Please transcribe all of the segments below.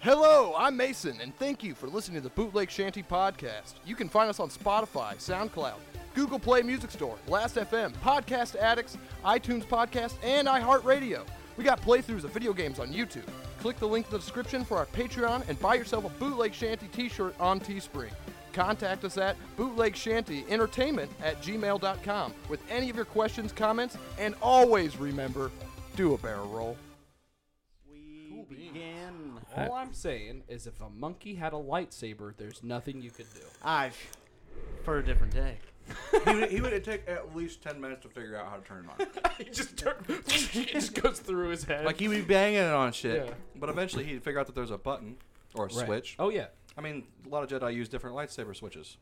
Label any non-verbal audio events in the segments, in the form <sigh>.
Hello, I'm Mason, and thank you for listening to the Bootleg Shanty podcast. You can find us on Spotify, SoundCloud, Google Play Music Store, Last FM, Podcast Addicts, iTunes Podcast, and iHeartRadio. We got playthroughs of video games on YouTube. Click the link in the description for our Patreon and buy yourself a Bootleg Shanty t-shirt on Teespring. Contact us at bootlegshantyentertainment at gmail.com with any of your questions, comments, and always remember, do a barrel roll. We begin. All I'm saying is if a monkey had a lightsaber, there's nothing you could <laughs> do. Ah, I've for a different day. he, would, he would take at least ten minutes to figure out how to turn it on. he <laughs> just turned, it just goes through his head. like he'd be banging it on shit, Yeah. but eventually he'd figure out that there's a button or a Right. switch. Oh yeah, I mean, a lot of Jedi use different lightsaber switches,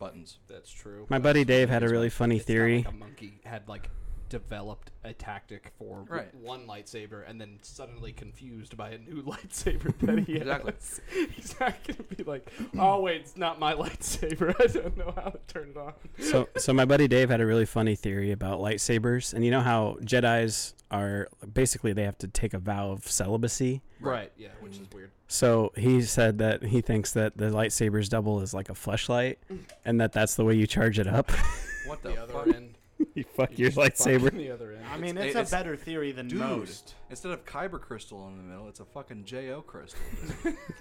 buttons. that's true. My buddy Dave had a really funny It's not theory. Like a monkey had like developed a tactic for w- Right. one lightsaber and then suddenly confused by a new <laughs> lightsaber that he Exactly. has. <laughs> He's not gonna be like, oh wait, it's not my <laughs> lightsaber. I don't know how to turn it on. So, so my buddy Dave had a really funny theory about lightsabers, and you know how Jedi's are basically they have to take a vow of celibacy. Right. Yeah, which is weird. So he said that he thinks that the lightsabers double is like a fleshlight, and that that's the way you charge it up. <laughs> What the, The other fuck? end. you fuck you your just fuck lightsaber. The other end. I mean, It's- it's, it's- a better theory than Dude, most. instead of kyber crystal in the middle, it's a fucking Jo crystal.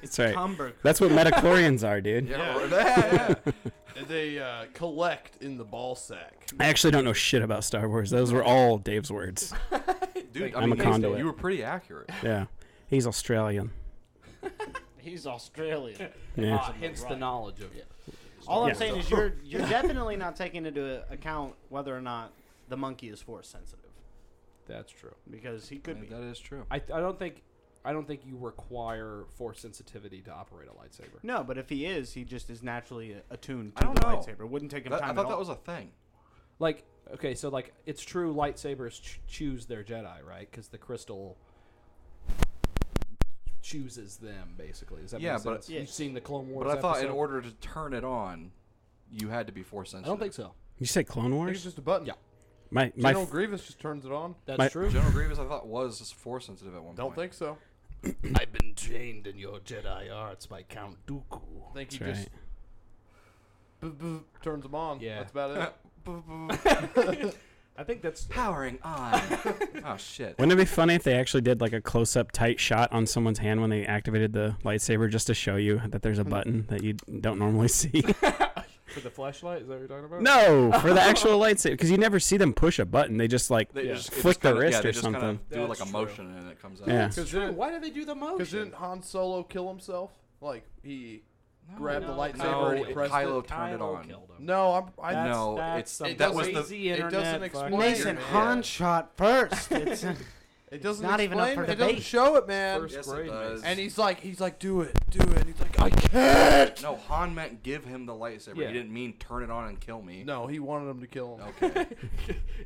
That's right. Cumber. That's what metachlorians are, dude. <laughs> Yeah. or that, yeah. <laughs> They uh, collect in the ball sack. I actually don't know shit about Star Wars. Those were all Dave's words. dude. I I'm mean, a you- conduit. You were pretty accurate. Yeah, he's Australian. He's Australian. Yeah. Ah, hence the knowledge of it. <laughs> All I'm Yeah. saying is <laughs> you're you're definitely not taking into account whether or not the monkey is force sensitive That's true. because he could I mean, be. that is true. I, I don't think I don't think you require force sensitivity to operate a lightsaber. No, but if he is, he just is naturally attuned I to the don't know. lightsaber. Wouldn't take him That- time I at thought that all. was a thing. Like okay, so like it's true lightsabers ch- choose their Jedi, right? Cuz the crystal chooses them basically. Does that Yeah, make but- sense? Yeah. You've seen the Clone Wars But I thought in episode? order to turn it on, you had to be force I sensitive. don't think so. You say Clone I think it's Wars? just a button. Yeah. My my General f- Grievous just turns it on. That's My- true. General Grievous, I thought was force sensitive at one Don't point. think so. I've been trained in your Jedi arts by Count Dooku. I think he That's just boop, boop, turns them on. Yeah. Oh, that's <laughs> about it. I think that's Powering on. oh shit. Wouldn't it be funny if they actually did like a close up tight shot on someone's hand when they activated the lightsaber just to show you that there's a Hmm. button that you don't normally <laughs> see? for the flashlight. Is that what you're talking about? no, for the actual lightsaber because you never see them push a button. They just like They Yeah. just, it Flick just the kinda, yeah, wrist they or just kinda <laughs> something. Do That's like a true. motion and it comes out. Yeah. Because Dude, didn't, Why do they do the motion? because didn't Han Solo kill himself? Like he No, grabbed no, the lightsaber no, and he it- pressed Kylo it. turned it on. him. No, I'm. I, That's- No, it's- some that was the- crazy it doesn't internet explain fucking- Mason Yeah. Han shot first. It's <laughs> it doesn't not even up explain for it. It doesn't debate. show it, man. First Yes, it grade, does. And he's like, he's like, do it, do it. He's like, I can't. No, Han meant give him the lightsaber. Yeah. He didn't mean turn it on and kill me. No, he wanted him to kill him. Okay.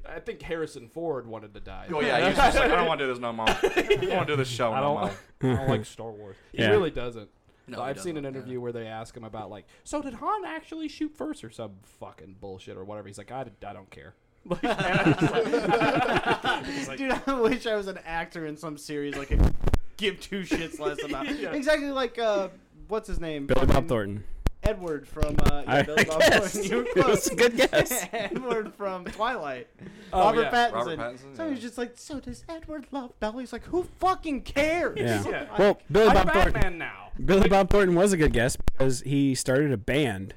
I think Harrison Ford wanted to die. oh yeah, he's just like, I don't want to do this no more. I don't want to do this show <laughs> no I don't, more. I <laughs> don't like Star Wars. He Yeah. really doesn't. No, he I've seen an doesn't, interview where they ask him about like, so did Han actually shoot first or some fucking bullshit or whatever. He's like, I, I don't care. Like, and I'm just like- He's like, Dude, I wish I was an actor in some series like could give two shits less about. Yeah. Exactly like uh, what's his name? Billy Bob Fucking Thornton. Edward from uh, yeah, I, Billy I Bob <laughs> guess. Thornton. <laughs> You were It was close. a good <laughs> guess. <laughs> Edward from Twilight. Oh, Robert, yeah. Pattinson. Robert Pattinson, So yeah. he's just like, so does Edward love Bella? He's like, who fucking cares? Yeah. Yeah. Well, Billy I'm Bob Batman Thornton. now. Billy Bob Thornton was a good guess because he started a band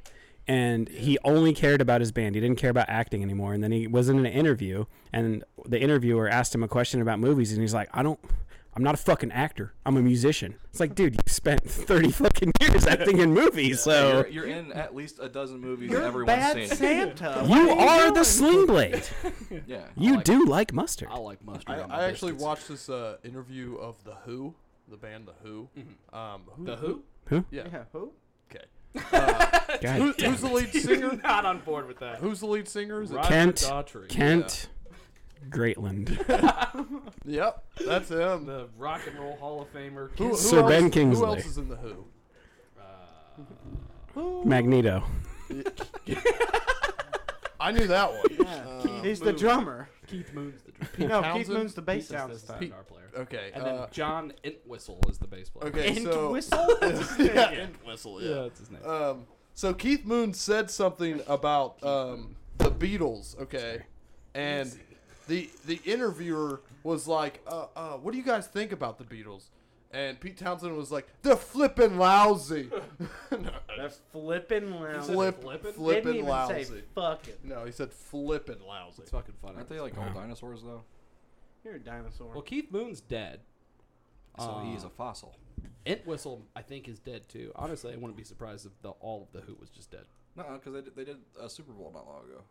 and he only cared about his band. He didn't care about acting anymore. And then he was in an interview and the interviewer asked him a question about movies and he's like, I don't I'm not a fucking actor. I'm a musician. It's like, dude, you spent <laughs> 30 fucking years acting in movies. <laughs> So You're, you're in at least a dozen movies You're that everyone's bad seen. Santa. <laughs> you What are you the sling blade. Yeah. You I like- do like mustard. I like mustard. I, on my I actually biscuits. watched this uh, interview of the Who, the band the Who. Um, who the Who. Yeah. Yeah, who? Okay. God <laughs> Who, damn who's the it. lead <laughs> singer? Not on board with that. Who's the lead singer? Is it? Roger Kent. Daughtry. Kent Greatland. Yep, that's him. the Rock and Roll Hall of Famer. Who- who Sir else- Ben Who Kingsley. else is in the Who? Magneto. I knew that one. <laughs> Uh, Yeah. he's the drummer. Keith Moon's the drummer. <laughs> No, Keith Townsend? Moon's the bassist Towns this is the time. Pete- guitar player. Okay. And then uh, John Entwistle is the bass player. okay. and so whistle. yeah, Entwistle, Yeah, Yeah. that's his name. Um, so Keith Moon said something about um, the Beatles, okay, and the the interviewer was like, uh, uh, "What do you guys think about the Beatles?" And Pete Townsend was like, "They're flippin' lousy." <laughs> They're flipping loud. Flip, flippin'? Didn't flippin' even lousy. say fuck it. no, he said flippin' lousy. it's fucking funny. Aren't they like old dinosaurs though? You're a dinosaur. Well, Keith Moon's dead. So Uh, he is a fossil. Entwistle, I think, is dead too. Honestly, I wouldn't be surprised if the, all of the Who was just dead. No, because they did, they did a Super Bowl not long ago.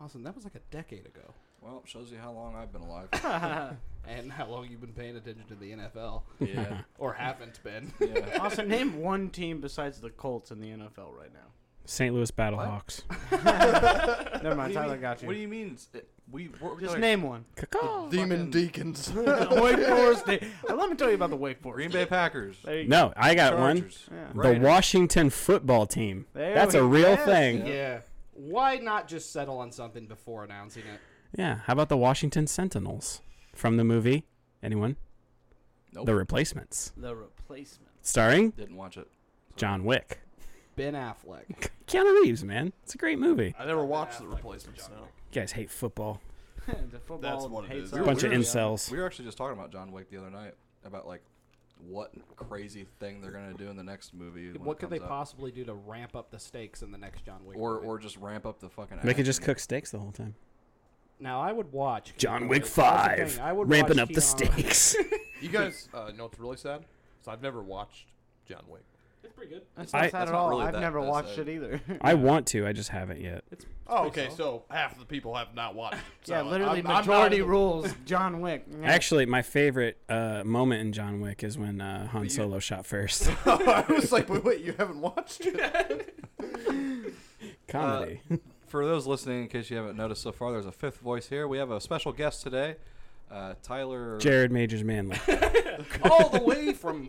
Austin, that was like a decade ago. Well, shows you how long I've been <laughs> alive. And how long you've been paying attention to the NFL, yeah. or haven't been? <laughs> yeah. also, name one team besides the Colts in the NFL right now. St. Louis Battlehawks. Never mind, Tyler got you. What do you mean? it's- It, we we're, Just like, name one. Caw-caw. Demon <laughs> Fucking- Deacons. Wake Forest. Day. Uh, Let me tell you about the Wake Forest. Green Bay Packers. There you No, I got one. Chargers. Yeah. The Raiders. Washington football team. There That's a we- real yes. <laughs> thing. yeah. Why not just settle on something before announcing it? Yeah. How about the Washington Sentinels from the movie? Anyone? Nope. The Replacements, go. The replacement. starring Didn't watch it. John Wick. <laughs> Ben Affleck. Keanu Reeves, man. It's a great movie. I never watched the Affleck replacements. No. You guys hate football. <laughs> the football That's what it hates is. us. were- Bunch of were- incels. We were actually just talking about John Wick the other night about like what crazy thing they're gonna do in the next movie. when What it could they comes out. possibly do to ramp up the stakes in the next John Wick? Or movie? or just ramp up the fucking. They could just action. cook steaks the whole time. now I would watch John Keanu Wick Reeves. That's the 5. thing, I would ramping watch up the Keanu- stakes. You guys uh, know what's really sad? So I've never watched John Wick. It's pretty good. That's I- not sad That's at not all. really I've that- never that's watched sad. it either. I want to, I just haven't yet. It's Oh, pretty okay. solid. So half the people have not <laughs> watched. it. <laughs> yeah, So literally I'm- I'm not majority in <laughs> the- rules. John Wick. <laughs> Yeah. Actually, my favorite uh, moment in John Wick is when uh, Han Solo shot first. I was like, wait, wait, you haven't watched it? Comedy. For those listening, in case you haven't noticed so far, there's a fifth voice here. We have a special guest today, uh, Tyler. <laughs> Jared Majors Manley. all the way from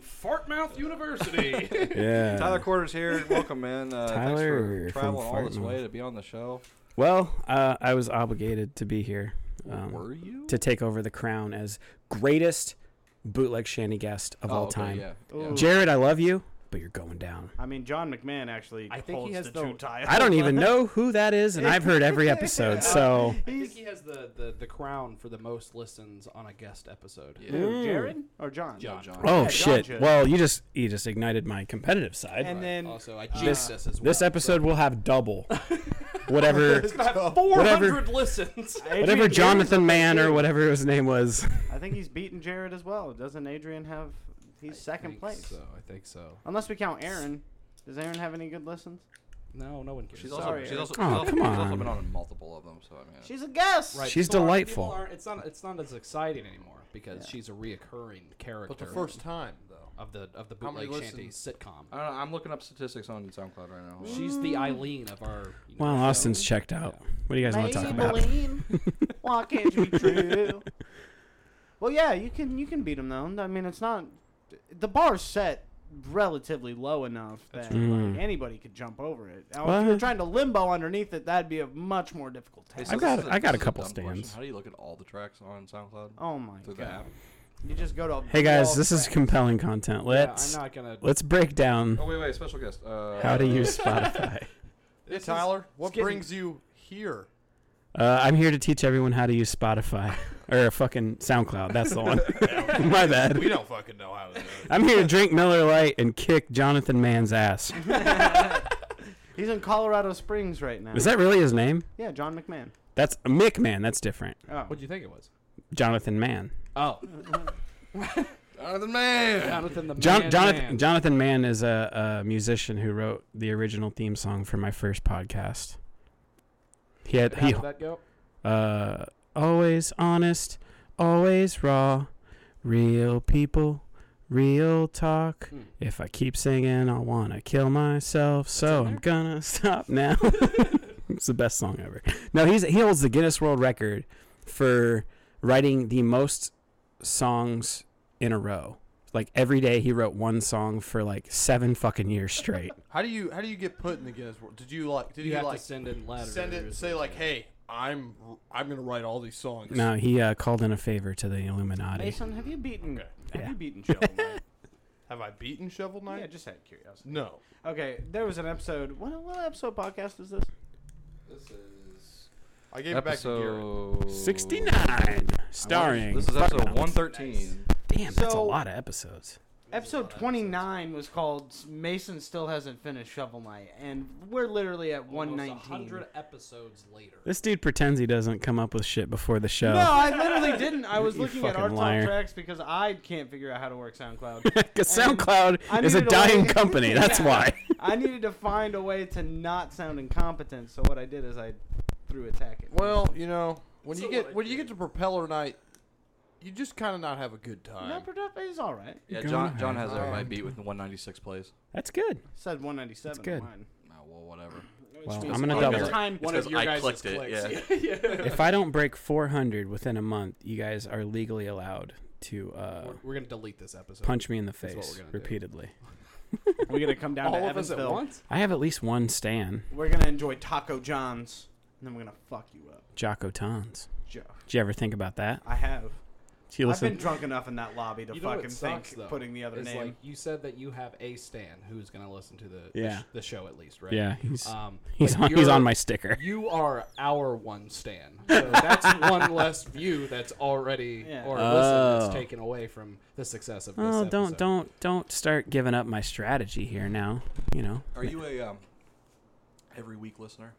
<laughs> Fartmouth University. Yeah. Tyler Quarters <laughs> here. Welcome, man. Uh, Tyler thanks for from traveling all this Fartmouth. way to be on the show. Well, uh, I was obligated to be here um, Were you? to take over the crown as greatest bootleg shanty guest of Oh, all okay, time. Yeah. Ooh. Jared, I love you, but you're going down. I mean, John McMahon actually I think he holds has the, the- two titles. I don't even know who that is, and I've heard every episode, so I think he has the, the, the crown for the most listens on a guest episode. Yeah. <laughs> Who, Jared <laughs> or John? No, John. John. Oh Yeah, shit! gotcha. Well, you just you just ignited my competitive side. And then Also, I jinxed this, as well. Uh, this episode will have double, <laughs> whatever, It's gonna have 400 listens. <laughs> Adrian whatever Jared's Jonathan up there, Mann or too. whatever his name was. I think he's beaten Jared as well. Doesn't Adrian have? He's second place. So I think so. Unless we count Aaron. Does Aaron have any good listens? No, no one cares. She's Sorry, also, she's Eric. also, she's Oh, also, come she's also on. been on multiple of them, so I mean, She's a guest. She's so our people delightful. aren't- It's not. It's not as exciting anymore because she's a reoccurring character. But the first time though. of the of the How many bootleg shanty listens? sitcom. Mm. I don't know. I'm looking up statistics on SoundCloud right now. Hold on. She's the Eileen of our. You know, Well, show. Austin's checked out. What do you guys want to talk about? Maybelline, <laughs> why can't you be true? <laughs> Well, yeah, you can you can beat them though. I mean, it's not the bar's set relatively low enough that right. like, anybody could jump over it. Now, Well- if you're trying to limbo underneath it, that'd be a much more difficult Hey, task. so I've this got- is I this got a is couple dumb question. stands. How do you look at all the tracks on SoundCloud? Oh my Through the god! app? You just go to a Hey wall guys, this of is fa- compelling content. Yeah, Let's I'm not gonna. let's break down Oh wait, wait, special guest. Uh, how to use <laughs> Spotify. Hey, Tyler, what getting- brings you here? Uh, I'm here to teach everyone how to use Spotify or fucking SoundCloud. That's <laughs> the one. my bad. We don't fucking know how to do it. I'm here to drink Miller Lite and kick Jonathan Mann's ass. <laughs> He's in Colorado Springs right now. Is that really his name? yeah, John McMahon. That's Mick Mann. That's different. Oh. What do you think it was? Jonathan Mann. Oh, Jonathan Man. Jonathan the John, Man Jonathan Man. Jonathan Mann is a, a musician who wrote the original theme song for my first podcast. He had How he did that go? uh always honest, always raw, real people, real talk. Mm. If I keep singing, I'll wanna kill myself. in so I'm there? gonna <laughs> <laughs> stop now. it's the best song ever. No, he's he holds the Guinness World Record for writing the most songs in a row. Like every day, he wrote one song for like seven fucking years <laughs> straight. How do you how do you get put in the Guinness World? Did you like did You you have like to send in letters. send it and say like, hey, I'm I'm gonna write all these songs. No, he uh, called in a favor to the Illuminati. Mason, have you beaten? Have Yeah. you beaten <laughs> Shovel Knight? Have I beaten Shovel Knight? yeah, just out of curiosity. no. Okay, there was an episode. What, what episode podcast is this? This is. I gave it back to Garrett. Episode 69, starring. This is fuck episode knows. 113. Damn, that's a So- lot of episodes. Episode 29 was called Mason Still Hasn't Finished Shovel Knight, and we're literally at 119. Hundred episodes later. This dude pretends he doesn't come up with shit before the show. No, <laughs> I literally didn't. I was You looking at fucking our top liar. tracks because I can't figure out how to work SoundCloud. Because And SoundCloud I is a needed a <laughs> dying way- company. That's Yeah. why. <laughs> I needed to find a way to not sound incompetent, so what I did is I threw attack it. Well, you know, when So you what I get when you did. get to Propeller Night, you just kind of not have a good time. no, product is all right. Yeah, Go John, John ahead. has everybody beat with 196 plays. That's good. Said 197. That's on good. mine. Oh, well, whatever. Well, means I'm gonna all double the it. time- One of because your I guys clicked it, clicks. yeah. If I don't break 400 within a month, you guys are legally allowed to uh, We're, <laughs> we're gonna delete this episode. punch me in the That's what we're face gonna do. repeatedly. We're gonna come down All to of us Evansville. at once. I have at least one Stan, We're gonna enjoy Taco John's, and then we're gonna fuck you up, Jocko Tons. Joe. Did you ever think about that? I have. Do you I've listen? been drunk enough in that lobby to You know what fucking think sucks, though, putting the other is, name. Like you said that you have a Stan who's gonna listen to the the Yeah. sh- the show at least, right? yeah, he's uh, Um, <laughs> he's but on he's you're- on my sticker. <laughs> You are our one <laughs> Stan, so that's one less view that's already Yeah. or listen Oh. that's taken away from the success of this. Oh, don't episode. don't don't start giving up my strategy here now. You know, Are you a um, every week listener?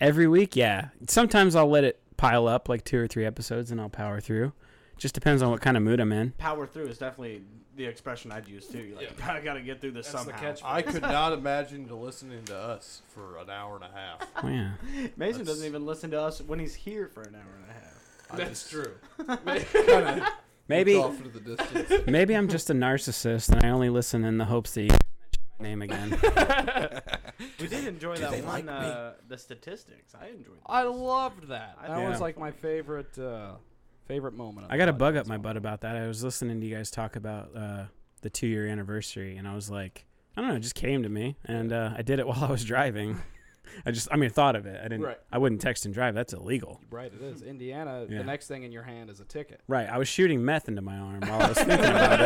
every week, yeah. Sometimes I'll let it pile up like two or three episodes, and I'll power through. Just depends on what kind of mood I'm in. Power through is definitely the expression I'd use too. You're like, I gotta get through this That's the somehow. catchphrase. I could not imagine to listening to us for an hour and a half. <laughs> Oh, yeah, Mason That's- doesn't even listen to us when he's here for an hour and a half. That's true. Kinda looked maybe off into the distance. <laughs> maybe I'm just a narcissist, and I only listen in the hopes that you mention my <laughs> name again. We did enjoy do they that one. like uh, the statistics, I enjoyed. I loved that. I That Yeah. was like my favorite uh, favorite moment. Of I got a bug up my butt about that. I was listening to you guys talk about uh, the two year anniversary, and I was like, I don't know, it just came to me, and uh, I did it <laughs> while I was driving. I just, I mean, thought of it. I didn't, Right. I wouldn't text and drive. That's illegal. Right, it is Indiana. Yeah. The next thing in your hand is a ticket. Right. I was shooting meth into my arm while I was thinking about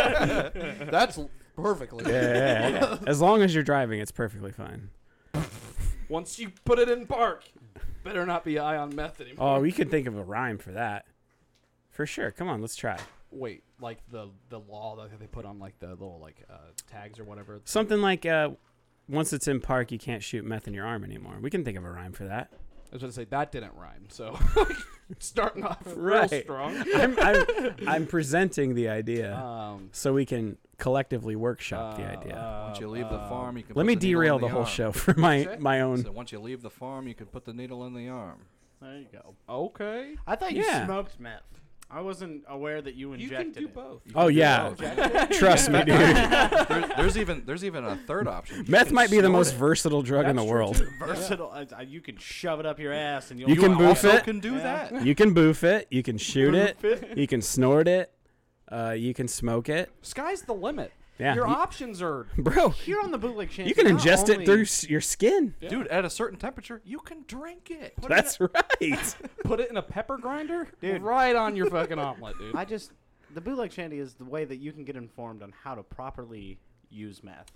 it. That's l- perfectly. <laughs> <laughs> Yeah, yeah, yeah. As long as you're driving, it's perfectly fine. Once you put it in park, <laughs> better not be high on meth anymore. Oh, we can think of a rhyme for that. For sure. Come on, let's try. Wait, like the the law that they put on like the little like uh, tags or whatever. Something like, uh, once it's in park, you can't shoot meth in your arm anymore. We can think of a rhyme for that. I was gonna say that didn't rhyme. So <laughs> starting off real Right. strong. I'm, I'm, I'm presenting the idea. Um, so we can collectively workshop the uh, idea. uh, Once you leave the uh, farm, you can. Let put me the needle derail in the, whole arm. show for my say? my own. So once you leave the farm, you can put the needle in the arm. There you go. Okay, I thought Yeah. you smoked meth. I wasn't aware that you you injected can do it. both. You Oh can do yeah, both. trust me, dude. There- there's even there's even a third option. <laughs> You Meth can might be the snort most it. versatile drug in the That's true, world. too. Versatile. I- I- you can shove it up your ass and you'll. You can boof also it. can do Yeah. that. You can boof it. You can shoot it. You can snort it. Uh, you can smoke it, Sky's the limit. Yeah, your you- options are bro. Here on the bootleg channel, You can not ingest it only- through s- your skin. Dude, at a certain temperature, you can drink it. Put it That's right. put it in a pepper grinder, Dude. right on your fucking omelet, dude. I just the bootleg shandy is the way that you can get informed on how to properly use meth.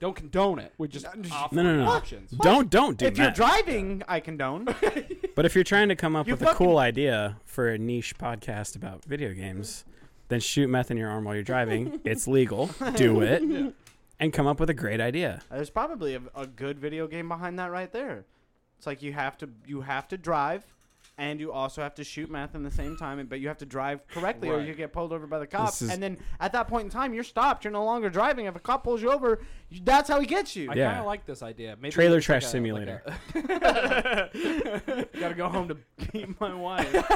Don't condone it. We just offer No, no, no. options. don't don't do <laughs> if you're meth. driving, I <laughs> condone. Uh, but if you're trying to come up You with a cool idea for a niche podcast about video games, then shoot meth in your arm while you're driving. it's legal. Do it, and come up with a great idea. There's probably a, a good video game behind that right there. It's like you have to you have to drive, and you also have to shoot meth in the same time. and- But you have to drive correctly, or Right. you get pulled over by the cops. is- And then at that point in time, you're stopped. You're no longer driving. If a cop pulls you over, you, that's how he gets you. I Yeah. kind of like this idea. Maybe Trailer it's Trash like a- Simulator. like <laughs> <laughs> gotta go home to beat my wife.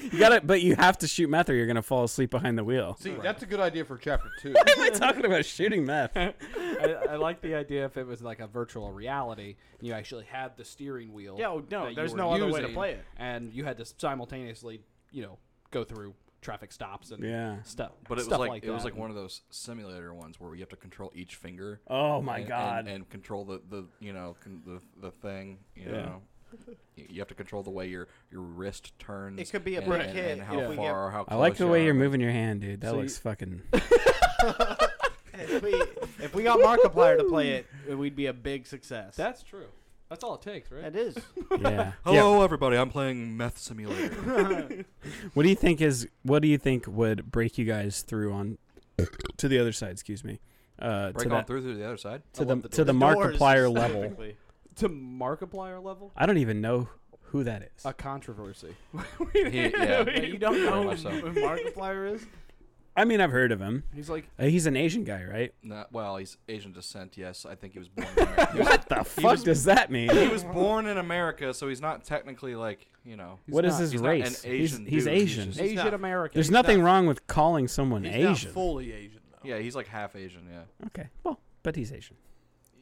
You gotta, but you have to shoot meth or you're gonna fall asleep behind the wheel. See, that's a good idea for chapter <laughs> two. am I talking about shooting meth? a- I, I like the idea if it was like a virtual reality and you actually had the steering wheel. Yeah, oh, no, that you there's were no other way to using, play it. And you had to simultaneously, you know, go through traffic stops and Yeah. stuff. But it was stuff like, like it was that. like one of those simulator ones where you have to control each finger. Oh my and- and- god. And, control the, the you know con- the the thing you Yeah. know. <laughs> You you have to control the way your, your wrist turns. It could be a and, brick and, hit and how if we far get- or how I like close the you way are. you're moving your hand, dude. That So looks <laughs> you- fucking. if we if we got Markiplier to play it, we'd be a big success. That's true. That's all it takes, right? that is. Yeah. yeah. Hello, everybody. I'm playing <laughs> Meth Simulator. What do you think is? What do you think would break you guys through on to the other side? Excuse me. Uh, Break to on that, through to the other side. to the, the to the doors <laughs> Markiplier level. specifically. to Markiplier level? I don't even know who that is. Uh, A controversy. <laughs> He- yeah. Yeah, you don't know Very who much so. who Markiplier is. I mean, I've heard of him. He's like, Uh, He's an Asian guy, right? Nah, well, he's Asian descent. Yes, I think he <laughs> was born. There. He was- What the fuck was- does <laughs> that mean? he was born in America, so he's not technically like you know. What is not- his he's not an race? Asian he's he's dude, he's Asian. just- Asian not- American. There's he's nothing not- wrong with calling someone He's not Asian. fully Asian though. Yeah, he's like half Asian. Yeah, okay, well, but he's Asian.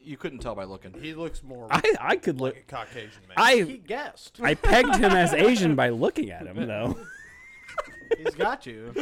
you couldn't tell by looking. He looks more I I could like look. a Caucasian man. He <laughs> I guessed. I pegged him as Asian by looking at him, though. He's got <laughs> you.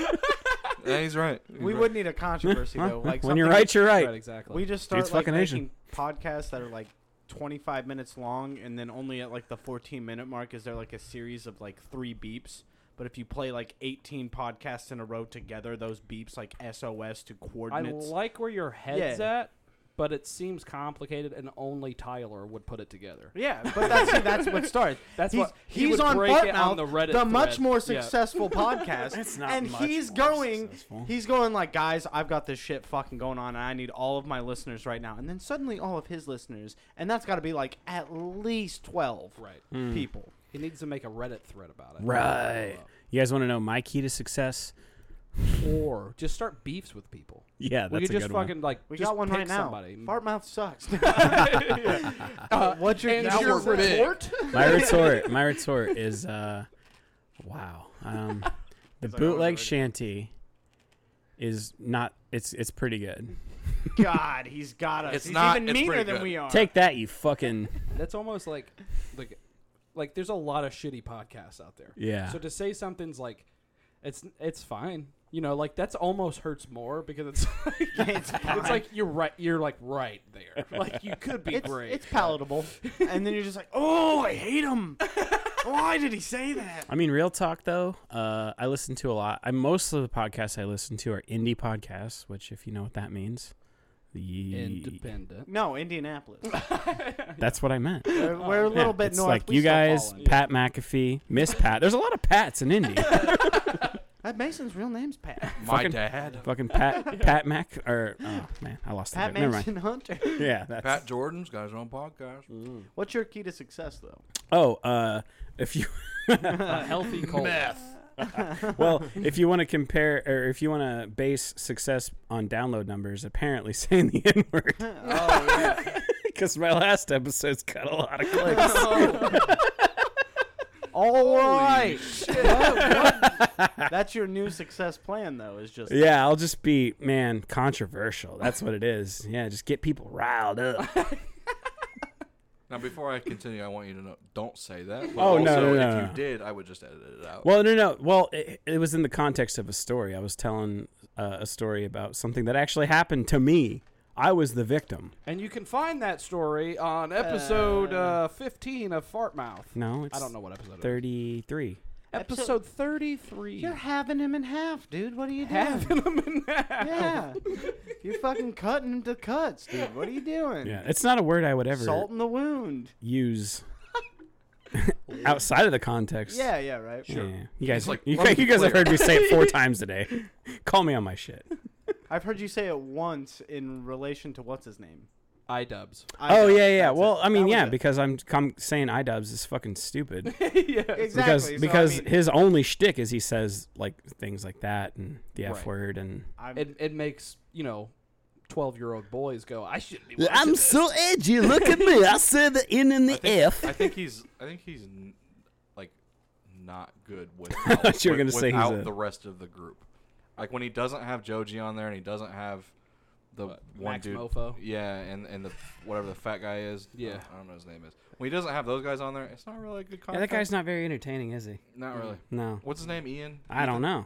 yeah, he's right. He's We right. would need a controversy Huh? though. Like <laughs> when you're something- right, you're right. Right, exactly. We just start Dude's like fucking making Asian. podcasts that are like 25 minutes long, and then only at like the 14 minute mark is there like a series of like three beeps. But if you play like 18 podcasts in a row together, those beeps like SOS to I coordinates. like where your head's Yeah. at, but it seems complicated, and only Tyler would put it together. yeah, but that's see, that's what starts. <laughs> That's he's, what- he he's would on break Butt it Mouth, on the Reddit much thread. more Yeah. <laughs> successful podcast. It's not and much he's more going, successful. he's going like, guys, I've got this shit fucking going on, and I need all of my listeners right now. And then suddenly, all of his listeners, and that's got to be like at least 12 Right. people. He needs to make a Reddit thread about it. Right. You guys want to know my key to success? Or just start beefs with people. Yeah, that's we could a just good fucking one. like We just got one pick right now. somebody. Fart mouth <laughs> sucks. <laughs> Uh, what's your, and now your we're big. report? <laughs> My retort, my retort is, uh, wow, um, the bootleg shanty is not. It's it's pretty good. God, he's got us. It's he's not- even it's meaner pretty than good. we are. Take that, you fucking. That's almost like like like there's a lot of shitty podcasts out there. Yeah. So to say something's like it's it's fine. You know, like that's almost hurts more because it's <laughs> like, <laughs> It's it's, fine. like you're right you're like right <laughs> there. Like you could be It's, great. it's palatable, <laughs> and then you're just like, oh, I hate him. Why did he say that? I mean, real talk though. Uh, I listen to a lot. I most of the podcasts I listen to are indie podcasts, which, if you know what that means, the <laughs> independent. No, <laughs> Indianapolis. that's what I meant. We're, we're a <laughs> little Yeah, bit it's north. like We you still guys, fall in. Pat McAfee, Miss Pat. There's a lot of Pats in Indy. That Mason's real name's Pat. <laughs> My fucking- dad, Fucking Pat Pat Mac or oh man, I lost Pat that. Never mind. Mason Hunter. <laughs> Yeah, that's Pat Jordan's got his own podcast. What's your key to success, though? <laughs> <laughs> Oh, uh if you A healthy cold. <laughs> well, if you want to compare or if you want to base success on download numbers, apparently saying the N word. <laughs> Because my last episode's got a lot of clicks. All right. Well, what- That's your new success plan, though. Is just yeah, I'll just be man controversial. That's what it is. Yeah, just get people riled up. Now, before I continue, I want you to know: don't say that. But <laughs> Oh, no, also, no, no, If no. you did, I would just edit it out. Well, no, no. Well, it, it was in the context of a story. I was telling uh, a story about something that actually happened to me. I was the victim. And you can find that story on episode uh, 15 of Fart Mouth. No, it's I don't know what episode. it is. 33. Episode 33. you're having him in half, dude. What are you doing? Having them in that. Yeah, you're fucking cutting him to cuts, dude. What are you doing? Yeah, it's not a word I would ever Salt in the wound. use outside of the context. Yeah, yeah, right. Yeah. You guys, like, you, let me guys- you guys have clear. heard me say it four times today. Call me on my shit. I've heard you say it once in relation to what's his name. iDubbbz. I Oh know. yeah, yeah. That's it. Well, I That mean, was yeah, it. because I'm, I'm saying iDubbbz is fucking stupid yeah. because exactly. so, I because mean, his only shtick is he says like things like that and the f Right. word and I'm- It, it makes, you know, 12 year old boys go, I shouldn't be watching I'm this." so edgy. Look at me. I said the N and the F. I think he's. I think he's n- like not good <laughs> without, you were with- gonna say he's without a- the rest of the group. Like when he doesn't have Joji on there and he doesn't have the one Max dude. Mofo. Yeah, and and the whatever the fat guy is. Yeah. I don't know his name is. When he doesn't have those guys on there, it's not really a good Yeah, content. that guy's not very entertaining, is he? not really. No, What's his name? Ian. I don't know.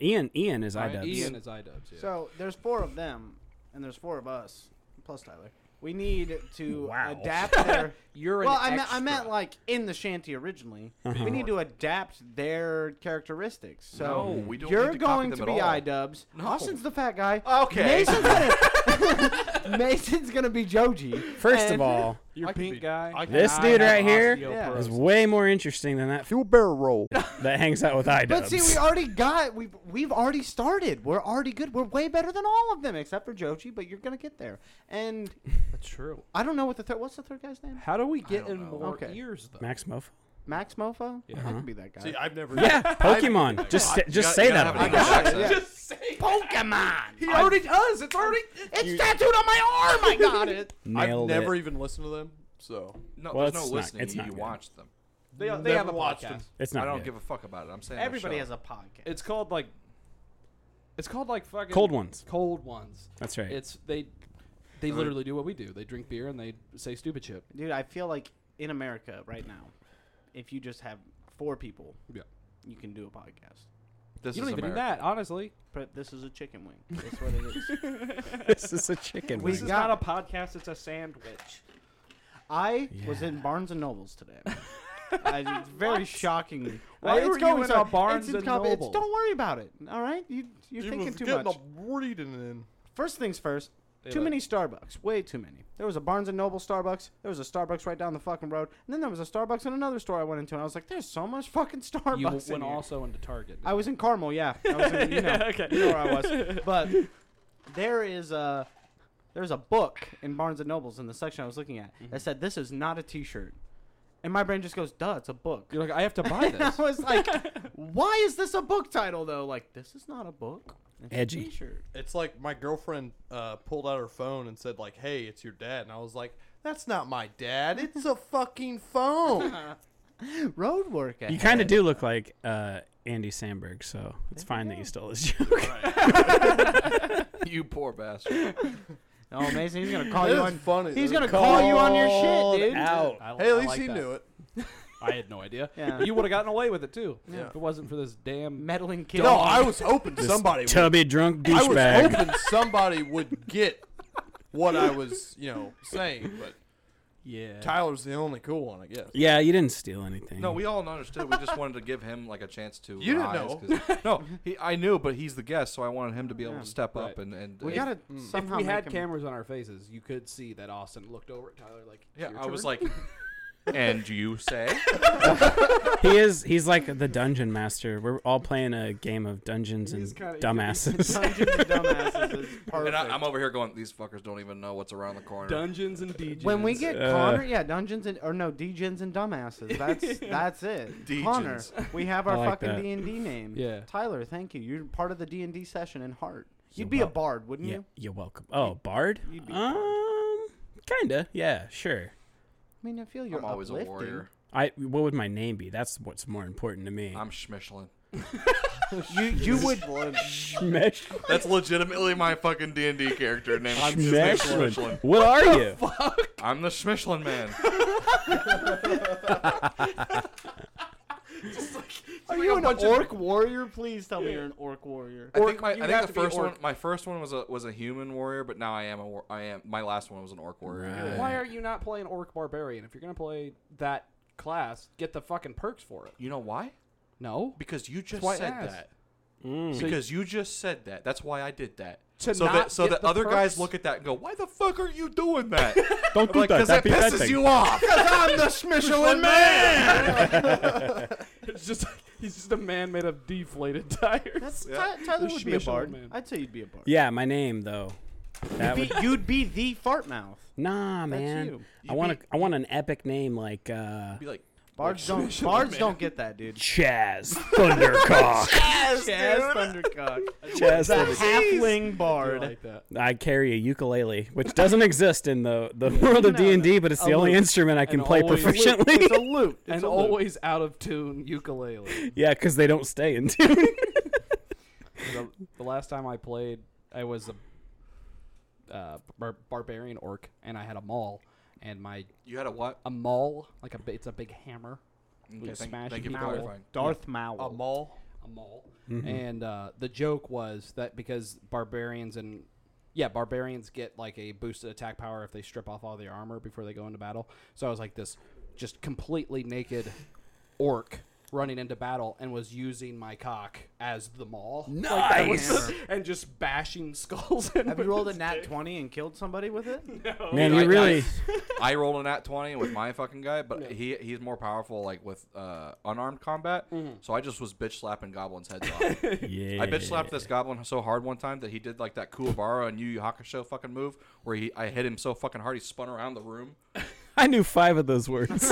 Ian, Ian is All right, iDubbbz. Ian is iDubbbz. Yeah. So there's four of them, and there's four of us, plus Tyler. We need to Wow. adapt <laughs> their. You're an well, I meant, I extra. meant like in the shanty originally. Uh-huh. We need to adapt their characteristics. So No, we don't you're need to copy going them to at be all. iDubbbz. No. Austin's the fat guy. Okay. Mason's <laughs> gonna, <laughs> Mason's gonna be Joji. First of <laughs> and- all, Your I could pink be- guy. I could- This dude right here Yeah. is way more interesting than that. <laughs> Fuel barrel roll that hangs out with iDubbbz. But see, we already got we've we've already started. We're already good. We're way better than all of them except for Joji. But you're gonna get there. And <laughs> That's true. I don't know what the third. What's the third guy's name? How do we get in more Okay. ears though? Max Mofo. Max Mofo. I Uh-huh. can be that guy. See, I've never. Yeah, <laughs> Pokemon. just st- just say that. I about got it. accent. Just say <laughs> Pokemon. he already does. It's already. It's tattooed on my arm. I <laughs> got it. Nailed I've never it. even listened to them, so No, Well, there's it's no not- listening. it's you not good. watch them. They, Never watched him. It's not. I don't good. give a fuck about it. I'm saying Everybody has a podcast. It's called like. It's called like fucking Cold ones. Cold ones. That's right. It's they. They literally do what we do. They drink beer and they say stupid shit. Dude, I feel like in America right now, if you just have four people, Yeah. you can do a podcast. This you is don't even America. do that, honestly. But this is a chicken wing. That's what it is. <laughs> <laughs> this is a chicken We wing. got- not a podcast. It's a sandwich. I was in Barnes and Nobles today. <laughs> I, it's very shocking. Why it's were you in a so- Barnes it's in and com- it's- Noble? Don't worry about it. All right, you, you're He thinking was too getting much. a reading in. First things first. Too like- many Starbucks. Way too many. There was a Barnes and Noble Starbucks. There was a Starbucks right down the fucking road. And then there was a Starbucks in another store I went into. And I was like, there's so much fucking Starbucks. You in went here. also into Target. I was in Carmel, yeah. I was in, you know, you know where I was. But there is a there's a book in Barnes and Nobles in the section I was looking at that said this is not a T-shirt, and my brain just goes, "Duh, it's a book." You're like, I have to <laughs> buy And <laughs> I this. was like, "Why is this a book title though? Like, this is not a book. It's Edgy. A t-shirt. It's like my girlfriend uh, pulled out her phone and said, "Like, hey, it's your dad," and I was like, "That's not my dad. It's a fucking <laughs> phone." Road work. You kind of do look like uh, Andy Sandberg, so it's fine that you stole his <laughs> joke. You poor bastard. Oh, Mason, he's gonna call That is you on. funny. He's That gonna is call you on your called shit, dude. I, Hey, at least he knew it. I had no idea. Yeah. You would have gotten away with it too. Yeah. If it wasn't for this damn. Meddling kid. No, I was hoping This somebody. Would, tubby drunk I was douchebag. hoping somebody would get what I was, you know, saying. But yeah. Tyler's the only cool one, I guess. Yeah, you didn't steal anything. No, we all understood. We just wanted to give him like a chance to. You didn't rise, know. 'cause- no, he, I knew, but he's the guest, so I wanted him to be able Yeah. to step up Right. and and. We and- gotta If somehow we make had him- cameras on our faces, you could see that Austin looked over at Tyler like. Yeah, "Your I was turn?" like. and you say? he is. He's like the dungeon master. We're all playing a game of dungeons and dumbasses. <laughs> <laughs> Dungeons and Dumbasses is and perfect. I, I'm over here going. These fuckers don't even know what's around the corner. Dungeons and DJs. When we get Uh, Connor, yeah, dungeons and or no, DJs and dumbasses. That's that's it. Connor, we have our I like fucking that. D and D name. Yeah. Tyler, thank you. You're part of the D and D session in heart. You'd So be a what- bard, wouldn't yeah, you? you're welcome. Oh, bard. Mm-hmm. you'd be a bard. Um, kinda. Yeah, sure. I mean, I feel you're I'm always uplifting. a warrior. I. What would my name be? That's what's more important to me. <laughs> I'm Schmichelin. You you would Schmesh. That's legitimately my fucking D and D character name. I'm Schmechlin. What <laughs> are you? I'm the Schmichelin man. are you an orc warrior? Please tell me you're an orc <laughs> warrior. I think, my, I you think have the to be first one, orc. my first one was a was a human warrior, but now I am a war, I am my last one was an orc warrior. Right. Why are you not playing Orc Barbarian? If you're gonna play that class, get the fucking perks for it. You know why? No. Because you just That's why I said asked. that. Mm. Because you just said that. That's why I did that. To so not that so get that the other perks? guys look at that and go, "Why the fuck are you doing <laughs> that?" Don't do like, that. because That'd that be pisses bad thing. you off. I'm the Michelin Man. <laughs> It's just he's just a man made of deflated <laughs> tires. That's Ty- Tyler The would be a Schmishel bard. man. I'd say you'd be a bard. Yeah, my name though. You'd That would. be, you'd be the fart mouth. Nah, That's man. you. I want a, I want an epic name like uh, Be like, Bards don't bards don't get that, dude. <laughs> Chaz Thundercock. Yes, Thundercock. Chaz Thundercock. Halfling bard. like that. I carry a ukulele, which doesn't exist in the, the <laughs> world of No, D and D, but it's a the only lute. instrument I can And play always- proficiently. It's a loot. It's and a loot. always out of tune ukulele. <laughs> <laughs> yeah, because they don't stay in tune. the, the last time I played, I was a uh, bar- barbarian orc, and I had a maul, and my "You had a what?" a maul like a bi- it's a big hammer, Okay, Just thank, smash thank you for him out. clarifying. Darth Maul. A mall. a maul, and uh, the joke was that because barbarians and yeah, barbarians get like a boosted attack power if they strip off all their armor before they go into battle. So I was like this just completely naked orc running into battle and was using my cock as the maul. Like, that was- Nice. <laughs> and just bashing skulls. <laughs> in Have you with rolled a his nat dick. twenty and killed somebody with <laughs> it? Man, I- you really. I rolled a nat 20 with my fucking guy, but he he's more powerful like with uh, unarmed combat. Mm-hmm. So I just was bitch slapping goblins' heads <laughs> off. Yeah. I bitch slapped this goblin so hard one time that he did like that Kuwabara and Yu Yu Hakusho fucking move where he I hit him so fucking hard he spun around the room. I knew five of those words.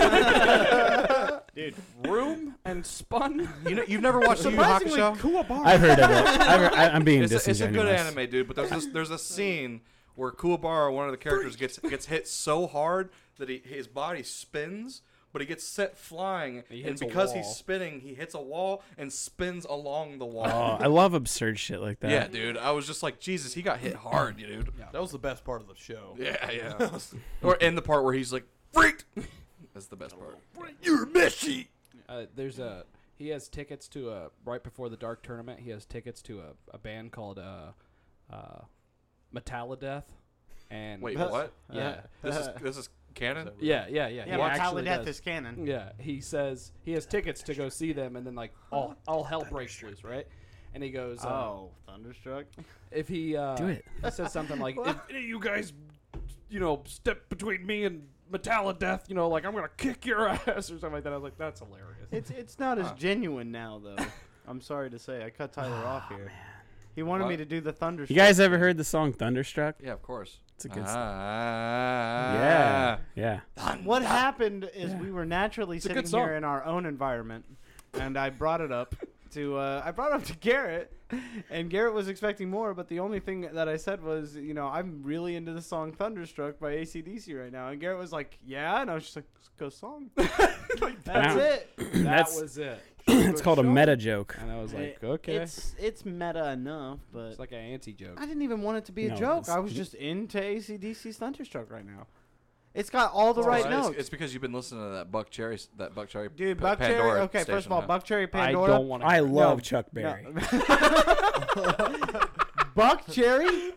room and spun. You know you've never <laughs> watched Yu Yu Hakusho? I've heard of it. I've heard, I, I'm being It's a, it's a good disingenuous. anime, dude. But there's this, there's a scene where Kuwabara, one of the characters, gets gets hit so hard that he, his body spins, but he gets set flying, and hits a because he's wall. spinning, he hits a wall and spins along the wall. Oh, I love absurd shit like <laughs> that. Yeah, dude. I was just like, Jesus, he got hit hard, dude. That was the best part of the show. Yeah, yeah. or in the part where he's like, freaked. That's the best part. You're messy. Uh, there's a he has tickets to a right before the dark tournament. He has tickets to a, a band called uh, uh, Metallideath. And Wait, what? Uh, Yeah, This <laughs> is this is canon. yeah, yeah, Yeah, yeah. he actually mortality death does. is canon. Yeah, he says he has tickets to go see them, and then like all all hell breaks loose, right? And he goes, uh, Oh, thunderstruck! if he uh, Do it. he says something like, if any of you guys, you know, step between me and Metallideath, you know, like I'm gonna kick your ass or something like that. I was like, that's hilarious. It's it's not as genuine now <laughs> though. I'm sorry to say, I cut Tyler off here. He wanted me What? to do the thunderstruck. You guys ever heard the song Thunderstruck? Yeah, of course. It's a good song. Ah, Yeah. What happened is we were naturally a sitting good song. here in our own environment, and I brought it up to uh, I brought it up to Garrett, and Garrett was expecting more, but the only thing that I said was, you know, I'm really into the song "Thunderstruck" by ACDC right now, and Garrett was like, "Yeah," and I was just like, "It's a good song." <laughs> Like, that's Wow. it. <clears throat> That's was it. <clears throat> it's called a meta joke. And I was like, It- okay, it's, It's it's meta enough, but like an anti joke. I didn't even want it to be a No, joke. it's- I was just into ACDC's "Thunderstruck" right now. It's got all the right It's- notes. It's, because you've been listening to that Buck Cherry, that Buck Cherry, Dude, Pa- Buck Pandora Cherry. Okay, station, first of all, huh? Buck Cherry I Pandora. don't want to. I love No. Chuck Berry. Buck Cherry,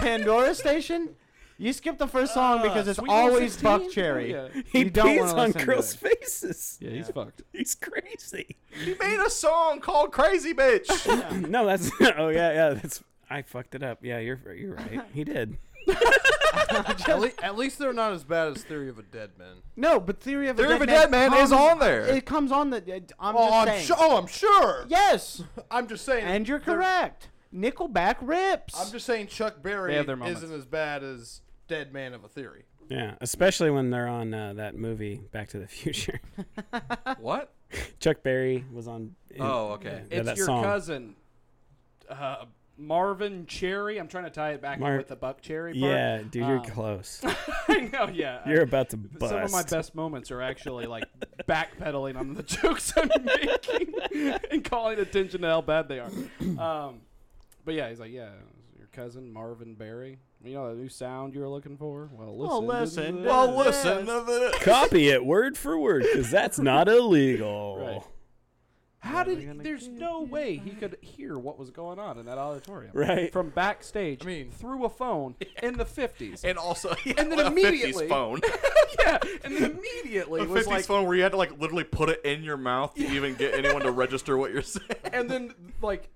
Pandora Station. You skip the first song because it's always Buck Cherry. Yeah, <laughs> He You don't pees wanna on listen to girls' it. faces. yeah, he's fucked. He's crazy. He made a song called Crazy Bitch. No, that's. <laughs> Oh yeah, yeah. That's. I fucked it up. Yeah, you're you're right. He did. at, le- at least they're not as bad as Theory of a Dead Man. No, but Theory of Theory a Dead of a Man, Dead Man is comes- on there. It comes on the. it- I'm Oh, just I'm saying. su- oh, I'm sure. Yes, I'm just saying. and you're they're- correct. Nickelback rips. I'm just saying Chuck Berry They have their moments. isn't as bad as Dead Man of a Theory. Yeah, especially when they're on uh, that movie Back to the Future. <laughs> what? Chuck Berry was on. Oh, okay. Yeah, it's that your song. cousin, uh, Marvin Cherry. I'm trying to tie it back in Mar- with the Buck Cherry. Part. Yeah, dude, you're Um, close. <laughs> I know. Yeah, You're about to I- bust. some of my best moments are actually like backpedaling on the <laughs> jokes I'm making <laughs> and calling attention to how bad they are. Um, but yeah, he's like, yeah, your cousin Marvin Berry. You know that new sound you were looking for? Well, listen. Oh, to listen. this. Well, to this. Copy it word for word because that's not illegal. <laughs> Right. How Never did? gonna There's get no way he could hear what was going on in that auditorium. Right. From backstage, I mean- through a phone in the 50s. And also, he And <laughs> then had a 50s immediately- phone, <laughs> yeah, and then immediately a was 50s like, phone where you had to like literally put it in your mouth to even get anyone to register what you're saying. and then like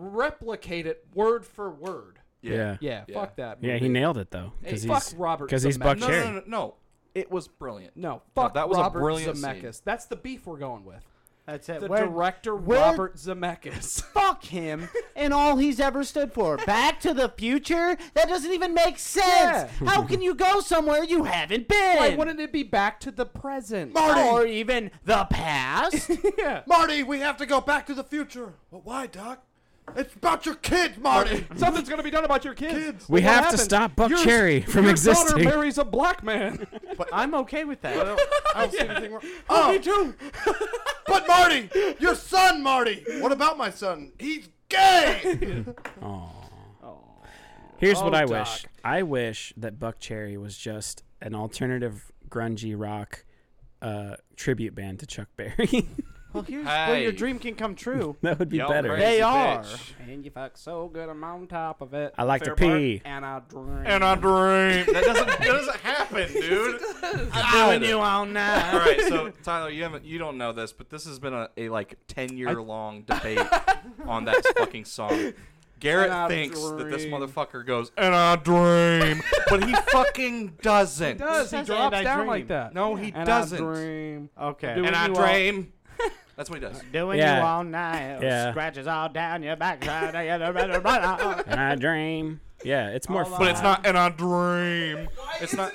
replicate it word for word. Yeah. Yeah, Yeah. fuck that. Yeah, movie. he nailed it though because Hey, fuck he's Robert because he's Buck No, Cherry. no, no, no, no. It was brilliant. No, fuck that was a Robert brilliant Zemeckis. That's the beef we're going with. That's it. The Where- director where- Robert <laughs> Zemeckis. Fuck him and all he's ever stood <laughs> for. Back to the Future? That doesn't even make sense. How can you go somewhere you haven't been? Why wouldn't it be back to the present? Or even the <laughs> past? yeah. Marty, we have to go back to the future. Well, why, Doc? It's about your kids, Marty. Something's gonna be done about your kids. Kids. We What have happened? to stop Buck Your- Cherry from your existing. daughter marries a <laughs> black man. I'm okay with that. I don't see anything wrong. Oh, me too. but Marty, your son, Marty. What about my son? He's gay. Here's what Oh, I Doc. wish. I wish that Buck Cherry was just an alternative grungy rock uh, tribute band to Chuck Berry. <laughs> Well, here's where Hey. your dream can come true. That would be Y'all better. crazy They are. bitch. And you fuck so good, I'm on top of it. I like to Fair part. pee. and I drink. And I dream. That doesn't. That doesn't <laughs> happen, dude. I'm doing you all night. All right, <laughs> so Tyler, you haven't, you don't know this, but this has been a, a like ten year <laughs> long debate on that fucking song. Garrett And I thinks that this dream. motherfucker goes and I dream, but he <laughs> fucking doesn't. does. He says, drops "And I down dream." like that. No, he and doesn't. I dream. Okay. Do And I You all- <laughs> dream. That's what he does. Doing Yeah. you all night. Yeah. Scratches all down your backside. <laughs> I And I dream. Yeah, it's more fun. But it's not and I dream. It's not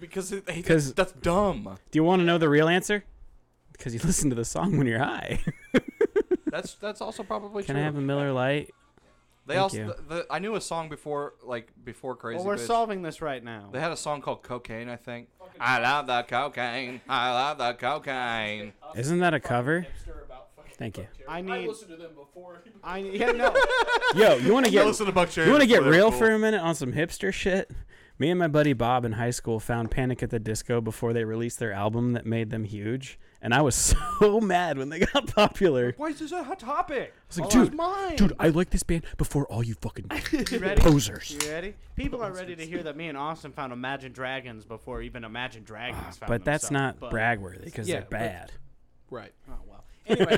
because it, he, 'Cause- that's dumb. Do you want to know the real answer? Because you <laughs> listen to the song when you're high. That's that's also probably Can true. I have a Miller Light? they thank also you. The, the, I knew a song before like before Crazy well, we're Bitch. solving this right now. They had a song called Cocaine, I think. I love the cocaine. I love the cocaine. Isn't that a cover? Thank you. I need. to them before. <laughs> I need. Yeah, no. Yo, you want to get to Buck you want to get real for a minute on some hipster shit? Me and my buddy Bob in high school found Panic at the Disco before they released their album that made them huge, and I was <laughs> so mad when they got popular. <laughs> Why is this a hot topic? I was Oh, like, dude, dude, I like this band before all you fucking You ready? posers. You ready? People are ready to hear that me and Austin found Imagine Dragons before even Imagine Dragons found Ah, But that's themselves, not but- oh, bragworthy because Yeah, they're but- bad. Right. <laughs> Anyway,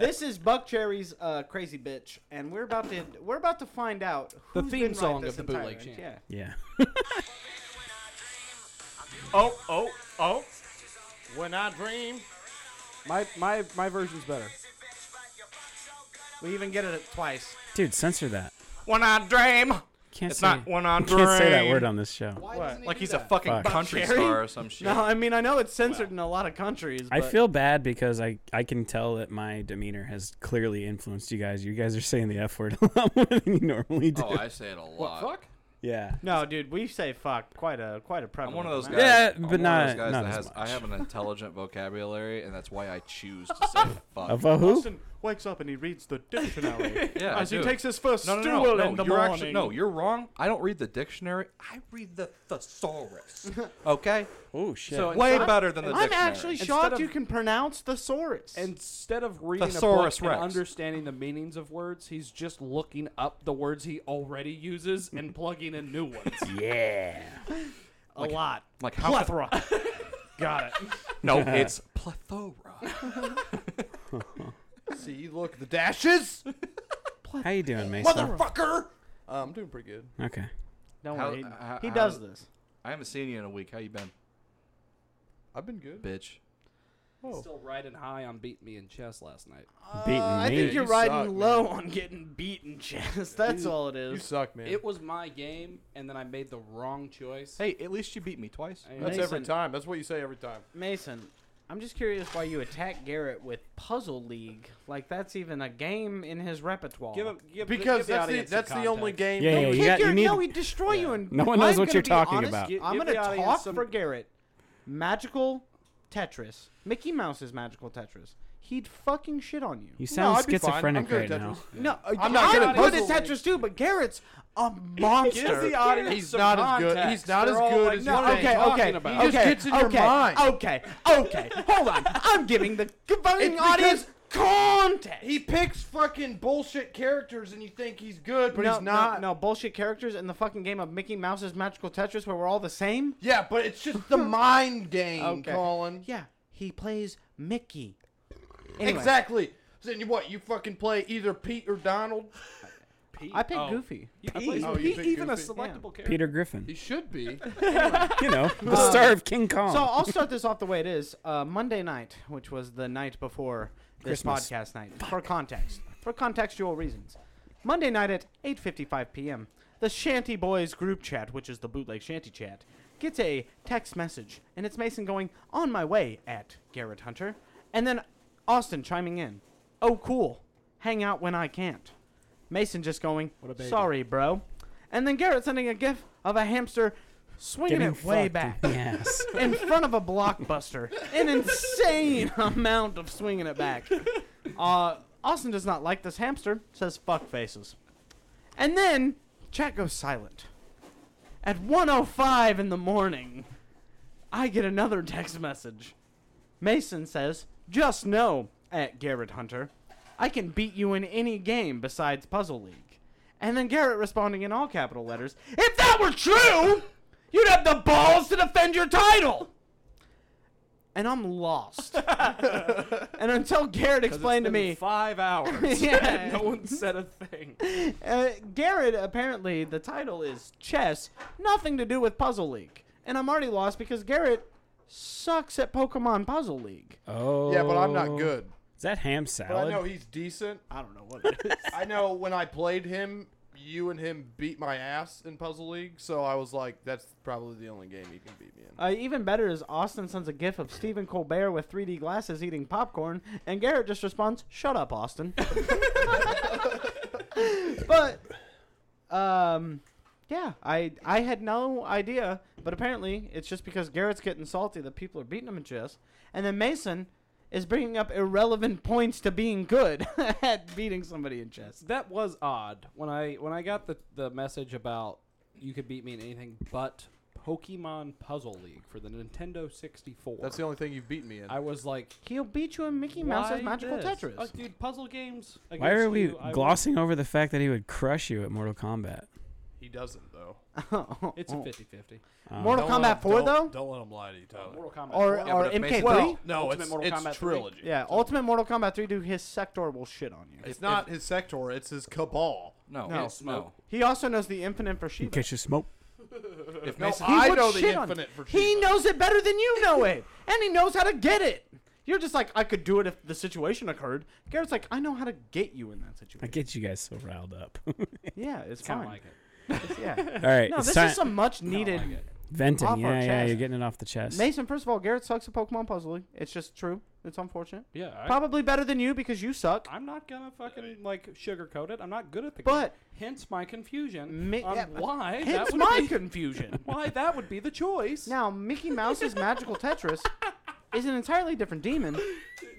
this is Buck Cherry's uh, "Crazy Bitch," and we're about to we're about to find out The who's theme been right song this of the entire- Bootleg Champ. Yeah. Yeah. Oh, oh, oh. When I dream, My my my version's better. we even get it twice. Dude, censor that. When I dream. Can't It's say not when I you <laughs> can't say that dream. word on this show. Like he's a fucking Fuck. country Jerry? star or some <laughs> shit. No, I mean I know it's censored in a lot of countries. I but- feel bad because I, I can tell that my demeanor has clearly influenced you guys. You guys are saying the F word <laughs> a lot more than you normally do. Oh, I say it a lot. Fuck. yeah. No, dude, we say fuck quite a quite a I'm prevalent. one of those guys. amount. Yeah, I'm but one of not- those guys not that as has. I much. have an intelligent vocabulary, and that's why I choose <laughs> to say fuck. Of a who? Austin wakes up and he reads the dictionary <laughs> yeah, I as he do. takes his first no, no, stool no, no, in the you're morning. actually no, you're wrong. I don't read the dictionary. I read the <laughs> thesaurus. Okay, Oh shit. So- way Instead- better than the I'm dictionary. actually Instead shocked of- you can pronounce thesaurus. Instead of reading Thesaurus a book Rex. and understanding the meanings of words, he's just looking up the words he already uses and plugging in new <laughs> ones. yeah. a lot. like how could- Plethora. Got it. No, <laughs> it's plethora. See, look, the dashes. How you doing, Mason? Fucker. Uh, I'm doing pretty good. Okay. Don't How- worry. uh, he how- does this. I haven't seen you in a week. How you been, I've been good. bitch? Oh. Still riding high on beating me in chess last night. Beating Uh, I me. think you're You riding suck, man. low on getting beaten, <laughs> Chess. That's all it You is. suck, man. It was my game, and then I made the wrong choice. Hey, at least you beat me twice. And That's they- every time. That's what you say every time. Mason, I'm just curious why you attack Garrett with Puzzle League. Like that's even a game in his repertoire. give him, give Because give the that's the, audience that's some the only context. game. Yeah, that yeah, we- you Kick got- your, you need- no, he'd destroy you. And No one knows I'm what gonna you're be talking honest, about. Give- I'm give gonna the audience talk some- for Garrett. Magical Tetris. Mickey Mouse is magical Tetris. He'd fucking shit on you. You sound I'd be fine. I'm schizophrenic good right at now. No, I'm not good at good at Puzzle League. Tetris too, but Garrett's a Give the monster. audience He's some not as good- context. he's not They're as all good like, as "No, you what are think." they okay, talking okay, about?" He just okay, gets in your okay, mind. Okay, okay, hold on. I'm giving the It's converting because audience context. He picks fucking bullshit characters, and you think he's good, but no, he's not. No, no, bullshit characters in the fucking game of Mickey Mouse's Magical Tetris where we're all the same. Yeah, but it's just <laughs> the mind game, Colin. Yeah, he plays Mickey. Exactly. So then you what? You fucking play either Pete or Donald? I picked Oh. Goofy. Yeah, I played Oh, you Pete, picked even a Goofy. selectable character. Peter Griffin. He should be. You <laughs> know, the star of King Kong. Uh, So <laughs> I'll start this off the way it is. Uh, Monday night, which was the night before this Christmas. podcast night, for context, for contextual reasons. Monday night at 8:55 p.m., the Shanty Boys group chat, which is the bootleg Shanty chat, gets a text message, and it's Mason going on my way at Garrett Hunter, and then Austin chiming in, "Oh cool, hang out when I can't." Mason just going, "Sorry, bro," and then Garrett sending a gif of a hamster swinging Getting it way fucked back in the <laughs> ass. in front of a blockbuster. An insane <laughs> amount of swinging it back. Uh, Austin does not like this hamster, says fuck faces. And then chat goes silent. At 1:05 in the morning, I get another text message. Mason says, "Just know at Garrett Hunter, I can beat you in any game besides Puzzle League. And then Garrett responding in all capital letters, If that were true, you'd have the balls to defend your title! And I'm lost. and until Garrett explained to me, five <laughs> hours. <laughs> Yeah. no one said a thing. uh, Garrett, apparently, the title is chess, nothing to do with Puzzle League. And I'm already lost because Garrett sucks at Pokemon Puzzle League. Oh. Yeah, but I'm not good. Is that ham But I salad? know he's decent. I don't know what it is. I know when I played him, you and him beat my ass in Puzzle League, so I was like, that's probably the only game you can beat me in. Uh, even better is Austin sends a gif of Stephen Colbert with 3D glasses eating popcorn, and Garrett just responds, "Shut up, Austin." but, um, yeah, I I had no idea, but apparently it's just because Garrett's getting salty that people are beating him in chess, and then Mason is bringing up irrelevant points to being good <laughs> at beating somebody in chess. That was odd. When I when I got the, the message about you could beat me in anything but Pokemon Puzzle League for the Nintendo 64. That's the only thing you've beaten me in. I was like, He'll beat you in Mickey Mouse's why Magical this? Tetris. Like, dude, puzzle games. Why are against we you, I would- glossing over the fact that he would crush you at Mortal Kombat? he doesn't though. It's a Oh. 50-50. Um, Mortal Kombat 4 though. Don't let him lie to you, Tyler. Mortal Kombat. or, 4. Yeah, or but if MK3? Mason- Well, no, Ultimate it's, Mortal it's Kombat three. trilogy. Yeah, Ultimate Mortal Kombat 3 do his sector will shit on you. It's not his sector, it's his cabal. No, No. it's- no. He also knows the infinite for you Shiva. catch your smoke. If No, Mason, I would know the shit on infinite you. for <laughs> He Shiva. knows it better than you know it, <laughs> and he knows how to get it. You're just like, I could do it if the situation occurred. Garrett's like, I know how to get you in that I situation. get you guys so riled up. <laughs> All Yeah, it's kind of fine. like it. It's- <laughs> yeah. right, No, it's this time is some much Kinda needed. like it. venting. off our Yeah, yeah, chest. you're getting it off the chest. <laughs> Mason, first of all, Garrett sucks at Pokemon Puzzle League. It's just true. It's unfortunate. Yeah, I, Probably better than you because you suck. I'm not gonna fucking like sugarcoat it. I'm not good at the But- game. Hence my confusion Mi- on yeah, why Hence that would my be, confusion. <laughs> why that would be the choice. Now, Mickey Mouse's Magical Tetris is an entirely different demon.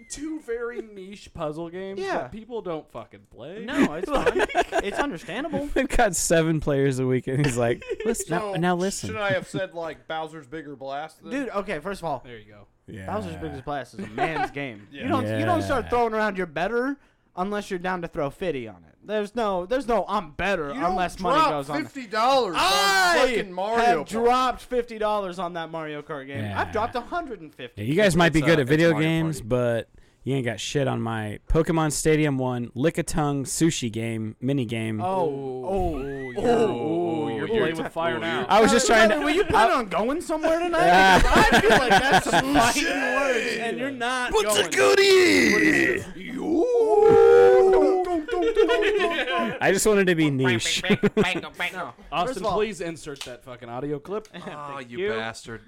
two very niche puzzle games Yeah. that people don't fucking play. No, it's fine. It's understandable. They've got seven players a week, and <laughs> he's like, listen, now, So, now listen. Should I have said like Bowser's bigger blast? Then? Dude, okay, first of all, There you go. yeah. Bowser's Biggest Blast is a man's game. Yeah. You don't you don't start Yeah. throwing around your better unless you're down to throw 50 on it. There's no there's no I'm better you unless don't money drop goes on. it. fifty dollars on I fucking Mario. have Kart. dropped fifty dollars on that Mario Kart game. Yeah. I've dropped 150. Yeah, you guys might be It's, uh, good at it's video Mario games, Party. but you ain't got shit on my Pokemon Stadium 1 Lick a Tongue Sushi game, mini game. Oh, Oh, oh. you're, Oh, you're you're- playing with fire oh, now. I was just trying Tyler, <laughs> to. Will you plan on going somewhere tonight? Ah. Because I feel like that's some fighting words, and you're not going. goodie? <laughs> I just wanted <laughs> to be niche. No. First Austin, of all- please insert that fucking audio clip. Oh, Thank you, bastard.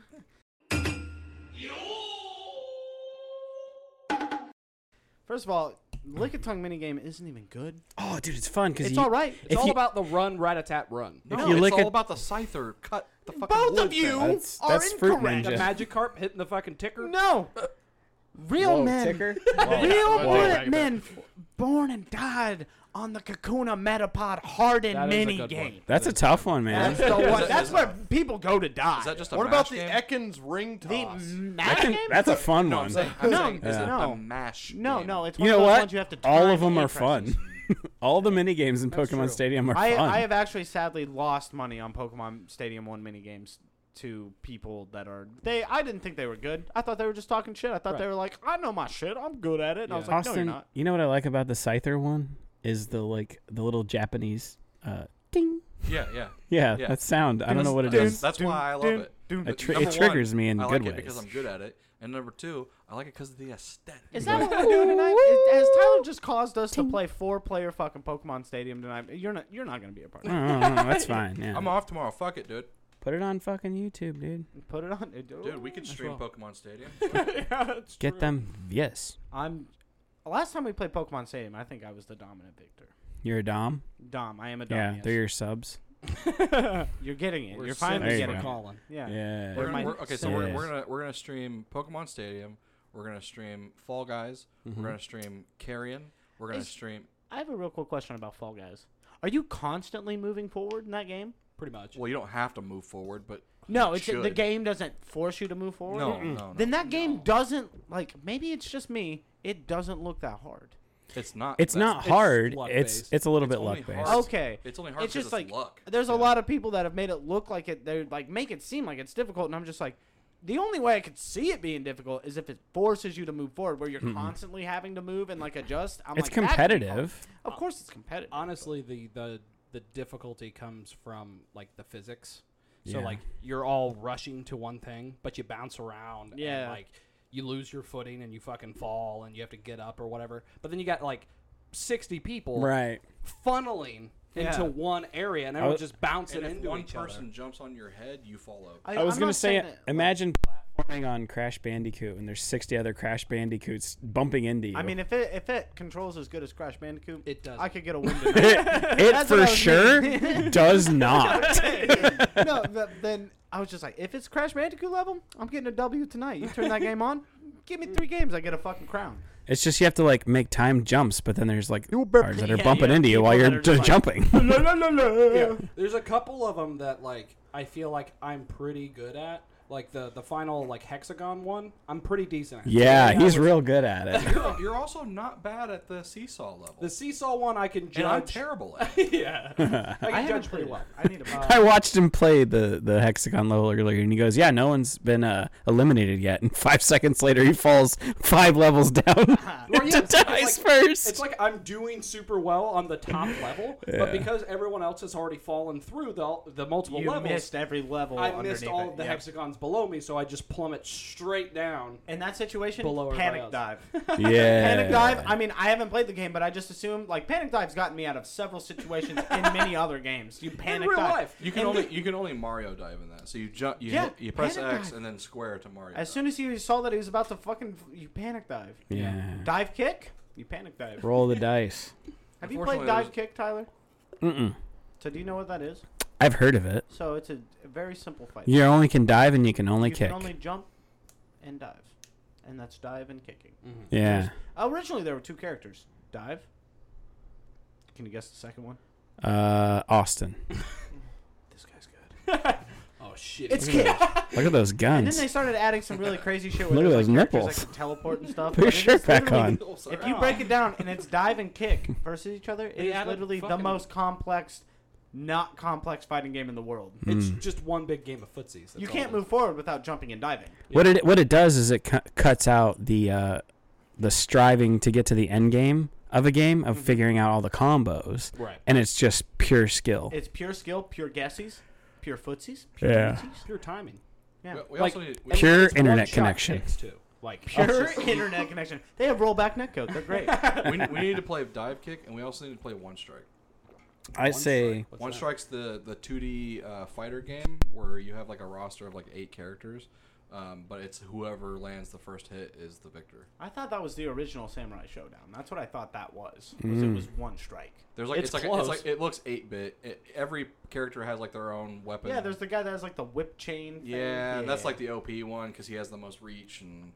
First of all, lick a tongue minigame isn't even good. <laughs> oh, dude, it's fun because It's you. all right. It's If all you- about the run, rat a tat, run. No, you it's lick all a- about the scyther. Cut the fucking Both wood of you thing. That's- are that's Fruit incorrect. The Ninja. magic carp hitting the fucking ticker. No. Real men. Real men, men f- born and died on the Kakuna Metapod That hardened is a mini good game. one. <laughs> That's a tough one, That's, man. the one, that- that's is where people go to die. Is that just a What about mash the game? Ekans ring the toss? That mash can- game? that's a fun one. I'm <laughs> No, saying, is yeah. it no. a mash? no, game? no. It's one You know of those what? ones you have to. All time of them the are addresses. fun. <laughs> all the mini games in Pokemon true. Stadium are I, fun. I have actually sadly lost money on Pokemon Stadium One mini games to people that are they. I didn't think they were good. I thought they were just talking shit. I thought they Right. were like, I know my shit. I'm good at it. And I Yeah. was like, no, you're Austin, not. you know what I like about the Scyther one is the like the little Japanese uh, ding. Yeah, yeah. Yeah, Yeah. that sound. I don't know what it That's, is. that's why I love dun, it. dun. It, tr- Number it triggers one, me in I good like ways. it because I'm good at it, and number two, I like it because of the aesthetic. Is that what we're doing tonight? Is, has Tyler just caused us to play four-player fucking Pokemon Stadium tonight? You're not. You're not gonna be a <laughs> part. of it. Oh, no, no, that's fine. Yeah. I'm off tomorrow. Fuck it, dude. Put it on fucking YouTube, dude. Put it on, Dude, we can stream well. Pokemon Stadium. Get them. Yes, I'm. Last time we played Pokemon Stadium, I think I was the dominant victor. you're a dom. Dom, I am a dom. Yeah, yes. they're your subs. you're getting it. We're You're finally sinners. getting There it. you go. Colin. Yeah. Yeah. We're gonna, might- we're, okay, so we're, Yes. we're gonna we're gonna stream Pokemon Stadium. We're gonna stream Fall Guys. We're gonna stream Carrion. We're gonna Is- stream. I have a real cool question about Fall Guys. Are you constantly moving forward in that game? Pretty much. Well, you don't have to move forward, but No, you it's the should. game doesn't force you to move forward. No, no, no. Then that game doesn't like. Maybe it's just me. It doesn't look that hard. It's not. It's that's- not hard. luck It's based. it's a little It's bit only luck hard. based. It's- Okay, it's only hard 'cause it's like luck. there's a lot of people that have made it look like it. They like make it seem like it's difficult, and I'm just like, the only way I could see it being difficult is if it forces you to move forward, where you're constantly having to move and like adjust. I'm It's like, that could be hard. competitive. Of course, it's competitive. honestly the the the difficulty comes from like the physics so Yeah. like you're all rushing to one thing but you bounce around Yeah. and like you lose your footing and you fucking fall and you have to get up or whatever but then you got like 60 people Right. funneling Yeah. into one area and everyone's was- just bouncing And if into one each person other jumps on your head, you fall over. I was I'm gonna not say, saying that- imagine platforming on Crash Bandicoot, and there's 60 other Crash Bandicoots bumping into you. I mean, if it if it controls as good as Crash Bandicoot, It doesn't. I could get a <laughs> win. it, today. <laughs> it That's what I for was sure meaning. <laughs> <laughs> does not. no, th- then I was just like, if it's Crash Bandicoot level, I'm getting a W tonight. You turn that game on, give me three games, I get a fucking crown. It's just you have to like make time jumps, but then there's like cars <laughs> that are Yeah, bumping yeah, into you people while you're that are just just <laughs> jumping. <laughs> yeah. <laughs> There's a couple of them that like I feel like I'm pretty good at. Like the the final like hexagon one, I'm pretty decent. At. yeah, he's I was- real good at it. You're, you're also not bad at the seesaw level. The seesaw one I can judge. and I'm <laughs> terrible at. it. yeah, <laughs> I can haven't judge pretty played well. it. I need a. I watched him play the the hexagon level earlier, and he goes, "Yeah, no one's been uh, eliminated yet." And <laughs> five seconds later, he falls five levels down <laughs> Well, yeah, to it's like- it's dice like- first. It's like I'm doing super well on the <laughs> top level, but because everyone else has already fallen through the the multiple You levels, missed every level. I missed underneath all it, of the yeah. hexagons below me, so I just plummet straight down. In that situation, Below panic everybody dive. yeah, Panic dive. I mean, I haven't played the game, but I just assume like panic dive's gotten me out of several situations in many other games. You panic real dive. life. You can And only you can only Mario dive in that. So you jump, you Yeah, hit, you press panic X dive. and then square to Mario. As dive. soon as you saw that he was about to fucking, you panic dive. Yeah. Dive kick. You panic dive. <laughs> Roll the dice. Have you played Unfortunately, dive there's- kick, Tyler? Mm-mm. So do you know what that is? I've heard of it. So it's a, a very simple fight. You only can dive and you can only you kick. can only jump and dive, and that's dive and kicking. Mm-hmm. yeah. Originally, there were two characters. Dive. Can you guess the second one? Uh, Austin. This guy's good. Oh shit! It's <laughs> kick. Look at those And then guns. they started adding some really crazy shit. Where Look at there's, those like, characters nipples. That can teleport and <laughs> stuff. Put your but it is shirt back literally- on. Oh, sorry. If you break it down and it's dive and kick versus each other, it They is added literally the fucking- most complex, not complex fighting game in the world. Mm. It's just one big game of footsies. that's You all can't it is. move forward without jumping and diving. What it what it does is it cu- cuts out the uh, the striving to get to the end game of a game of figuring out all the combos, Right. and it's just pure skill. It's pure skill, pure guesses, pure footsies. Yeah. Pure timing. Yeah. We- we Like, also need, we, <laughs> And Pure it's one-shot internet connection. kicks, Too. Like Pure <laughs> internet connection. They have rollback netcode. They're <laughs> great. we, we need to play dive kick, and we also need to play one strike. I say What's one that? strike's the the 2D uh, fighter game where you have like a roster of like eight characters, um, but it's whoever lands the first hit is the victor. I thought that was the original Samurai Showdown. That's what I thought that was. Was Mm. it was one strike. There's like it's, It's like a- it's close. like it looks eight bit. It, every character has like their own weapon. Yeah, there's the guy that has like the whip chain. Thing. yeah, and that's like the OP one because he has the most reach and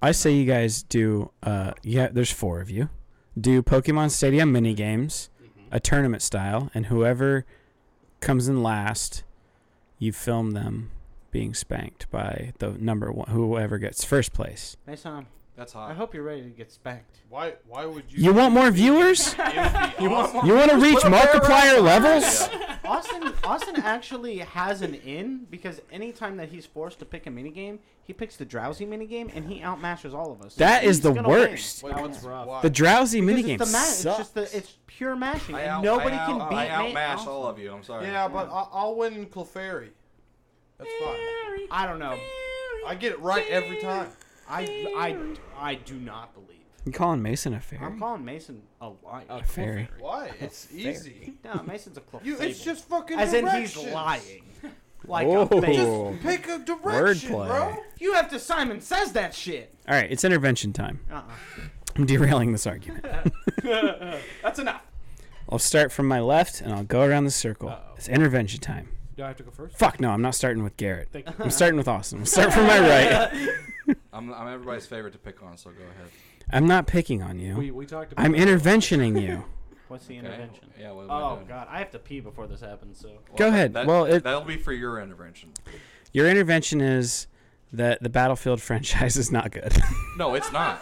I say you guys do. Uh, yeah, there's four of you. Do Pokemon Stadium mini games, a tournament style, and whoever comes in last, you film them being spanked by the number one, whoever gets first place. Hey, Sam, that's I hot. hope you're ready to get spanked. Why? Why would you? You want more viewers? you want You want to reach multiplier levels? Austin Austin actually has an in because anytime that he's forced to pick a minigame, he picks the drowsy minigame and he outmashes all of us. That is He's the gonna win. worst. Wait, That what's one's rough. why? The drowsy Because mini games it's, the ma- it's suck. just the it's pure mashing. I and out, nobody I can out, beat I Nate outmash Austin. all of you. I'm sorry. yeah, but I'll, I'll win Clefairy. That's fine. I don't know. I get it right every time. I I I do not believe. You calling Mason a fairy? I'm calling Mason a liar. A fairy. Clefairy. Why? It's easy. no, Mason's <laughs> a clefable. You. It's just fucking. as in he's directions. lying. <laughs> Like Oh. a fake. All Pick a direction, Wordplay. bro. You have to Simon says that shit. right, it's intervention time. Uh-uh. I'm derailing this argument. That's enough. I'll start from my left and I'll go around the circle. Uh-oh. It's intervention time. Do I have to go first? Fuck no, I'm not starting with Garrett. Thank you. I'm starting with Austin. We'll <laughs> start from my right. I'm, I'm everybody's favorite to pick on, so go ahead. I'm not picking on We, you. we talked about I'm that. interventioning you. What's the Okay? intervention? Yeah. What am I Oh doing? god, I have to pee before this happens. So Well, Go that- ahead. That, Well, it- that'll be for your intervention. Your intervention is the the Battlefield <laughs> franchise is not good. No, it's not.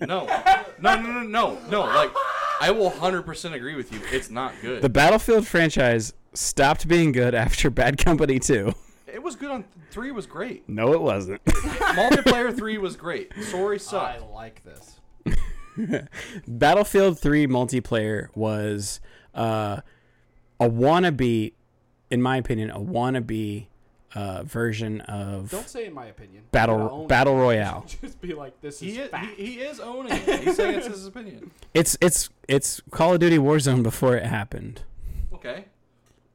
No, no, no, no, no, no. Like, I will hundred percent agree with you. It's not good. the Battlefield franchise stopped being good after Bad Company 2. it was good on three. Was great. <laughs> No, it wasn't. Multiplayer three was great. Sorry, I sucked. like this. Battlefield 3 multiplayer was uh, a wannabe, in my opinion, a wannabe uh, version of Don't say in my opinion. Gotta battle own battle royale. it. <laughs> Just be like, this is He is, fact. he, he is owning it. He's saying it's his opinion. It's it's it's Call of Duty Warzone before it happened, Okay,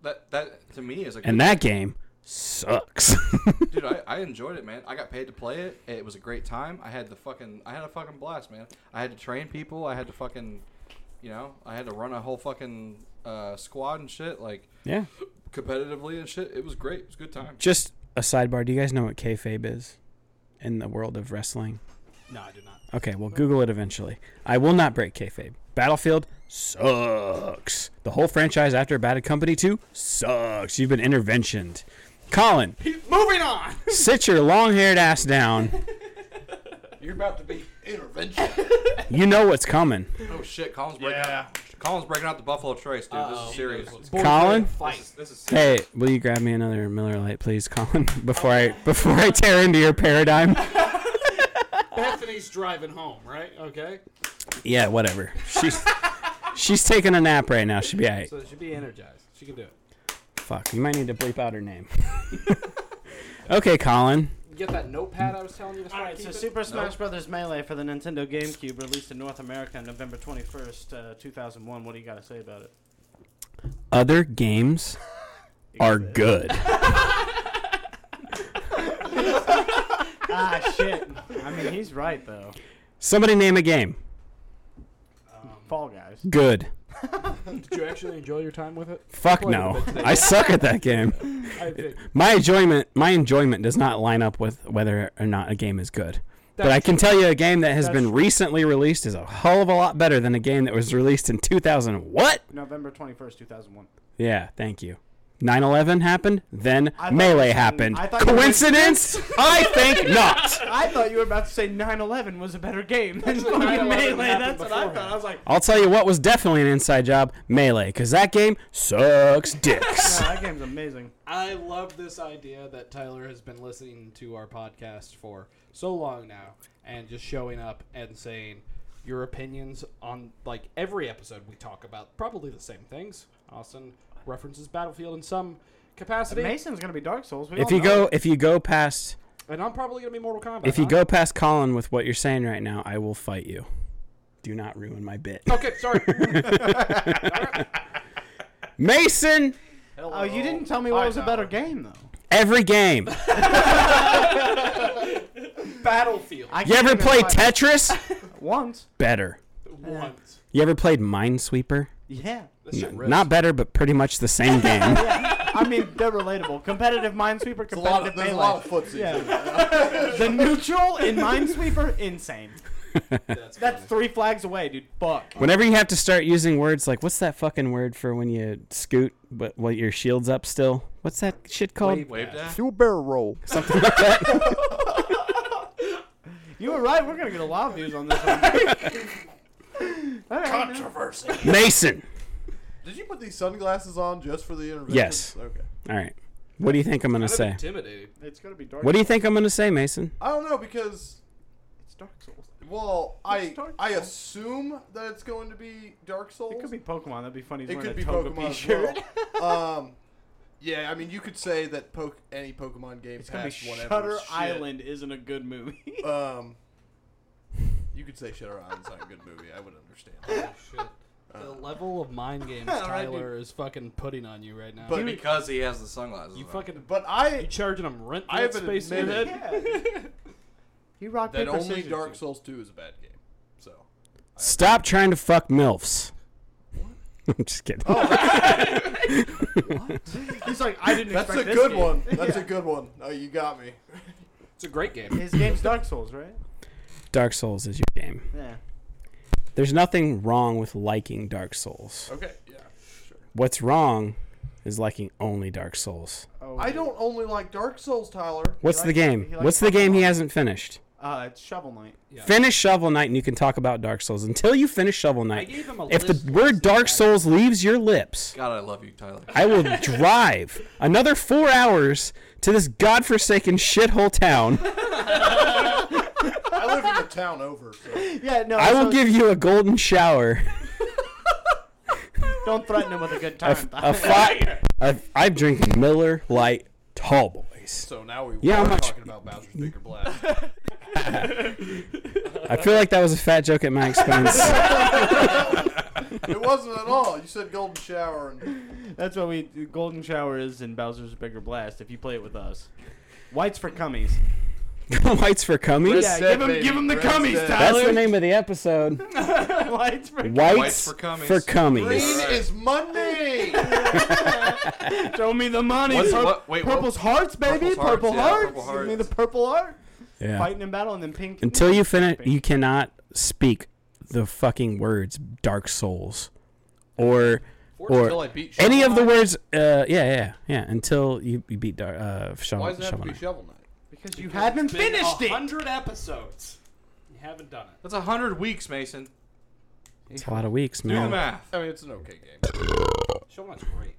that that to me is a good and that game sucks. <laughs> dude. I, I enjoyed it, man. I got paid to play it. It was a great time. I had the fucking I had a fucking blast, man. I had to train people. I had to fucking, you know, I had to run a whole fucking uh, squad and shit like yeah. competitively and shit. It was great. It was a good time. Just a sidebar. Do you guys know what kayfabe is in the world of wrestling? no, I do not. Okay, well, Google it eventually. I will not break kayfabe. Battlefield sucks. The whole franchise after Bad Company 2 sucks. You've been interventioned. Colin, Moving on. <laughs> sit your long haired ass down. <laughs> You're about to be intervention. You know what's coming. Oh shit, Colin's breaking out. Colin's breaking out the Buffalo Trace, dude. This is serious. Colin? Fight. This is serious. Hey, will you grab me another Miller Lite, please, Colin? <laughs> Before I before I tear into your paradigm. Bethany's driving home, right? Okay. Yeah, whatever. She's she's taking a nap right now. She'll be alright. So it should be energized. She can do it. Fuck, you might need to bleep out her name. <laughs> okay, Colin. You get that notepad I was telling you to start All right, so keeping? Super Smash Brothers Melee for the Nintendo GameCube released in North America on November 21st, uh, 2001. What do you got to say about <laughs> it? Other games are good. ah, shit. I mean, he's right though. Somebody name a game. Fall Guys. Good. Did you actually enjoy your time with it? Fuck Played a no. bit today. I suck at <laughs> that game. I think. My enjoyment my enjoyment does not line up with whether or not a game is good. but That's I can tell you a game that has That's been true. recently released is a hell of a lot better than a game that was released in 2000. What? November 21st, 2001. Yeah, thank you. 9/11 happened, then I thought you were Melee saying- happened. I thought you were- Coincidence? <laughs> I think not. I thought you were about to say 9/11 was a better game than fucking 9/11 Melee. happened That's what I beforehand. thought. I was like, I'll tell you what was definitely an inside job, Melee, because that game <laughs> sucks Oh, no, <laughs> dicks. that game's amazing. I love this idea that Tyler has been listening to our podcast for so long now and just showing up and saying your opinions on like every episode we talk about probably the same things. Austin references Battlefield in some capacity. Mason's gonna be Dark Souls. We if all you know go it. if you go past And I'm probably going to be Mortal Kombat. if you huh? go past Colin with what you're saying right now, I will fight you. Do not ruin my bit. Okay, sorry. <laughs> <laughs> Mason, oh, you didn't tell me what was a better game though. every game. Battlefield I You can't ever even play find- Tetris? <laughs> once? Better. once. You ever played Minesweeper? <laughs> Yeah. That shit rips. Not better, but pretty much the <laughs> same game. I mean, they're relatable. Competitive Minesweeper, competitive a lot of, there's Melee. a lot of footsies. Yeah. the neutral in Minesweeper, insane. That's, That's funny. three flags away, dude. Fuck. Whenever you have to start using words like what's that fucking word for when you scoot but while your shield's up still? What's that shit called? Waved at. Do a barrel roll. Something like that. You were right. We're gonna get a lot of views on this one. All right, man. Mason. Did you put these sunglasses on just for the intervention? Yes. Okay. All right. What do you think I'm going to Kind of say? intimidating. It's gonna be dark. What do you think I'm going to say, Mason? I don't know because It's Dark Souls. well It's I Dark I Souls. assume that it's going to be Dark Souls. It could be Pokemon. That'd be funny. He's It wearing could a be Togepi Pokemon as shirt. well. um, yeah, I mean you could say that poke any Pokemon game It's gonna be past whatever. Shutter shit. Island. Isn't a good movie. Um, you could say Shutter Island's not a good movie. I would understand. Oh, shit. <laughs> The level of mind <laughs> games All right, Tyler is fucking putting on you right now. But- Because he has the sunglasses. you on. fucking But You I charging them rent for I that have space in your admitted- head? <laughs> he rocked that only Dark Souls Two is a bad game. So Stop trying to fuck milfs. <laughs> I'm just kidding. He's like, I didn't. that's a expect this good game. one. That's a good one. Oh, you got me. It's a great game. His game's Dark Souls, right? Dark Souls is your game. Yeah. There's nothing wrong with liking Dark Souls. Okay. Yeah. What's wrong is liking only Dark Souls. Oh, Oh, I don't only like Dark Souls, Tyler. What's He the likes- game? he likes What's the game he Pokemon. hasn't finished? Uh, it's Shovel Knight. Yeah. Finish Shovel Knight and you can talk about Dark Souls. Until you finish Shovel I Knight, gave him a if list the word last Dark night. Souls leaves your lips, God, I love you, Tyler. I will drive another four hours to this godforsaken shithole town. I live in the town over. So. <laughs> Yeah, no. I will so give you a golden shower. Don't threaten him with a <laughs> good time. A fi- a, I'm drinking Miller Light Tall Boys. so now we Yeah, yeah, I'm are not- talking about Bowser's Bigger Blast. I feel like that was a fat joke at <laughs> my expense. <laughs> it wasn't at all. You said Golden Shower <laughs> and <laughs> That's what we Golden Shower is in Bowser's Bigger Blast. If you play it with us, White's for cummies. Whites for Cummies? Yeah, said, give him, baby, give him the Red cummies, said. That's Tyler. the name of the episode. <laughs> Whites for Whites, for Cummies. for green Cummies. is Monday. Show me the money. What's- Purp- what- wait, what- purple's hearts, baby. Purple's hearts, purple yeah, hearts. purple Give me the hearts. purple heart. Yeah. Fighting in battle and then pink. Until you finish, Pink. you cannot speak the fucking words Dark Souls or Until or I beat Shovel any of the Knight. words. Uh, yeah, yeah, yeah. Until you, you beat Dark, uh, Shovel, Why does it have to Shovel be Knight. Shovel Knight? because you haven't It's been finished it. 100 episodes. You haven't done it. That's a hundred weeks, Mason. It's a lot of weeks, Do the man. math. I mean, it's an okay game. Show Knight's great.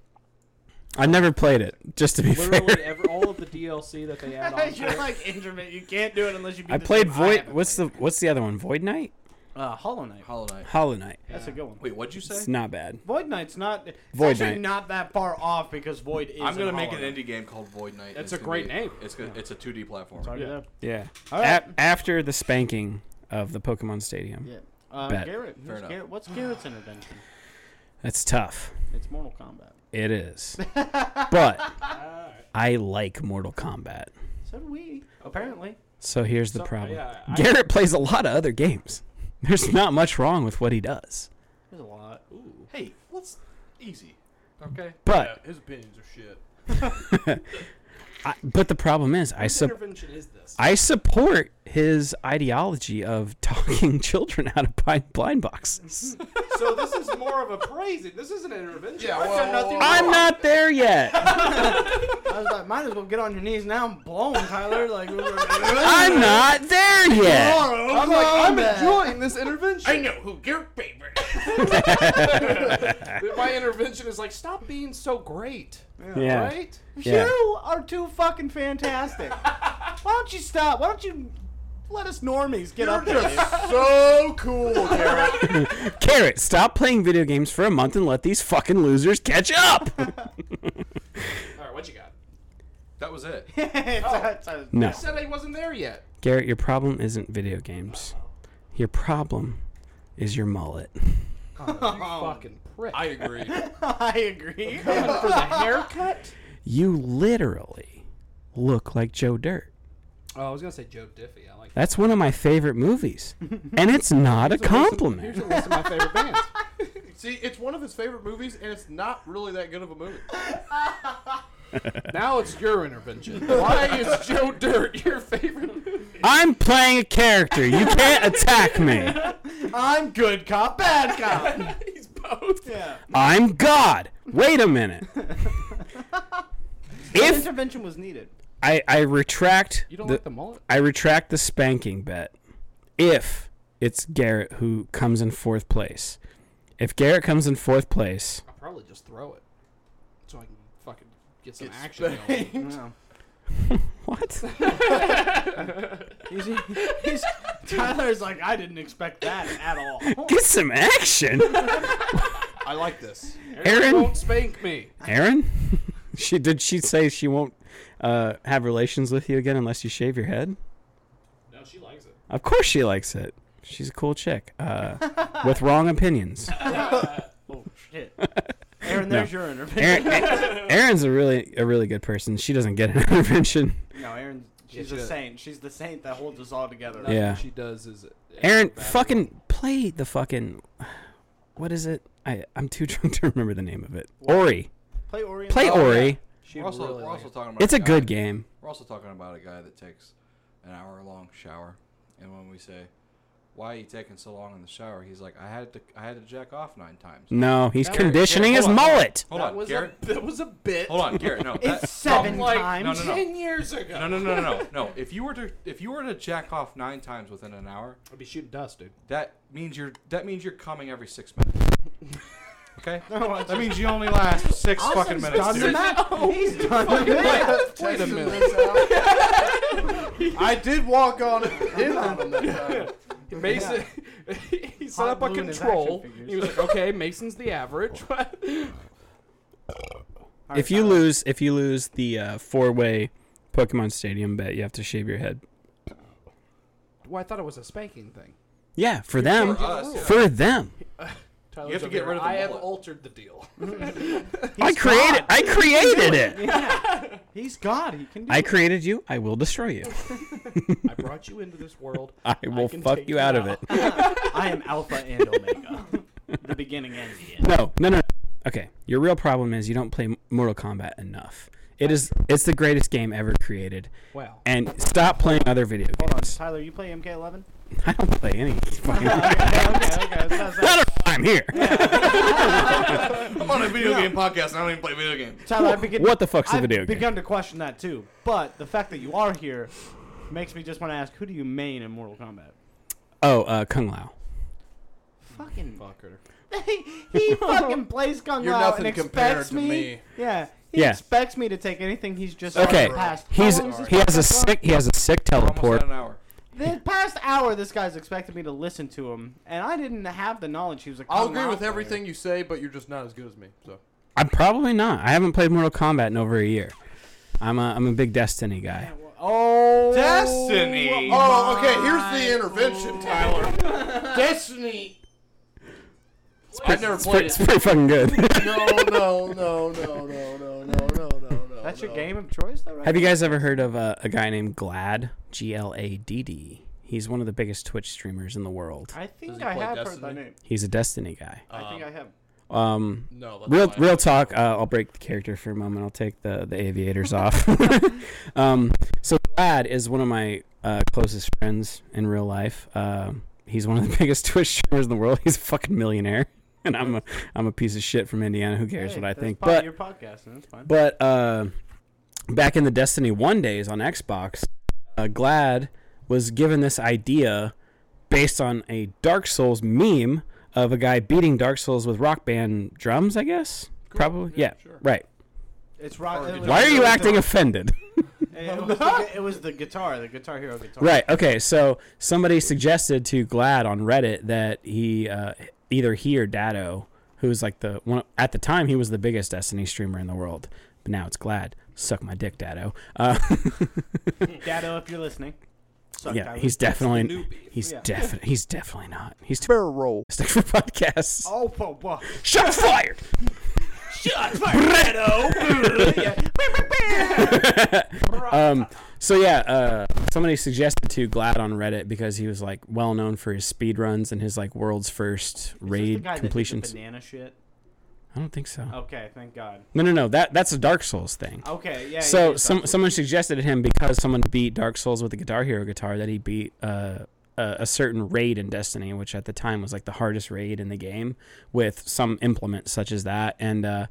I never played it. Just to be Literally fair, every all of the DLC that they <laughs> add on. to You're it. like intimate. You can't do it unless you. Beat I the played team. Void. haven't What's the What's the other one? Void Knight, played. uh, Hollow Knight? Hollow Knight. Hollow Knight. That's a good one. Wait, what'd you It's say? not bad. Void Knight's not. It's Void actually Knight. not that far off because Void is. I'm gonna in make Hollow an Knight. indie game called Void Knight. That's It's a gonna great be- name. It's gonna, it's a 2D platform. Sorry, Yeah. Yeah. All right. A- after the spanking of the Pokemon Stadium, Yeah. Uh, Bet. Garrett, Fair who's enough. Garrett, what's Garrett's intervention? that's tough. It's Mortal Kombat. It is. but I like Mortal Kombat. So do we, apparently. So here's the So- problem. yeah, I- Garrett plays a lot of other games. There's not much wrong with what he does. There's a lot. Ooh. Hey, let's easy. Okay. But his opinions are shit. <laughs> I, but the problem is I Whose sup- intervention is this? I support his ideology of <laughs> talking children out of blind, blind boxes. <laughs> so this is more of a praising. This is an <laughs> intervention. Yeah, I've well, done nothing I'm wrong. not there yet. I was like, might as well get on your knees now. I'm blown, Tyler. <laughs> Like, Oh, I'm not there yet. I'm like, I'm enjoying this intervention. I know who your favorite. is. My intervention is like, stop being so great, Yeah. right? Yeah. You are too fucking fantastic. Why don't you stop? Why don't you let us normies get up there? so cool, Garrett. Garrett, stop playing video games for a month and let these fucking losers catch up. All right, what you got? That was it. <laughs> It's a- it's a- No. I said I wasn't there yet. Garrett, your problem isn't video games. Your problem is your mullet. Fucking prick. Um, I agree. I <laughs> agree. for the haircut. You literally look like Joe Dirt. Oh, I was gonna say Joe Diffie. I like. That's one of my favorite movies. And it's not a Here's a compliment. list of my favorite bands. <laughs> See, it's one of his favorite movies, and it's not really that good of a <laughs> movie. Now it's your intervention. Why is Joe Dirt your favorite? movie? I'm playing a character. You can't attack me. I'm good cop, <laughs> bad <laughs> cop. He's both. yeah. I'm God. Wait a minute. If Intervention was needed. I, I retract You don't the- like the mullet? I retract the spanking bet. If it's Garrett who comes in fourth place. If Garrett comes in fourth place, I'll probably just throw it, so I can fucking get some Get action going. No. what? He's, he's, Tyler's like, I didn't expect that at <laughs> all. <laughs> Get some action. I like this. Aaron? won't spank me. Aaron? <laughs> she did she say she won't uh, have relations with you again unless you shave your head? No, she likes it. Of course she likes it. She's a cool chick. Uh, with wrong opinions. Oh shit. Aaron, there's your intervention. Aaron, <laughs> Aaron's a really a really good person. She doesn't get an <laughs> intervention. No, Aaron. She's she the does. saint. She's the saint that holds us all together. Yeah. She does is Aaron, fucking play the fucking what is it? I I'm too <laughs> drunk to remember the name of it. Ori. Play Ori. <laughs> Play Oh, Ori. She We're also, really we're like also it. talking about It's a guy- good game. We're also talking about a guy that takes an hour long shower, and when we say, why are you taking so long in the shower? He's like, I had to, I had to jack off nine times. No, he's That- conditioning his hold on. mullet. Hold that on, was Garrett. A, that was a bit. Hold on, Garrett. No, that- It's seven like- times. No, no, no. Ten years ago. no, no, no, no, no, no. If you were to, if you were to jack off nine times within an hour, I'd be shooting dust, dude. that means you're, that means you're coming every six minutes. Okay, that means you only last six Austin's fucking minutes. done the Dude. math. He's done the math. Wait a minute. I did walk on in on that. Mason, <laughs> he set Hot up a glue in his control. action figures. He was like, okay, Mason's the <laughs> average. If you lose, if you lose the uh, four-way Pokemon Stadium bet, you have to shave your head. well, I thought it was a spanking thing. Yeah, for them, For us, yeah. for them. You Tyler's have to over get here, rid of the I have mullet." altered the <laughs> deal. I created, I created it. He's God. He can do I created you. I will destroy you. I brought you into this <laughs> world. I will can fuck take you you out of it. out. it. I am Alpha and <laughs> Omega. the beginning and the end. No, no, no. Okay, your real problem is you don't play Mortal Kombat enough. It is, it's the greatest game ever created. Wow. And stop playing other video Hold on, games. Tyler. You play MK11? <laughs> I don't play any fucking. I <laughs> okay, okay, okay. that's what I was like. don't know why I'm here. <laughs> I'm on a video game podcast and I don't even play video games. Tyler, I begin. What the fuck's a I've video game? begun to question that too. But the fact that you are here makes me just want to ask, who do you main in Mortal Kombat? Oh, uh, Kung Lao. Fucking Fucker. <laughs> <laughs> he fucking plays Kung You're Lao nothing and compared expects to me. me. Yeah, he Yeah. expects me to take anything he's just Okay, Past. How he's long is this he has a podcast gone? sick he has a sick We're almost teleport. at an hour. The past hour, this guy's expected me to listen to him, and I didn't have the knowledge. He was a I'll Kung agree Lao with player. everything you say, but you're just not as good as me. So I'm probably not. I haven't played Mortal Kombat in over a year. I'm a I'm a big Destiny guy. Oh, Destiny. Oh, okay. Here's the intervention, Tyler. Destiny. I've never It's, played pretty, it's pretty fucking good. it. No, no, no, no, no, no, no, no, no, no. that's your no. game of choice, though, right? Have you guys ever heard of uh, a guy named Glad? G L A D D. He's one of the biggest Twitch streamers in the world. I think Does he I play have Destiny? heard that name. He's a Destiny guy. I think I have. Um, No, that's real fine. real talk. Uh, I'll break the character for a moment. I'll take the <laughs> the aviators off. <laughs> um, so Glad is one of my uh, closest friends in real life. Um, he's one of the <laughs> biggest Twitch streamers in the world. He's a fucking millionaire, <laughs> and I'm a I'm a piece of shit from Indiana. Who cares Hey, what I that's think? part of But your podcast, and that's fine. but uh, back in the Destiny One days on Xbox, uh, Glad was given this idea based on a Dark Souls meme of a guy beating Dark Souls with rock band drums. I guess probably yeah, right. It's rock. it was- Why are it you was acting the- offended? It was, <laughs> the, it was the guitar, the Guitar Hero guitar. right. Okay. So somebody suggested to Glad on Reddit that he uh, either he or Dado, who's like the one at the time he was the biggest Destiny streamer in the world, but now it's Glad. Suck my dick, Dado. Uh, <laughs> Dado, if you're listening. Suck, yeah, Tyler. he's definitely he's Yeah. definitely he's definitely not. He's too roll stick for podcasts. Oh, for <laughs> what? Shots fired. Shots fired, <laughs> Dado. Yeah. Um, so yeah, uh, somebody suggested to Glad on Reddit because he was like well known for his speed runs and his like world's first Is this the raid guy that did the completions. banana shit. I don't think so. Okay, thank God. No, no, no. That that's a Dark Souls thing. Okay, yeah. yeah, so yeah, some someone suggested to him because someone beat Dark Souls with the Guitar Hero guitar that he beat uh, a, a certain raid in Destiny, which at the time was like the hardest raid in the game, with some implement such as that. And uh,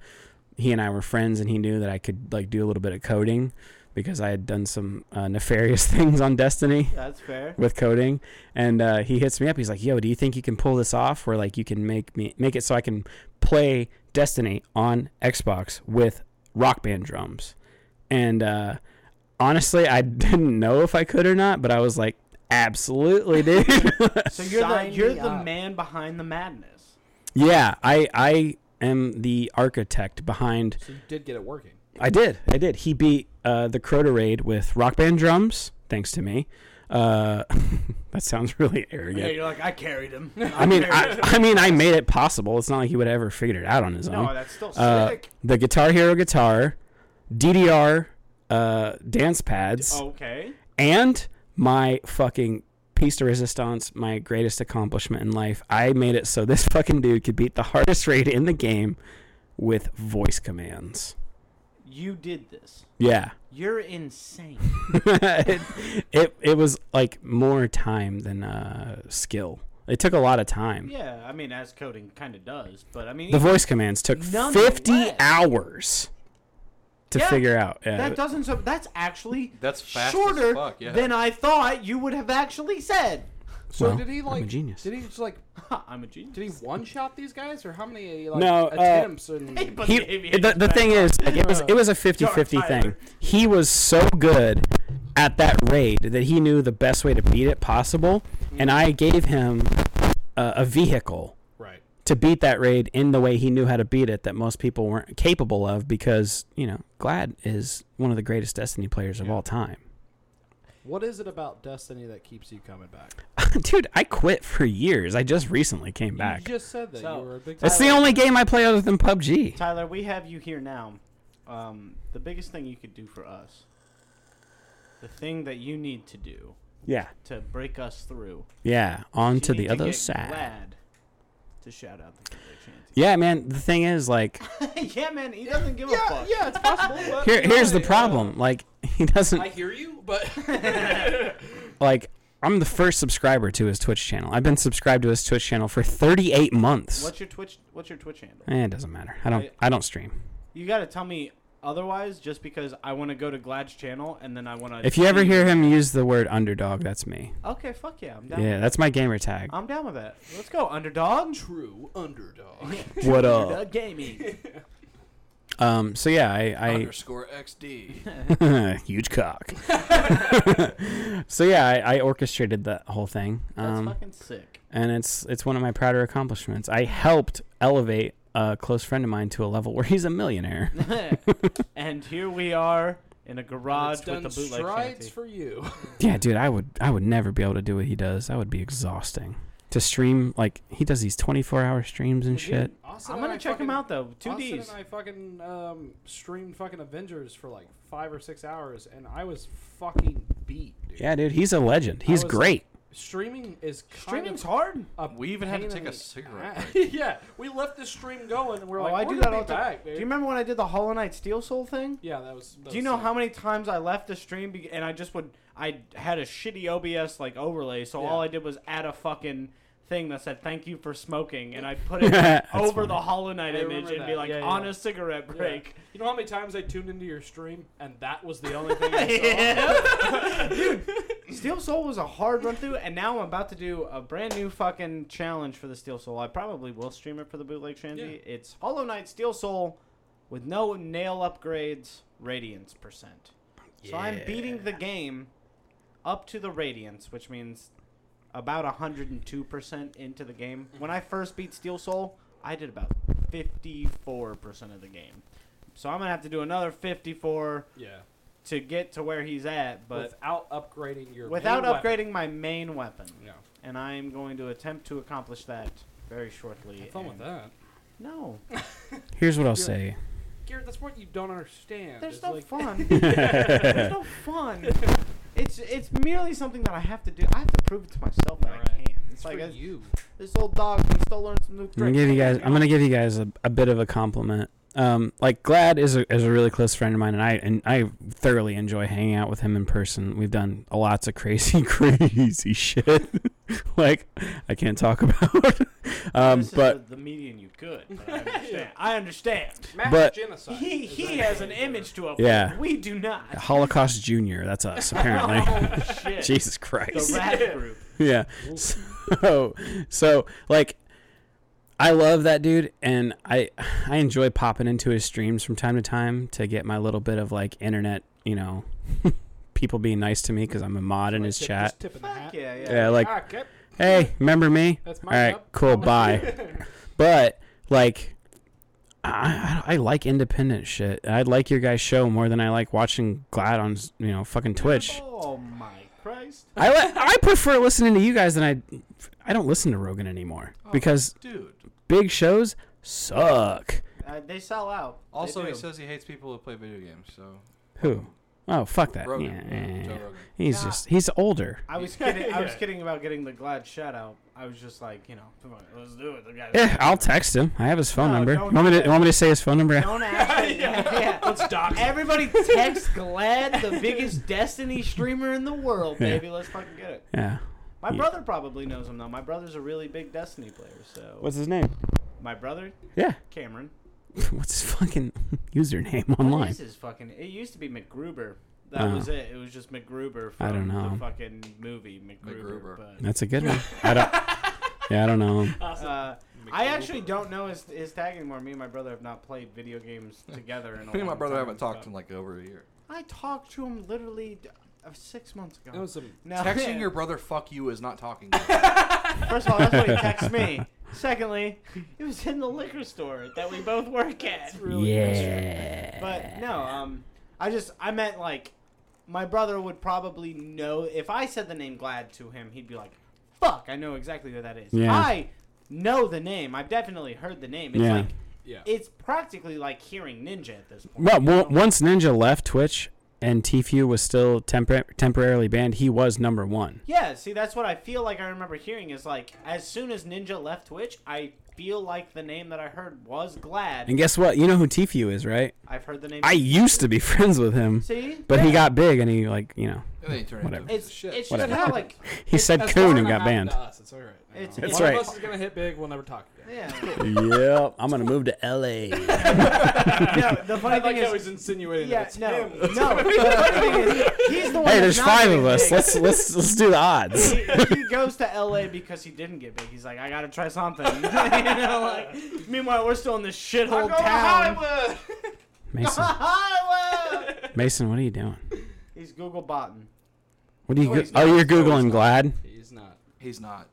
he and I were friends, and he knew that I could like do a little bit of coding because I had done some uh, nefarious <laughs> things on Destiny That's <laughs> fair. with coding and uh, he hits me up he's like yo do you think you can pull this off where like you can make me make it so i can play destiny on xbox with rock band drums and uh, honestly i <laughs> didn't know if i could or not but i was like absolutely dude <laughs> So you're the Sign you're me the up. man behind the madness. yeah i i am the architect behind So you did get it working. I did. I did. He beat uh, the Crota Raid with rock band drums, thanks to me. Uh, <laughs> that sounds really arrogant. you're like I carried him. <laughs> I mean, <laughs> I, I mean, I made it possible. It's not like he would have ever figured it out on his no, own. that's still Uh, sick. the Guitar Hero guitar, DDR uh, dance pads, Oh. Okay. and my fucking piece de resistance, my greatest accomplishment in life. I made it so this <laughs> fucking dude could beat the hardest raid in the game with voice commands. you did this. Yeah. <laughs> You're insane. <laughs> it, it it was like more time than uh, skill. It took a lot of time. yeah, I mean, as coding kind of does, but I mean, The voice commands took fifty Nonetheless. hours to Yeah, figure out. Yeah. that doesn't. So that's actually That's fast as shorter fuck, yeah. than I thought you would have actually said. <laughs> So Well, did he I'm a like? genius. Did he just like? I'm a genius. Did he one shot these guys, or how many like No, uh, attempts? and Hey, but he, maybe I the, just the backed thing off. is like, it was it was a 50-50 Dark thing Tyler. he was so good at that raid that he knew the best way to beat it possible and i gave him uh, a vehicle right. to beat that raid in the way he knew how to beat it that most people weren't capable of because you know glad is one of the greatest destiny players of all time <laughs> What is it about Destiny that keeps you coming back? dude i quit for years i just recently came You back just said that So- you were a big. it's the only game i play other than pubg Tyler, we have you here now. Um, the biggest thing you could do for us, the thing that you need to do yeah to break us through, yeah on is to you need the other get side Glad to shout out the Gaelic yeah man the thing is like chant. <laughs> yeah, man, he doesn't give a fuck. yeah, it's possible. but- Here, here's the Yeah. problem. Like he doesn't I hear you, but <laughs> like. I'm the first subscriber to his Twitch channel. I've been subscribed to his Twitch channel for 38 months. What's your Twitch? What's your Twitch handle? Eh, it doesn't matter. I don't. I, don't stream. You gotta tell me otherwise, just because I want to go to Glad's channel and then I want to. If you ever hear him use the word underdog, that's me. okay, fuck yeah, I'm down. Yeah, that's my gamer tag. I'm down with that. Let's go, underdog. true underdog. What up? Underdog <laughs> gaming. Um. So yeah, I. Underscore XD. I <laughs> huge cock. <laughs> so yeah, I, I orchestrated that whole thing. That's Um. fucking sick. <laughs> <laughs> and it's it's one of my prouder accomplishments. I helped elevate a close friend of mine to a level where he's a millionaire. and here we are in a garage It's with done the bootleg strides shanty. for you. Yeah, dude, I would I would never be able to do what he does. That would be exhausting. To stream like he does these 24-hour streams and shit. Austin I'm and gonna I check him fucking- out though. Two Austin D's. and I fucking um, streamed fucking Avengers for like five or six hours, and I was fucking beat. Dude. Yeah, dude, he's a legend. He's was- great. Streaming is kind Streaming's of hard. a We even had to pain take in a the cigarette Ah. ass. yeah, we left the stream going, and we're Oh, like, I we're do gonna that be all the time. back, Do dude. you remember when I did the Hollow Knight Steel Soul thing? Yeah, that was. that Do you was know sick. how many times I left the stream be- and I just would I had a shitty OBS like overlay, so Yeah. all I did was add a fucking thing that said "Thank you for smoking," and I <laughs> put it over the Hollow Knight I image remember and be that. like Yeah, yeah, on yeah. a cigarette Yeah. break. You know how many times I tuned into your stream, and that was the only <laughs> thing I saw. Yeah. Dude, Steel Soul was a hard run through, and now I'm about to do a brand new fucking challenge for the Steel Soul. I probably will stream it for the bootleg shanty. It's Hollow Knight Steel Soul with no nail upgrades, radiance percent. So I'm beating the game up to the radiance, which means about 102% into the game. When I first beat Steel Soul, I did about 54% of the game. So I'm going to have to do another 54 Yeah, to get to where he's at, but without upgrading your without main upgrading my main weapon. Weapon. Yeah, And I'm going to attempt to accomplish that very shortly. have fun with and- that. <laughs> No, Here's what I'll say. Garrett, that's what you don't understand. there's is, no like, <laughs> fun. there's no fun. It's it's merely something that I have to do. I have to prove it to myself that I Alright. can. It's it's like for I- you. this old dog can still learn some new tricks. I'm gonna give you guys. I'm gonna give you guys a, a bit of a compliment. Um, like Glad is a, is a really close friend of mine, and I and I thoroughly enjoy hanging out with him in person. We've done lots of crazy, <laughs> crazy shit. <laughs> like I can't talk about. <laughs> um, This is but the, the median you could. But <laughs> I understand. I understand. Mass But- genocide. He is he actually <laughs> has an better. image to uphold. Yeah. We do not. <laughs> Holocaust Junior, that's <laughs> us apparently. Oh shit. <laughs> Jesus The Christ. rat group. <laughs> Yeah. So, so like, I love that dude, and I I enjoy popping into his streams from time to time to get my little bit of like internet, you know, <laughs> people being nice to me because I'm a mod in his Tip- chat. just tip in the Fuck hat. yeah, yeah. Yeah, like, Ah, okay. hey, remember me? That's my All right, job. <laughs> cool, bye. But like, I, I I like independent shit. I like your guys' show more than I like watching Glad on you know fucking Twitch. Oh my Christ. I li- I prefer listening to you guys than I I don't listen to Rogan anymore Oh. because Dude. <laughs> big shows suck. Uh, they sell out. They Also, he do. says he hates people who play video games, so Who? Oh fuck that! Rogan. Yeah, Yeah, yeah, Joe yeah. Rogan. He's just he's older. I was kidding. I was kidding about getting the Glad shout out. I was just like, you know, come on, let's do it. The guy- Yeah, Eh, I'll text him. I have his phone No, number. don't Want do me to that. want me to say his phone number? Don't actually. <laughs> yeah. Let's dox. Everybody text Glad, the biggest Destiny streamer in the world, Yeah. baby. Let's fucking get it. Yeah. My Yeah. brother probably knows him though. My brother's a really big Destiny player. So What's his name? my brother Yeah. <laughs> Cameron. What's his fucking <laughs> username What online? is his fucking? It used to be McGruber. That Oh. was it. It was just McGruber from I don't know. the fucking movie McGruber. MacGruber. That's a good one. <laughs> I don't. Yeah, I don't know. him. But uh, I actually don't know his, his tag anymore. Me and my brother have not played video <laughs> games together. In a Me and my long brother time, haven't talked but- in like over a year. I talked to him literally d- uh, six months ago. That was some no, Texting your brother "fuck you" is not talking. to <laughs> him. First of all, that's what he texted me. Secondly, <laughs> it was in the liquor store that we both work at. yeah. But no, um, I just I meant like my brother would probably know if I said the name Glad to him, he'd be like, "Fuck, I know exactly who that is." Yeah. I know the name. I've definitely heard the name. It's Yeah. like yeah. it's practically like hearing Ninja at this point. Well, w- once Ninja left Twitch and Tfue was still tempor- temporarily banned, he was number one. Yeah, see, that's what I feel like I remember hearing is like as soon as Ninja left Twitch, I feel like the name that I heard was Glad. And guess what? You know who Tfue is, right? I've heard the name. I used to be <laughs> friends with him, see, but he Yeah. got big and he like you know And then he turned Whatever. into a It's piece of shit. it's just Whatever. how like he said coon and got banned. It's all right. It's- One That's of right. us is gonna hit big. We'll never talk again. yeah. <laughs> yep, I'm gonna move to <laughs> LA. no, the funny I like thing is. how he's insinuating Yeah, that it's no, him. no. The funny thing is, he's the one. hey, that's there's not five getting of us. big. Let's let's let's do <laughs> the odds. he, he goes to LA because he didn't get big. He's like, I gotta try something. <laughs> you know, like, meanwhile, we're still in this shithole town. Mason, <laughs> Hollywood. Mason, what are you doing? He's Google botting. What are you? No, Go- he's not. oh, you're No, he's googling not. Glad. <laughs> He's not. He's not.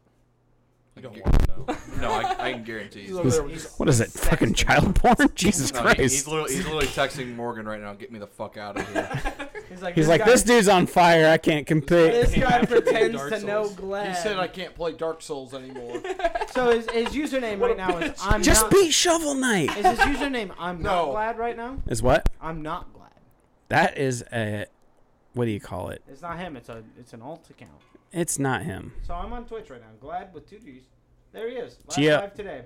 I don't can want guar- <laughs> No, I, I can guarantee. He's he's over there with He's- just What is it? Fucking child <laughs> porn? Jesus No, he- Christ! he's, literally, he's literally texting Morgan right now. Get me the fuck out of here. He's like, He's this like, guy, this dude's on fire. I can't compete. This guy after me, pretends Dark to know Souls. Glad. He said I can't play Dark Souls <laughs> anymore. so his, his username right now <laughs> is I'm Just not. beat Shovel Knight. Is his username I'm not No. glad right now? Is what? I'm not glad. That is a. What do you call it? It's not him. It's a it's an alt account. It's not him. So I'm on Twitch right now. Glad with two D's. There he is. Live, Geo- live today.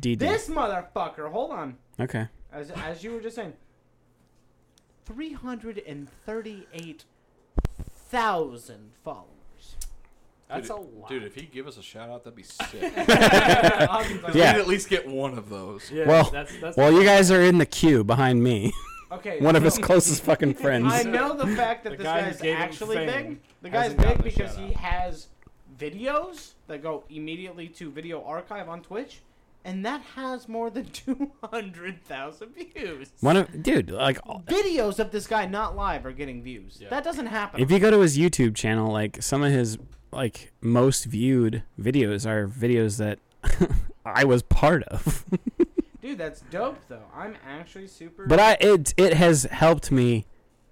DD. This motherfucker. Hold on. Okay. As as you were just saying. Three hundred and thirty-eight thousand followers. That's dude, a lot. Dude, if he'd give us a shout out, that'd <laughs> be sick. Yeah. We'd at least get one of those. Yeah, Well- that's, that's Well, you guys are in the queue <laughs> behind me. Okay. One of so his closest fucking friends. I know the fact that The this guy who guy's gave him actually fame big. The guy's hasn't gotten big a because shout-out. he has videos that go immediately to video archive on Twitch, and that has more than <laughs> two hundred thousand views. One of dude, like all- videos of this guy not live are getting views. Yeah. That doesn't happen. if you go to his YouTube channel, like some of his like most viewed videos are videos that <laughs> I was part of. <laughs> Dude, that's dope though. I'm actually super. but I it it has helped me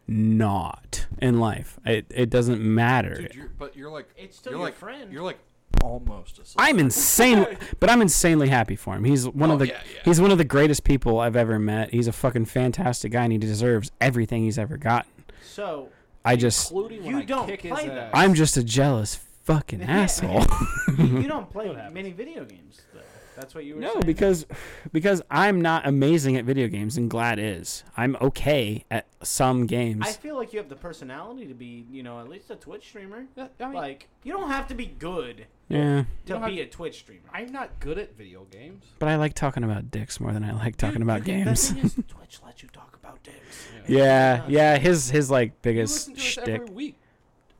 not in life. It it doesn't matter. Dude, you're, but you're like It's still you're your like, friend. You're like almost a. I'm insane, but I'm insanely happy for him. He's one Oh, of the yeah, yeah. he's one of the greatest people I've ever met. He's a fucking fantastic guy, and he deserves everything he's ever gotten. <clears throat> so I just including when You I don't kick play his that. ass. I'm just a jealous <laughs> fucking Yeah. asshole. you don't play happens. many video games though. That's what you were no, saying. because because I'm not amazing at video games, and Glad is. I'm okay at some games. I feel like you have the personality to be, you know, at least a Twitch streamer. Yeah, I mean, Like you don't have to be good yeah, to don't have- be a Twitch streamer. I'm not good at video games. but I like talking about dicks more than I like talking about Dude, the games. thing <laughs> is, Twitch lets you talk about dicks. Yeah, yeah. His his like You biggest listen to us shtick. every week.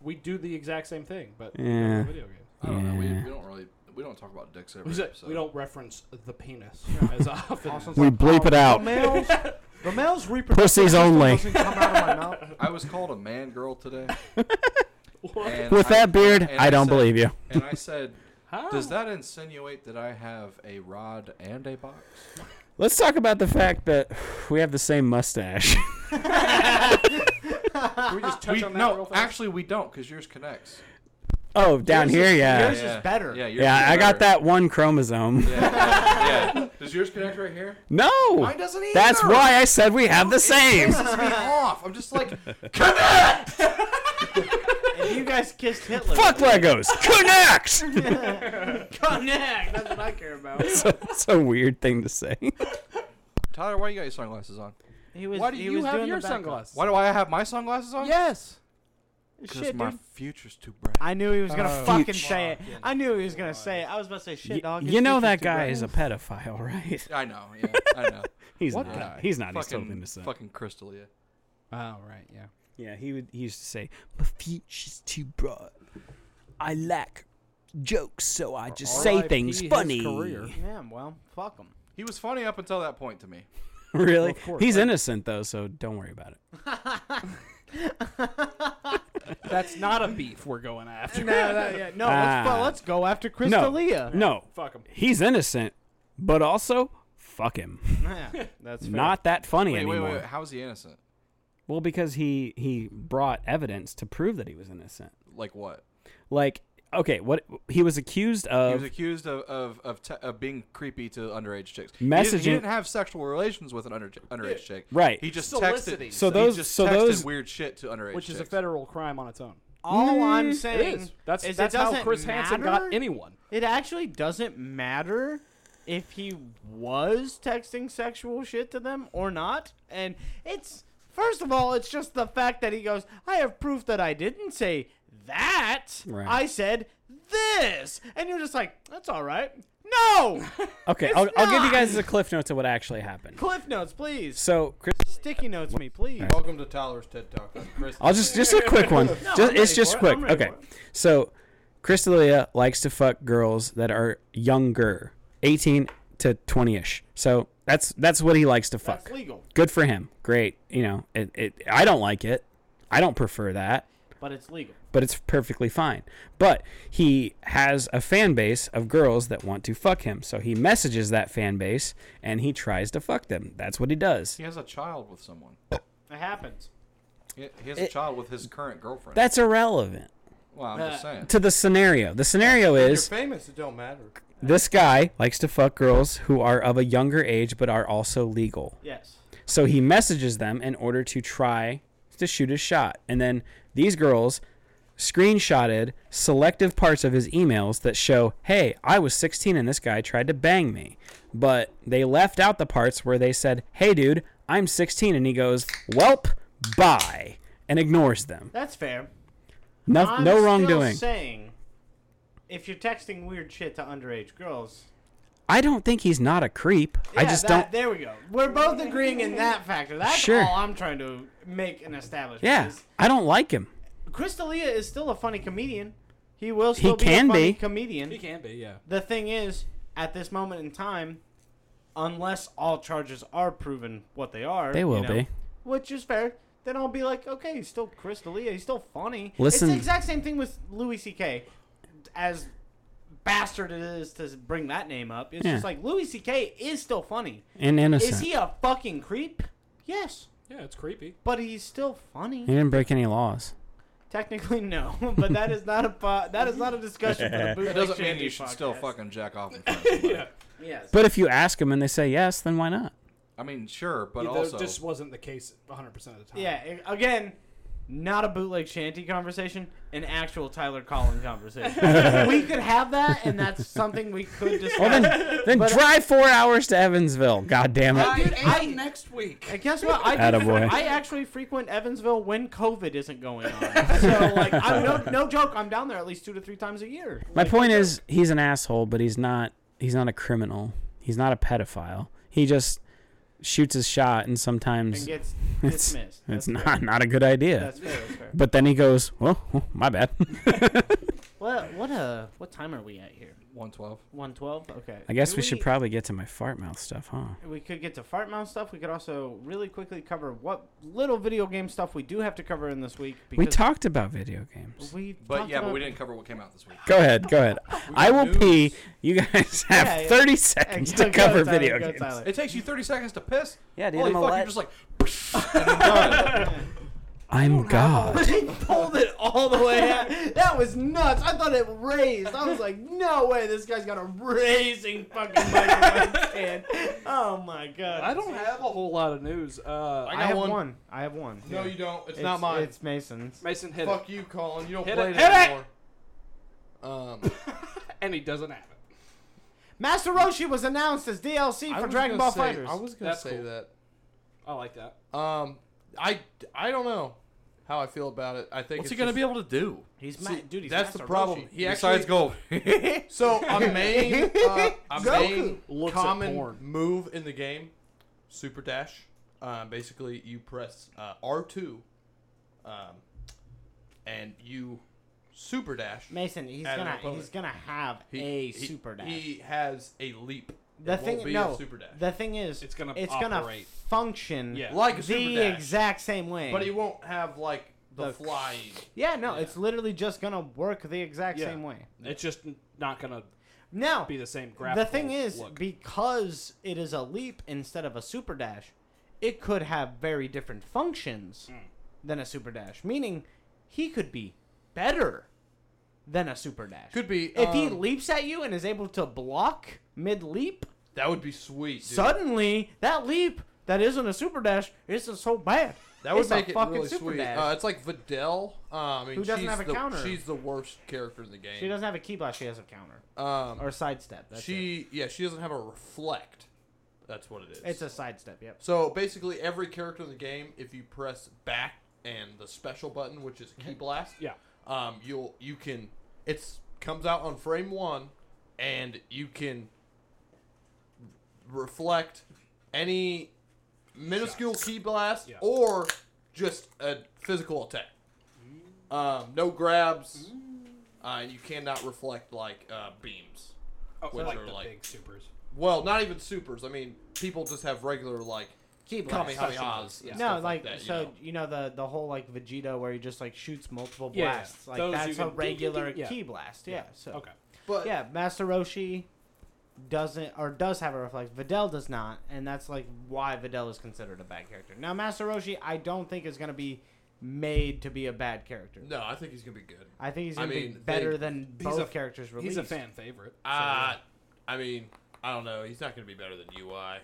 We do the exact same thing, but Yeah. yeah. video games. I don't know. We, Yeah. we don't really. We don't talk about dicks every We, say- episode. we don't reference the penis <laughs> as often. as- We bleep it out. The <laughs> males, the males reproduce. Pussies only. Doesn't come out of my mouth. I was called a man girl today. and With I- that <laughs> beard, and I don't said- believe you. And I said, Huh? does that insinuate that I have a rod and a box? Let's talk about the fact that we have the same mustache. <laughs> Can we just touch We- on that real no, fast? actually we don't, because yours connects. oh, down Yours is- here, yeah. yours- is better. Yeah, yours Yeah, is I got better. that one chromosome. Yeah, yeah, yeah. Does yours connect right here? No. Mine doesn't either. That's why I said we have the It same. pisses me off. I'm just like, If you guys kissed Hitler. Fuck Legos. Connect. Connect. That's what I care about. It's a- it's a weird thing to say. <laughs> Tyler, why you got your sunglasses on? He was. Why do he you was have doing your the backup. sunglasses? Why do I have my sunglasses on? Yes. because Shit, my dude. future's too bright. I knew he was gonna Oh. fucking say it. I knew he was gonna say it. I was about to say shit, Y- dog. you his know future's that too guy bright. <laughs> is a pedophile, right? I know. Yeah, I know. He's What not. guy? He's not. He's totally fucking, innocent. fucking crystal, yeah. Oh right, yeah. Yeah, he would. He used to say, "My future's too broad. I lack jokes, so I just say RIP things his funny." <laughs> career. Yeah, well, fuck him. He was funny up until that point to me. really? of course. he's innocent though, so don't worry about it. That's not a beef we're going <laughs> after. No, that, yeah, no. Ah. Let's, well, let's go after Chris no, D'Elia. no, Fuck him. he's innocent, but also fuck him. Yeah, that's fair. Not that funny Wait, wait, anymore. wait, wait. How is he innocent? Well, because he he brought evidence to prove that he was innocent. Like what? Like, okay, what he was accused of. He was accused of of of, te- of being creepy to underage chicks. He didn't- He didn't, Messaging- have sexual relations with an under, underage chick. Right. He just Soliciting. texted. So he those- just so texted those- weird shit to underage Which chicks. is a federal crime on its own. All I'm It saying is. That's is that's it how doesn't Chris Hansen got matter- anyone. It actually doesn't matter if he was texting sexual shit to them or not. And it's first of all, it's just the fact that he goes, "I have proof that I didn't say that. Right. I said this," and you're just like, "That's all right." No, <laughs> okay, It's I'll, I'll give you not. guys the cliff notes of what actually happened. cliff notes, please. So, Chris, Sticky notes, me, please. Welcome to Tyler's TED Talk. I'm Chris. I'll just just a <laughs> quick one. just, I'm it's ready just for it. quick. I'm ready Okay, for it. so Chris D'Elia likes to fuck girls that are younger, eighteen to twenty ish. So that's that's what he likes to fuck. That's legal, Good for him. Great. You know, it, it. I don't like it. I don't prefer that. but it's legal. but it's perfectly fine. But he has a fan base of girls that want to fuck him. So he messages that fan base and he tries to fuck them. That's what he does. he has a child with someone. It happens. He, he has a child with his current girlfriend. That's irrelevant well, I'm just saying. to the scenario. The scenario You're is famous. It don't matter. this guy likes to fuck girls who are of a younger age but are also legal. Yes. So he messages them in order to try to shoot his shot. And then these girls screenshotted selective parts of his emails that show, hey, I was 16 and this guy tried to bang me. But they left out the parts where they said, hey, dude, I'm 16. And he goes, welp, bye, and ignores them. That's fair. No, I'm no still wrongdoing. Saying, if you're texting weird shit to underage girls, I don't think he's not a creep. I Yeah, just that- don't. There we go. We're both agreeing in that factor. That's <laughs> Sure. all I'm trying to make an establishment. Yeah, is I don't like him. Chris D'Elia is still a funny comedian. He will still be can a funny be. comedian. He can be, yeah. The thing is, at this moment in time, unless all charges are proven what they are, They you will know, be. which is fair. Then I'll be like, okay, he's still Chris D'Elia. He's still funny. Listen- it's the exact same thing with Louis C.K. As bastard it is to bring that name up, it's Yeah. just like Louis C.K. is still funny. And innocent. Is he a fucking creep? Yes, Yeah, it's creepy. but he's still funny. he didn't break any laws. Technically, no, <laughs> but that is not a po- that is not a discussion for the bootleg. That doesn't mean Shandy you should still podcast. fucking jack off. In <laughs> front of somebody. Yes, But if you ask him and they say yes, then why not? I mean, sure, but Yeah, that also just wasn't the case 100% of the time. yeah. a- Again, not a bootleg shanty conversation, an actual Tyler Collin conversation. <laughs> we could have that, and that's something we could discuss. <laughs> Well, then, then drive four hours to Evansville. God damn it. uh, I- next week. And guess what? I, do, Attaboy. I actually frequent Evansville when COVID isn't going <laughs> on. So, like, I'm no, no joke. I'm down there at least two to three times a year. My Like, point is, he's an asshole, but he's not. He's not a criminal. He's not a pedophile. He just shoots his shot, and sometimes and it's gets <laughs> it's, dismissed. That's fair. not not a good idea. That's fair. That's fair. but then he goes, "Well, oh, my bad. <laughs> What what uh what time are we at here? 112. One twelve. Okay. I guess Do we should probably get to my fart mouth stuff, huh?" We could get to fart mouth stuff. We could also really quickly cover what little video game stuff we do have to cover in this week. We talked about video games. We But talked yeah, but about- we didn't cover what came out this week. Go ahead, <laughs> go ahead. I will news. pee. You guys have Yeah, yeah. thirty <laughs> Hey, seconds go- to go, cover Tyler, video go, games. Tyler. <laughs> It takes you 30 seconds to piss. Yeah, dude, Holy I'm a fuck, let- you're just like. and done. I'm God. He pulled it all the way out. That was nuts. I thought it raised. I was like, no way, this guy's got a raising fucking microphone stand. Oh my god. I don't have a whole lot of news. Uh, I, have one. I have one. No, you don't. It's, not mine. It's Mason's. Mason hit Fuck you, Colin. You don't Hit play it, it. Hit it! anymore. Um, it, and he doesn't have it. Master Roshi was announced as DLC I for was Dragon gonna Ball say- Fighters. I was gonna That's say cool. that. I like that. Um, I I don't know how I feel about it. I think What's it's he gonna just- be able to do? He's See, ma- dude. He's that's Master the problem. Roshi. He Besides actually gold. <laughs> so a main uh, a main Looks at common porn. move in the game, super dash. Um, basically, you press uh, R two, um, and you super dash. Mason, he's Adam gonna opponent. he's gonna have He- a he- super dash. He has a leap. the It won't thing be no, a super dash. the thing is, It's gonna it's gonna operate. function Yeah. like a super the dash, exact same way. but he won't have like the, The- flying. yeah, no, it's literally just gonna work the exact Yeah. same way. It's just n- not gonna Now, be the same graphic. the thing is, look. because it is a leap instead of a super dash, it could have very different functions Hmm. than a super dash. Meaning, he could be better than a super dash. Could be if he um, leaps at you and is able to block mid leap. That would be sweet. Dude. suddenly that leap that isn't a super dash isn't so bad. That would It's a make it fucking really super sweet. dash. Uh, it's like Videl. Uh, I mean, Who doesn't she's have a the, counter. She's the worst character in the game. she doesn't have a key blast. She has a counter Um, or a sidestep. That's it. she yeah, she doesn't have a reflect. That's what it is. It's a sidestep. Yep. so basically every character in the game, if you press back and the special button, which is key blast, Mhm. yeah, um, you'll you can it's comes out on frame one, and you can reflect any minuscule key blast Yeah. or just a physical attack. Um, no grabs, uh, and you cannot reflect like uh, beams. oh, Which like are the like- big supers. Well, not even supers. I mean, people just have regular like Key blast. kamehamehas. and No, stuff like that, you so know. you know the the whole like Vegeta where he just like shoots multiple Yeah, yeah. blasts. Like Those you that's can a ding, ding, ding. regular Yeah. key blast. Yeah. So Okay, But yeah, Master Roshi doesn't or does have a reflex. Videl does not, and that's like why Videl is considered a bad character. Now Master Roshi, I don't think is gonna be made to be a bad character. no, I think he's gonna be good. I think he's I gonna be mean, better they- than he's both a- characters released. he's a fan favorite. so, Uh, I mean, I don't know. He's not gonna be better than UI.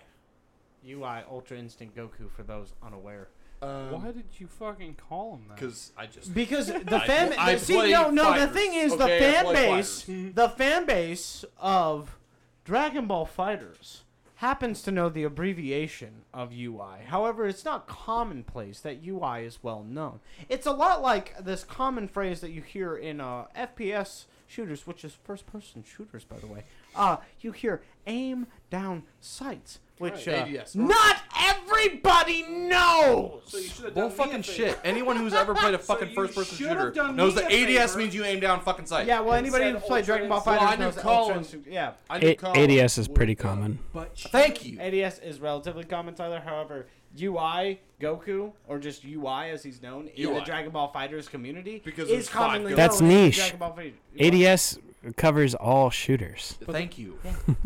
UI Ultra Instinct Goku for those unaware. yeah. Um, why did you fucking call him that? Because I just <laughs> Because the I- fan, I the, see, play no, no. fighters, The thing is, okay? I the fan play base, the fan base of Dragon Ball Fighters happens to know the abbreviation of UI. However, it's not commonplace that UI is well known. It's a lot like this common phrase that you hear in uh, FPS shooters, which is first-person shooters, by the way. Uh, you hear aim down sights, Right. which uh, ADS. not everybody knows. so you should have done Bull me a fucking favor. shit. Anyone who's ever played a <laughs> So fucking you first person should have shooter done knows me that a ADS favor. means you aim down fucking sight. Yeah, well, anybody said who's played Ultra Dragon Ball Instinct. Fighters Well, I knew knows that Colin- Ultra Instinct- Yeah, I knew A- Colin ADS is would pretty go. common. But sh- Thank you. ADS is relatively common, Tyler. However, UI Goku, or just UI as he's known in the UI. Dragons Ball Fighters community, Because is there's five commonly Goku. That's known as niche. Dragon Ball Fighter- ADS covers all shooters. Thank you.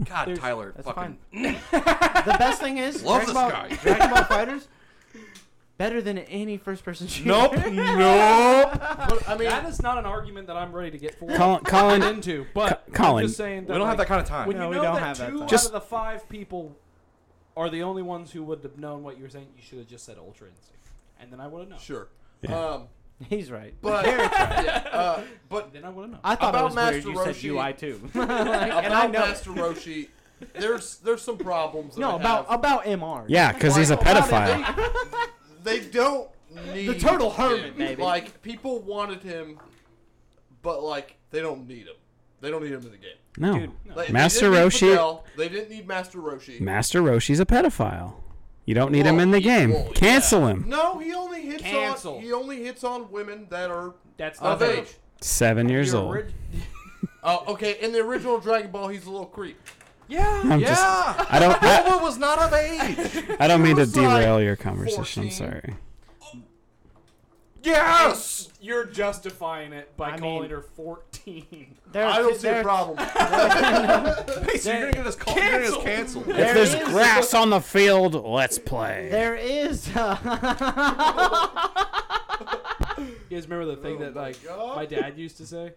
God, Tyler, That's fucking fine. the best thing is Love Dragon this Ball, guy. Dragon <laughs> Ball Fighters better than any first-person shooter. <laughs> Nope. nope. But, I mean, that is not an argument that I'm ready to get forward Colin, Colin into. <laughs> But Co- Colin, I'm just saying that We don't have like, that kind of time. When No, you we know don't that have that two time. out Just- of the five people are the only ones who would have known what you were saying, you should have just said Ultra Instinct, and then I would have known. sure. Yeah. Um, He's right. but yeah, uh, but Then I would have known. I thought About it was Master weird you Roshi- said UI <laughs> too. <laughs> Like, and I about know. Master Roshi, there's there's some problems. That no, I about have. about MR. yeah, because he's a Like, about pedophile. it, <laughs> They, they don't need The turtle hermit, him. baby. Like people wanted him, but like they don't need him. They don't need him in the game. No, Like, Master they didn't need Roshi- Fidel, they didn't need Master Roshi. Master Roshi's a pedophile. You don't need him Well, in the he- well, game. yeah. Cancel him. No, he only hits Cancel. on he only hits on women that are That's not of the- age. Seven years your old. orig- Uh, okay, in the original Dragon Ball, he's a little <laughs> creep. yeah. I'm just. Yeah. I don't. I, Nova was not of age. I don't mean to was like derail your 14. conversation. I'm sorry. Yes. You're justifying it by I calling mean- her <laughs> 14. There- I don't see a there- problem. Mason, you're gonna get us called. You're gonna get us canceled. There if there's is- grass on the field, <laughs> let's play. There is. uh, You guys remember the thing Oh that my like God. my dad used to say?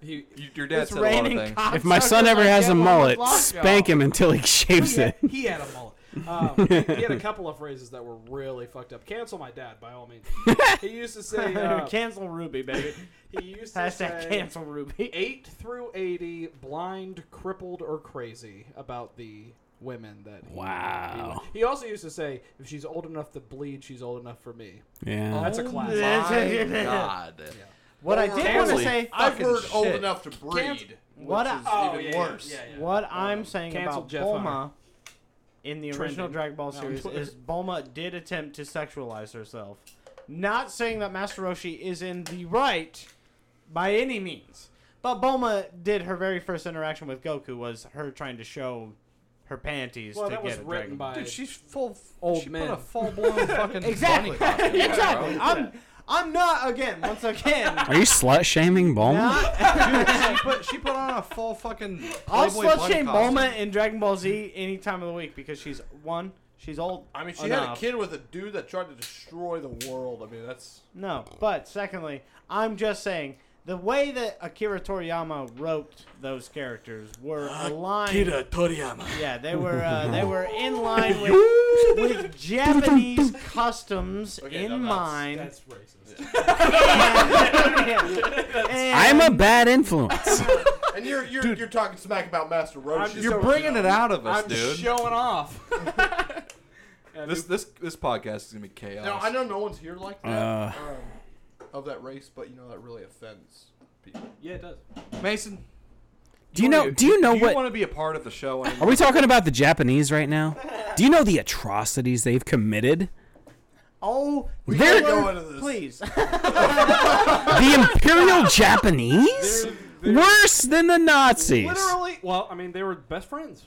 He You, your dad It's said a lot of raining things. If my son ever has a mullet, spank him until he shaves he had, it. he had a mullet. Um, he, he had a couple of phrases that were really fucked up. Cancel my dad by all means. He used to say <laughs> uh, cancel Ruby, <laughs> baby. he used to Hashtag say cancel Ruby. eight through eighty, blind, crippled, or crazy about the women that. He, Wow. He, he also used to say, if she's old enough to bleed, she's old enough for me. Yeah. That's a classic. <laughs> My God. <laughs> What I did want to Holy say, I've fucking heard old shit. enough to breed. what I, Oh, even yeah, yeah, worse. Yeah, yeah, What I'm saying Cancel about Jeff Bulma Hunter. in the Trending. original Dragon Ball No, series Twitter. is Bulma did attempt to sexualize herself. Not saying that Master Roshi is in the right by any means, but Bulma did her very first interaction with Goku was her trying to show her panties Well, to that was get a written Dragon Ball. by Dude, she's full Old she men. Put a full <laughs> blown fucking Exactly. bunny costume <laughs> on, exactly. bro. I'm I'm not again. Once again, <laughs> Are you slut shaming Bulma? not. she, put, she put on a full fucking. I'll Playboy slut bunny shame costume. Bulma in Dragon Ball Z any time of the week because she's one. She's old. I mean, Oh, she had a enough. kid with a dude that tried to destroy the world. I mean, that's No, but secondly, I'm just saying the way that Akira Toriyama wrote those characters were Uh, aligned. Akira Toriyama. Yeah, they were uh, <laughs> they were in line with, with Japanese customs in no, that's- mind. That's <laughs> racist. I'm a bad influence. and you're you're, you're talking smack about Master Roshi. just You're So- bringing it out of us, I'm dude. <laughs> showing off. Yeah, This this this podcast is gonna be chaos. now I know no one's here like that Uh. um, of that race, but you know that really offends people. Yeah, it does. Mason. Do you know? Do you know do You what? want to be a part of the show? Are Anymore? we talking about the Japanese right now? Do you know the atrocities they've committed? oh, They're- Taylor, go into this. please. The <laughs> Imperial Japanese? Worse than the Nazis. Literally, well, I mean, they were best friends.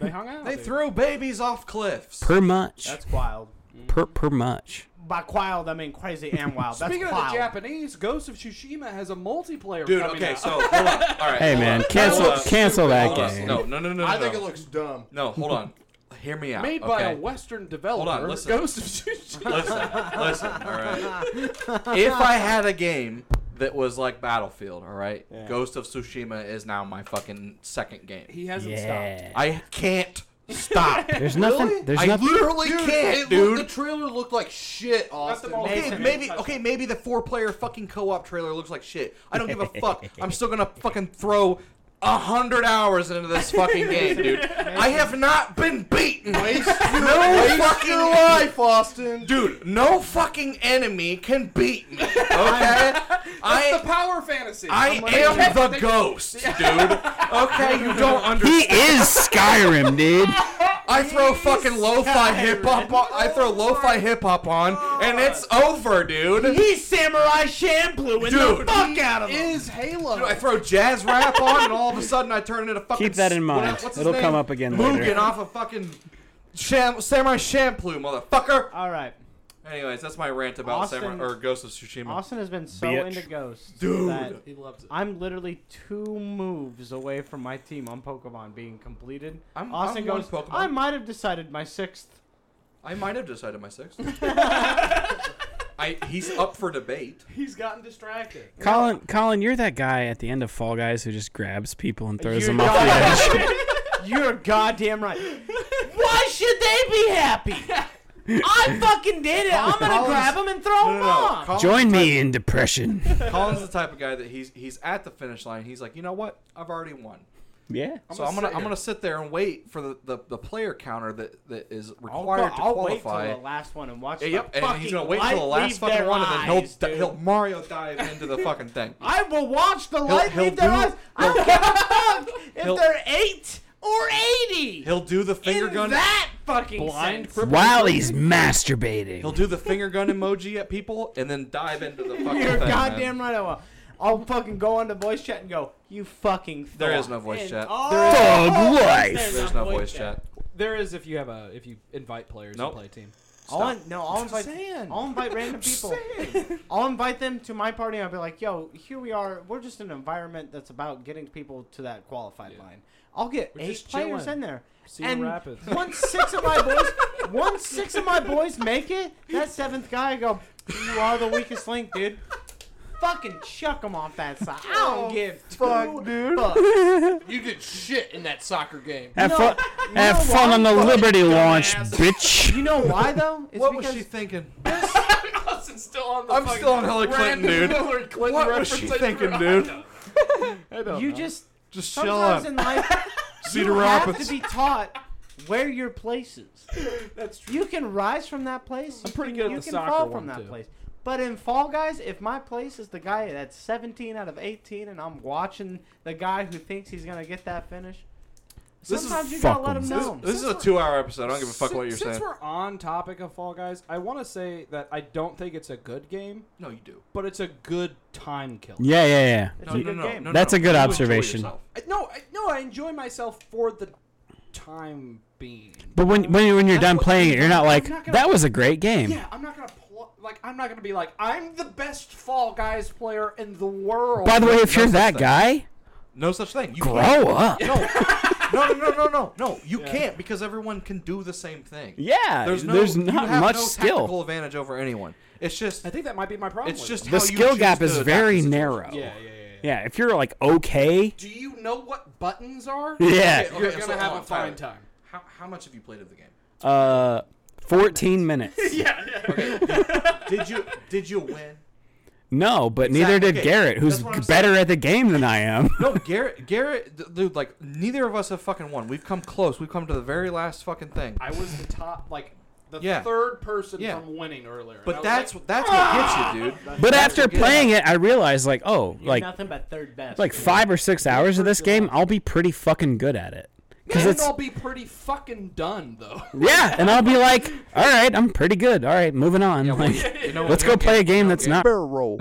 They hung out. They throw babies off cliffs. Per much. That's wild. Per, per much. <laughs> By wild, I mean crazy and wild. That's Speaking wild. of the Japanese, Ghost of Tsushima has a multiplayer. Dude, coming okay, <laughs> out. so hold on. All right. Hey hold man, on. cancel Hold on. cancel that Hold on. game. No, no, no, no. I no, think it no. looks dumb. No, hold on. Hear me out. made by okay? a Western developer. Hold on, listen. Ghost of Tsushima. Listen, listen. All right. <laughs> If I had a game that was like Battlefield, all right, Ghost of Tsushima is now my fucking second game. <laughs> he hasn't stopped. Yeah. I can't stop. <laughs> There's nothing. There's I nothing. literally it can't, looked- dude. the trailer looked like shit, Austin. most- Okay, Mason, maybe touch okay, maybe the four-player fucking co-op trailer looks like shit. I don't give a fuck. I'm still gonna fucking throw a hundred hours into this fucking game, dude. <laughs> I have not been beaten. Waste your, <laughs> No waste fucking your life, Austin. Dude, no fucking enemy can beat me. <laughs> Okay, the I power fantasy. I I'm like, am the ghost, dude. <laughs> Okay, you don't He understand. <laughs> is Skyrim, dude. I throw fucking lo-fi hip hop. on I Oh throw lo-fi hip hop on, and it's over, dude. He's Samurai Champloo and the Dude, fuck out of him. is Halo. Dude, I throw <laughs> jazz rap on, and all of a sudden I turn into fucking. Keep that in s- mind. what's his It'll name? come up again Mugen later. off of fucking Sham- Samurai Champloo, motherfucker. All right. Anyways, that's my rant about Austin- Samurai or Ghost of Tsushima. Austin has been so Bitch. into ghosts Dude. that he loves it. I'm literally two moves away from my team on Pokemon being completed. I'm- Austin I'm one goes. Pokemon. I might have decided my sixth. I might have decided <laughs> my sixth. I he's up for debate. He's gotten distracted. Colin, Colin, you're that guy at the end of Fall Guys who just grabs people and throws You're them off the edge. You're goddamn right. Why should they be <laughs> happy? I fucking did it. I'm gonna Colin's- grab him and throw No, him no, no. off. Colin- Join me in depression. <laughs> Colin's the type of guy that he's he's at the finish line. He's like, you know what? I've already won. Yeah. so I'm gonna sit I'm here." gonna sit there and wait for the, the, the player counter that, that is I'll, required to I'll wait till qualify. the last one and watch. Yeah, the yep, and he's fucking gonna wait till the light last leave fucking their one, and then he'll eyes, di- dude. he'll Mario dive <laughs> into the fucking thing. I will watch the He'll- light he'll leave their do- eyes. I don't give a fuck if he'll- they're eight or eighty. He'll do the finger In gun. that fucking Blind sense. cripple. While he's He'll masturbating. do the finger gun emoji at people, and then dive into the fucking thing. You're man. goddamn right I will. I'll fucking go on to voice chat and go, you fucking. Thought. There is no voice And- chat. Oh, There is- Thug there's life. There's no voice chat. There is if you have a if you invite players Nope. to play a team. I'll in- no, I'll Just invite. saying. I'll invite random people. I'll invite them to my party. and I'll be like, yo, here we are. We're just an environment that's about getting people to that qualified line. I'll get We're eight just players chilling. in there. See you and Rapids. once six of my boys, once six of my boys make it, that seventh guy I go, You are the weakest link, dude. Fucking chuck him off that side. I don't give two fuck, dude. You did shit in that soccer game. Have No, <laughs> fun, you have know fun why? on the Fucking Liberty launch, bitch. <laughs> You know why though? It's What was because she thinking? <laughs> still on the I'm still on Hillary Clinton, dude. Clinton What was she thinking, dude? you just Just chill sometimes out. in <laughs> life Cedar you have Rapids. to be taught where your place is. That's true. You can rise from that place. I'm pretty you good can, at the You can soccer fall one, from that too. place. But in Fall Guys, if my place is the guy that's 17 out of 18, and I'm watching the guy who thinks he's gonna get that finish, This is sometimes you gotta fuck let him 'em. This, know. this is a two-hour episode. I don't give a fuck what you're Since saying. we're on topic of Fall Guys, I want to say that I don't think it's a good game, No, you do. but it's a good time killer. Yeah, yeah, yeah. It's No, a no, good no, game. no, That's no. a good You enjoy observation. yourself. I, no, I, no, I enjoy myself for the time being. But when when, you- when you're That's done what- playing it, you're not I'm like not gonna- that was a great game. Yeah, I'm not gonna pl- like. I'm not gonna be like I'm the best Fall Guys player in the world. By the way, if No you're such that thing. guy, No such thing. You can't. grow up. No, no, no, no, no, no, no. You can't because everyone can do the same thing. Yeah, There's, no, there's you not have much no skill. Tactical advantage over anyone. It's just, I think that might be my problem. it's with just The how you skill choose gap to is adapt very to situations. narrow. it. Yeah, yeah, Oh. yeah, yeah. Yeah, if you're like <laughs> okay, Do you know what buttons are? Yeah. okay, you're Okay, gonna so, have oh, a fine Tyler. time. How, how much have you played of the game? uh, 14 minutes. <laughs> Did you did you win? No, but neither Exactly. did Okay, Garrett, who's that's what I'm better at the game than <laughs> I am. <laughs> No, Garrett, Garrett, d- dude, like neither of us have fucking won. We've come close. We've come to the very last fucking thing. I was the top, like the Yeah. third person Yeah. from winning earlier. and I But was that's like, that's what gets you, dude. But after playing it, I realized like, oh, like nothing but third best. like five or six hours of this game, I'll be pretty fucking good at it. Cause and it's I'll be pretty fucking done though. yeah, and I'll be like, all right, I'm pretty good. All right, moving on. <laughs> like, You know what? let's go Okay, play a game no, that's okay. not. Barrel roll.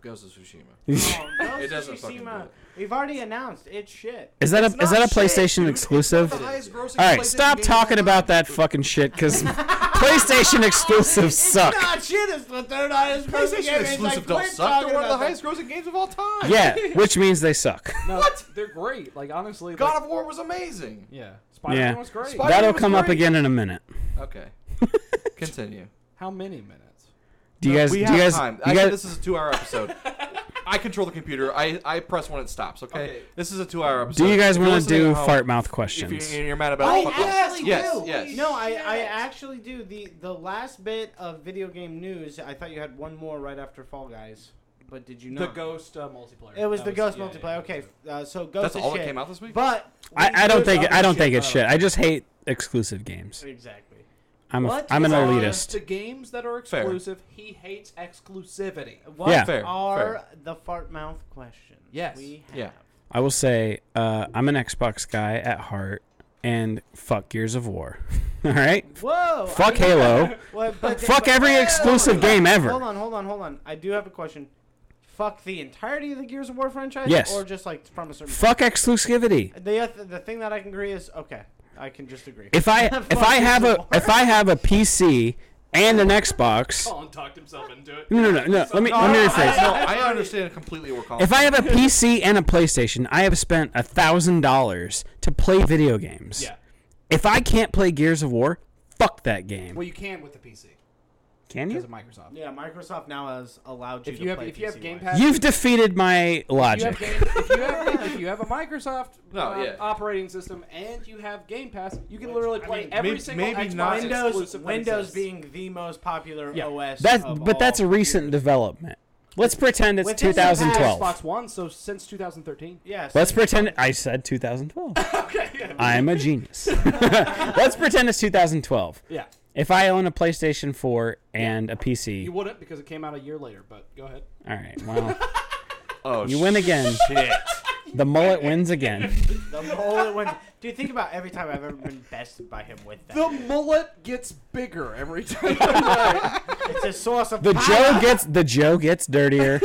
Goes to Tsushima. Is Oh, It it doesn't doesn't fucking do it. We've already announced it's shit. that a is that a PlayStation exclusive? The All highest grossing right, PlayStation stop game talking of all time. about that fucking shit, cause PlayStation exclusives suck. It's not shit. It's the third highest grossing game. PlayStation It's exclusive like, don't quit suck. talking They're one of the about highest grossing games of all time. Yeah, which means they suck. No, <laughs> what? They're great. Like honestly, like, God of War was amazing. yeah, Spider Man was great. Spider- That'll was come up great. again in a minute. Okay. <laughs> Continue. How many minutes? Do you guys? Do we you have guys? time. You Actually, guys? this is a two-hour episode. I control the computer. I, I press when it stops. Okay. Okay. This is a two-hour episode. Do you guys If you're want to listening do at home, fart mouth If questions? you're, you're mad about I it, fuck off. actually yes, do. Yes. No, I, I actually do. The the last bit of video game news, I thought you had one more right after Fall Guys, but did you The not? Ghost uh, multiplayer. It was That the Ghost yeah, multiplayer. yeah, yeah. okay, uh, so Ghost That's is all shit. that came out this week. But I, I don't think other I don't shit think it's out. shit. I just hate exclusive games. exactly. I'm a, What I'm an is on elitist. The games that are Fair. exclusive, he hates exclusivity. What Yeah. Fair, are the fart mouth questions? Yes. We have? Yeah. I will say uh, I'm an Xbox guy at heart, and fuck Gears of War. <laughs> All right, Whoa. fuck I mean, Halo, <laughs> what- but- fuck but- every Whoa, exclusive hold on, game Hold ever. on, hold on, hold on. I do have a question. Fuck the entirety of the Gears of War franchise, Yes. or just like from a certain. Fuck exclusivity. The oth- the thing that I can agree is okay. I can just agree. <laughs> If I Fuck if I have Gears a of if I have a PC and an Xbox, Colin talked himself into it. no no no no. Let me let me rephrase. No, I understand completely what Colin. If I have a PC and a PlayStation, I have spent a thousand dollars to play video games. Yeah. If I can't play Gears of War, fuck that game. Well, you can with the PC Can because you? of Microsoft. yeah, Microsoft now has allowed you If to you have, play if you have PC Game wise. Pass, You've defeated my you have logic. game, if you have if you have a Microsoft <laughs> No, uh, yeah. operating system and you have Game Pass, you can literally play mean, every maybe- single maybe Xbox not- Windows exclusive that Windows exists. being the most popular Yeah. OS. That's of but that's all. a recent development. Let's pretend it's Within the past Xbox 2012. One, so since 2013. Yes. Let's pretend I <laughs> said 2012. I'm a genius. <laughs> Let's pretend it's 2012. Yeah, If I own a PlayStation 4 and a you PC, wouldn't because it came out a year later. But go ahead. all right, well, oh, you win again. shit. The mullet wins again. the mullet went. Dude, think about every time I've ever been bested by him with that. The mullet gets bigger <laughs> every time. it's a source of The power. Joe gets the Joe gets dirtier.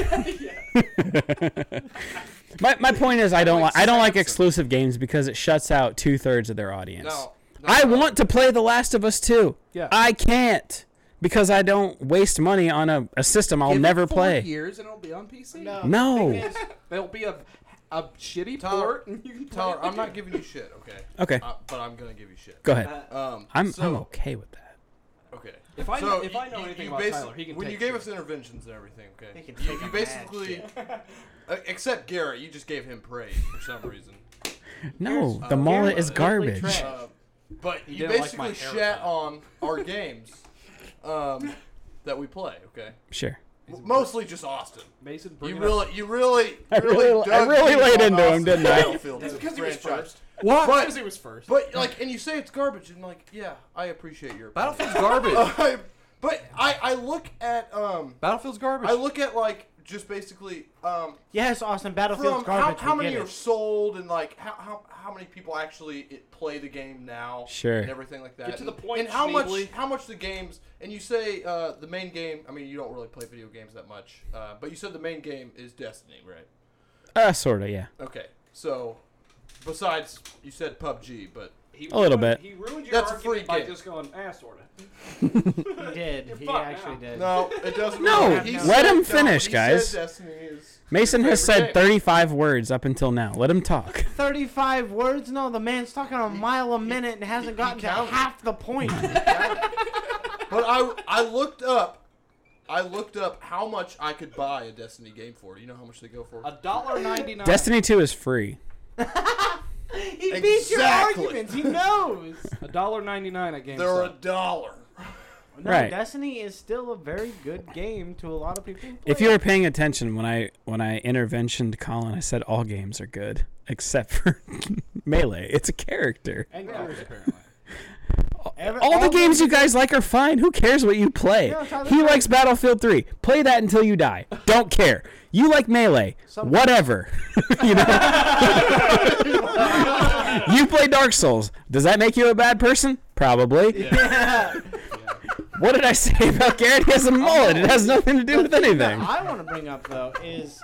my, my point is I don't like I don't like exclusive games because it shuts out two thirds of their audience. No, no, I want to play The Last of Us 2. Yeah. I can't because I don't waste money on a, a system I'll never play. Years and it'll be on PC. <laughs> No. No. There'll be a a shitty Tyler- port and you can play Tyler, it I'm not again. giving you shit, okay? Okay. Uh, but I'm gonna give you shit. Go ahead. Um, I'm, so, I'm okay with that. okay. If I So know, if you- I know you- anything you about basi- Tyler, he can when take you gave shit. us interventions and everything, okay? He can you, take you a mad basically, <laughs> uh, except Garrett, you just gave him praise for some <laughs> reason. No, Here's- the uh, mullet Gamma is is garbage. trash. Uh, but you didn't like my basically haircut. shat on our games um, that we play, okay? Sure. Mostly just Austin. Mason, bring You it up. really, you really, I really, really- I dug really deep laid on into him, Austin's didn't I? Battlefield That's as a because he was franchise. first. What? But- Because he was first. But like, and you say it's garbage, and like, yeah, I appreciate your. opinion. Battlefield's <laughs> garbage. <laughs> I- but I, I look at um, Battlefield's garbage. I look at like just basically um, Yes, Austin. from Battlefield's how, garbage. how we many get are it. sold and like how, how, how many people actually it, play the game now Sure. and everything like that Get to the And- point, and how Schneebly. much how much the games and you say uh, the main game I mean you don't really play video games that much uh, but you said the main game is Destiny right Uh, sorta, yeah. okay so besides you said PUBG but He A little ruined- bit. He ruined your That's a argument free by game. just going ass sorta. He did. He fucked actually now. did. no it doesn't No, matter. He let said- him no, finish, he guys. said Destiny is Mason has favorite said game. 35 words up until now. Let him talk. Thirty-five words. No, the man's talking a mile a minute and hasn't gotten to counted. half the point. <laughs> But I I looked up I looked up how much I could buy a Destiny game for. You know how much they go for? A dollar ninety nine. Destiny 2 is free. he beats your Exactly. arguments. He knows. <laughs> A dollar ninety nine at They're a GameStop. dollar. No, Right. Destiny is still a very good game to a lot of people. who If play you it. were paying attention when I when I interventioned Colin, I said all games are good except for <laughs> melee. It's a character. And yours apparently. Every- All the games you got. guys like are fine. Who cares what you play? Yeah, Tyler, he right. likes Battlefield 3. Play that until you die. Don't care. You like melee. Whatever. <laughs> you know. <laughs> you play Dark Souls. Does that make you a bad person? Probably. What did I say about Garrett? He has a mullet. It has nothing to do with anything. I want to bring up though is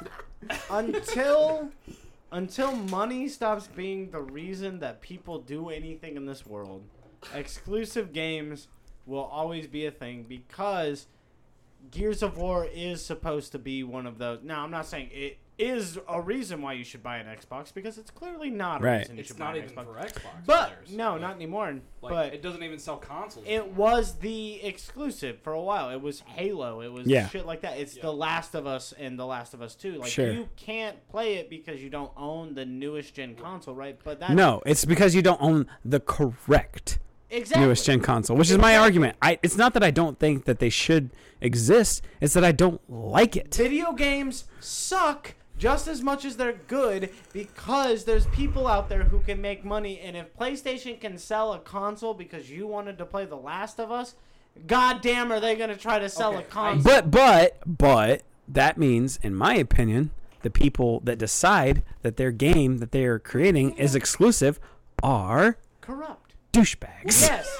until until money stops being the reason that people do anything in this world, exclusive games will always be a thing because Gears of War is supposed to be one of those. Now, I'm not saying it is a reason why you should buy an Xbox because it's clearly not a Right. reason you It's should not buy an even Xbox. for Xbox but players. no, not anymore. Like, but it doesn't even sell consoles. it was the exclusive for a while. It was Halo. It was Yeah. shit like that. It's Yeah. The Last of Us and The Last of Us Two. Like Sure. you can't play it because you don't own the newest gen console, right? But that No, it's because you don't own the correct exactly. newest gen console, which is my argument. I it's not that I don't think that they should exist, it's that I don't like it. Video games suck just as much as they're good because there's people out there who can make money. And if PlayStation can sell a console because you wanted to play The Last of Us, goddamn, are they gonna try to sell Okay, a I- console? But but but that means in my opinion, the people that decide that their game that they are creating is exclusive are Corrupt. douchebags. Yes.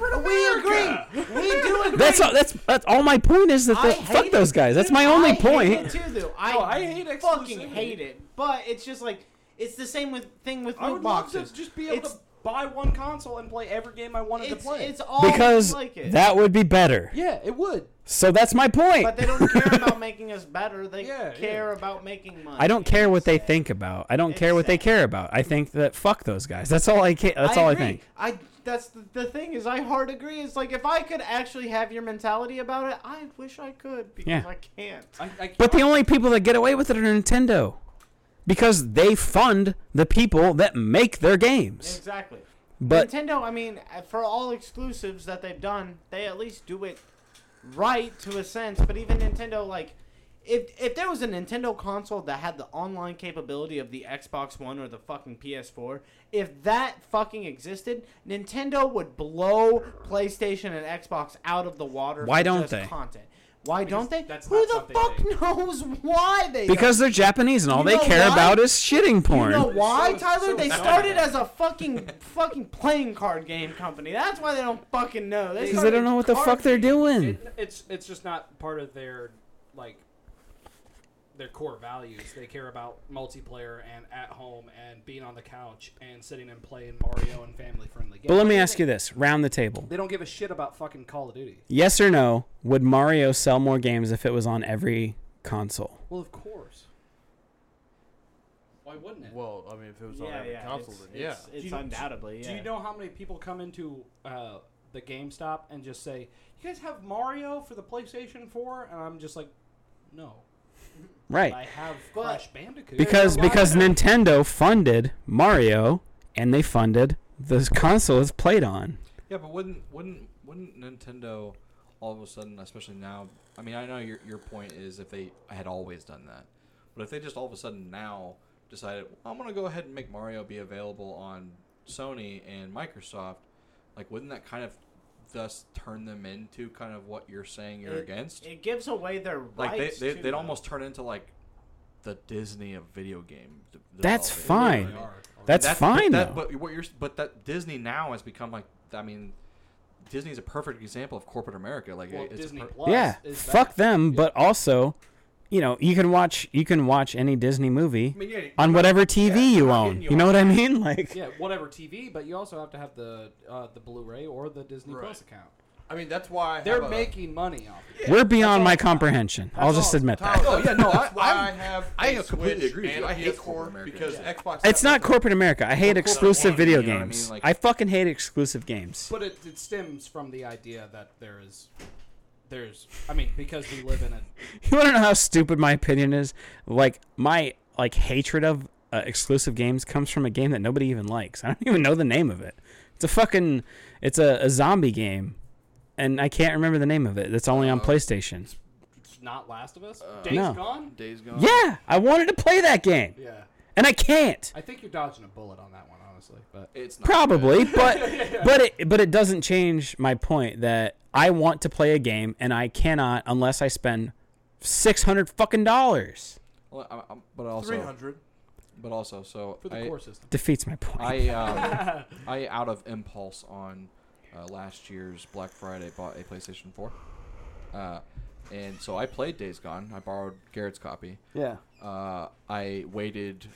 yes. We agree. We do <laughs> agree. That's all that's that's all my point is that I the, hate fuck it, those guys. That's dude. my only I point. Hate it too, though. I, No, I hate fucking exclusivity. hate it. But it's just like it's the same with thing with I loot would boxes. love to just be able it's, to buy one console and play every game I wanted to it's, play. it's all Because like it. that would be better. yeah, it would. So that's my point. But they <laughs> don't care about making us better. They Yeah, care about making money. I don't care what they It's think about. I don't care what they Exact- care about. I think that fuck those guys. That's all I ca- that's all agree. I think. I that's the, the thing is I hard agree. It's like if I could actually have your mentality about it, I wish I could because Yeah. I can't. I, I, But the only people that get away with it are Nintendo. Because they fund the people that make their games. Exactly. But Nintendo, I mean, uh, for all exclusives that they've done, they at least do it right to a sense. But even Nintendo, like, if if there was a Nintendo console that had the online capability of the Xbox One or the fucking PS4, if that fucking existed, Nintendo would blow PlayStation and Xbox out of the water. Why for don't just they? Content. Why don't they? that's Who not the something fuck they- <laughs> knows why they? don't? because they're Japanese and all You they know care why? about is shitting porn. You know why, So- Tyler? so they dumb. started as a fucking fucking playing card game company. That's why they don't fucking know. They Because they don't know what the fuck they're doing. It, it's it's just not part of their like their core values. They care about multiplayer and at home and being on the couch and sitting and playing Mario and family friendly games. But let me ask you this, round the table. They don't give a shit about fucking Call of Duty. Yes or no, would Mario sell more games if it was on every console? Well, of course. Why wouldn't it? Well, I mean, if it was Yeah, on every yeah, console, it's, then yeah. it's, it's Do you- undoubtedly. Yeah. Do you know how many people come into uh, the GameStop and just say, "You guys have Mario for the PlayStation 4?" And I'm just like, "No, Right. I have But- Crash Bandicoot." because why because not? Nintendo funded Mario and they funded the console it's played on. Yeah, but wouldn't wouldn't wouldn't Nintendo all of a sudden, especially now? I mean, I know your your point is if they had always done that, but if they just all of a sudden now decided I'm gonna go ahead and make Mario be available on Sony and Microsoft, like wouldn't that kind of thus turn them into kind of what you're saying you're It- against? It gives away their like they, rights. they too, they'd though. almost turn into like the Disney of video game. d- That's development. fine. That's, But, fine that, though. but what you're, but that Disney now has become like, I mean, Disney's a perfect example of corporate America. Like, Well, it's a Disney per- Plus. yeah, is fuck that. them. But also, you know, you can watch you can watch any Disney movie I mean, yeah, on but- whatever TV yeah, you I'm own. getting You know what I mean? Like, Yeah, whatever TV, but you also have to have the uh, the Blu-ray or the Disney Right. Plus account. I mean, that's why I They're have a- making money off it. we're beyond all- my comprehension. I'll just all. admit Tyler, that. that's- No, Oh, yeah, no, that's I- why I'm- I have. I a completely Switch agree with and you. a I hate PS4 corporate America. because Yeah. Xbox. It's not has- corporate America. I hate exclusive America, video you know what I mean? games. Like- I fucking hate exclusive games. But it, it stems from the idea that there is, there's, I mean, because we live in a <laughs> You want to know how stupid my opinion is? Like my like hatred of uh, exclusive games comes from a game that nobody even likes. I don't even know the name of it. It's a fucking it's a, a zombie game, and I can't remember the name of it. That's only on PlayStation. it's not Last of Us. Uh, Days No. Gone. Days Gone. Yeah, I wanted to play that game, Yeah, and I can't. I think you're dodging a bullet on that one, honestly. But it's not Probably, but but it but it doesn't change my point that I want to play a game and I cannot unless I spend six hundred fucking dollars. good. Well, I- I'm- but also, 300. but also, so for the I, core system, Defeats my point. I, um, I out of impulse on uh, last year's Black Friday bought a PlayStation 4, uh, and so I played Days Gone. I borrowed Garrett's copy. yeah. Uh, I waited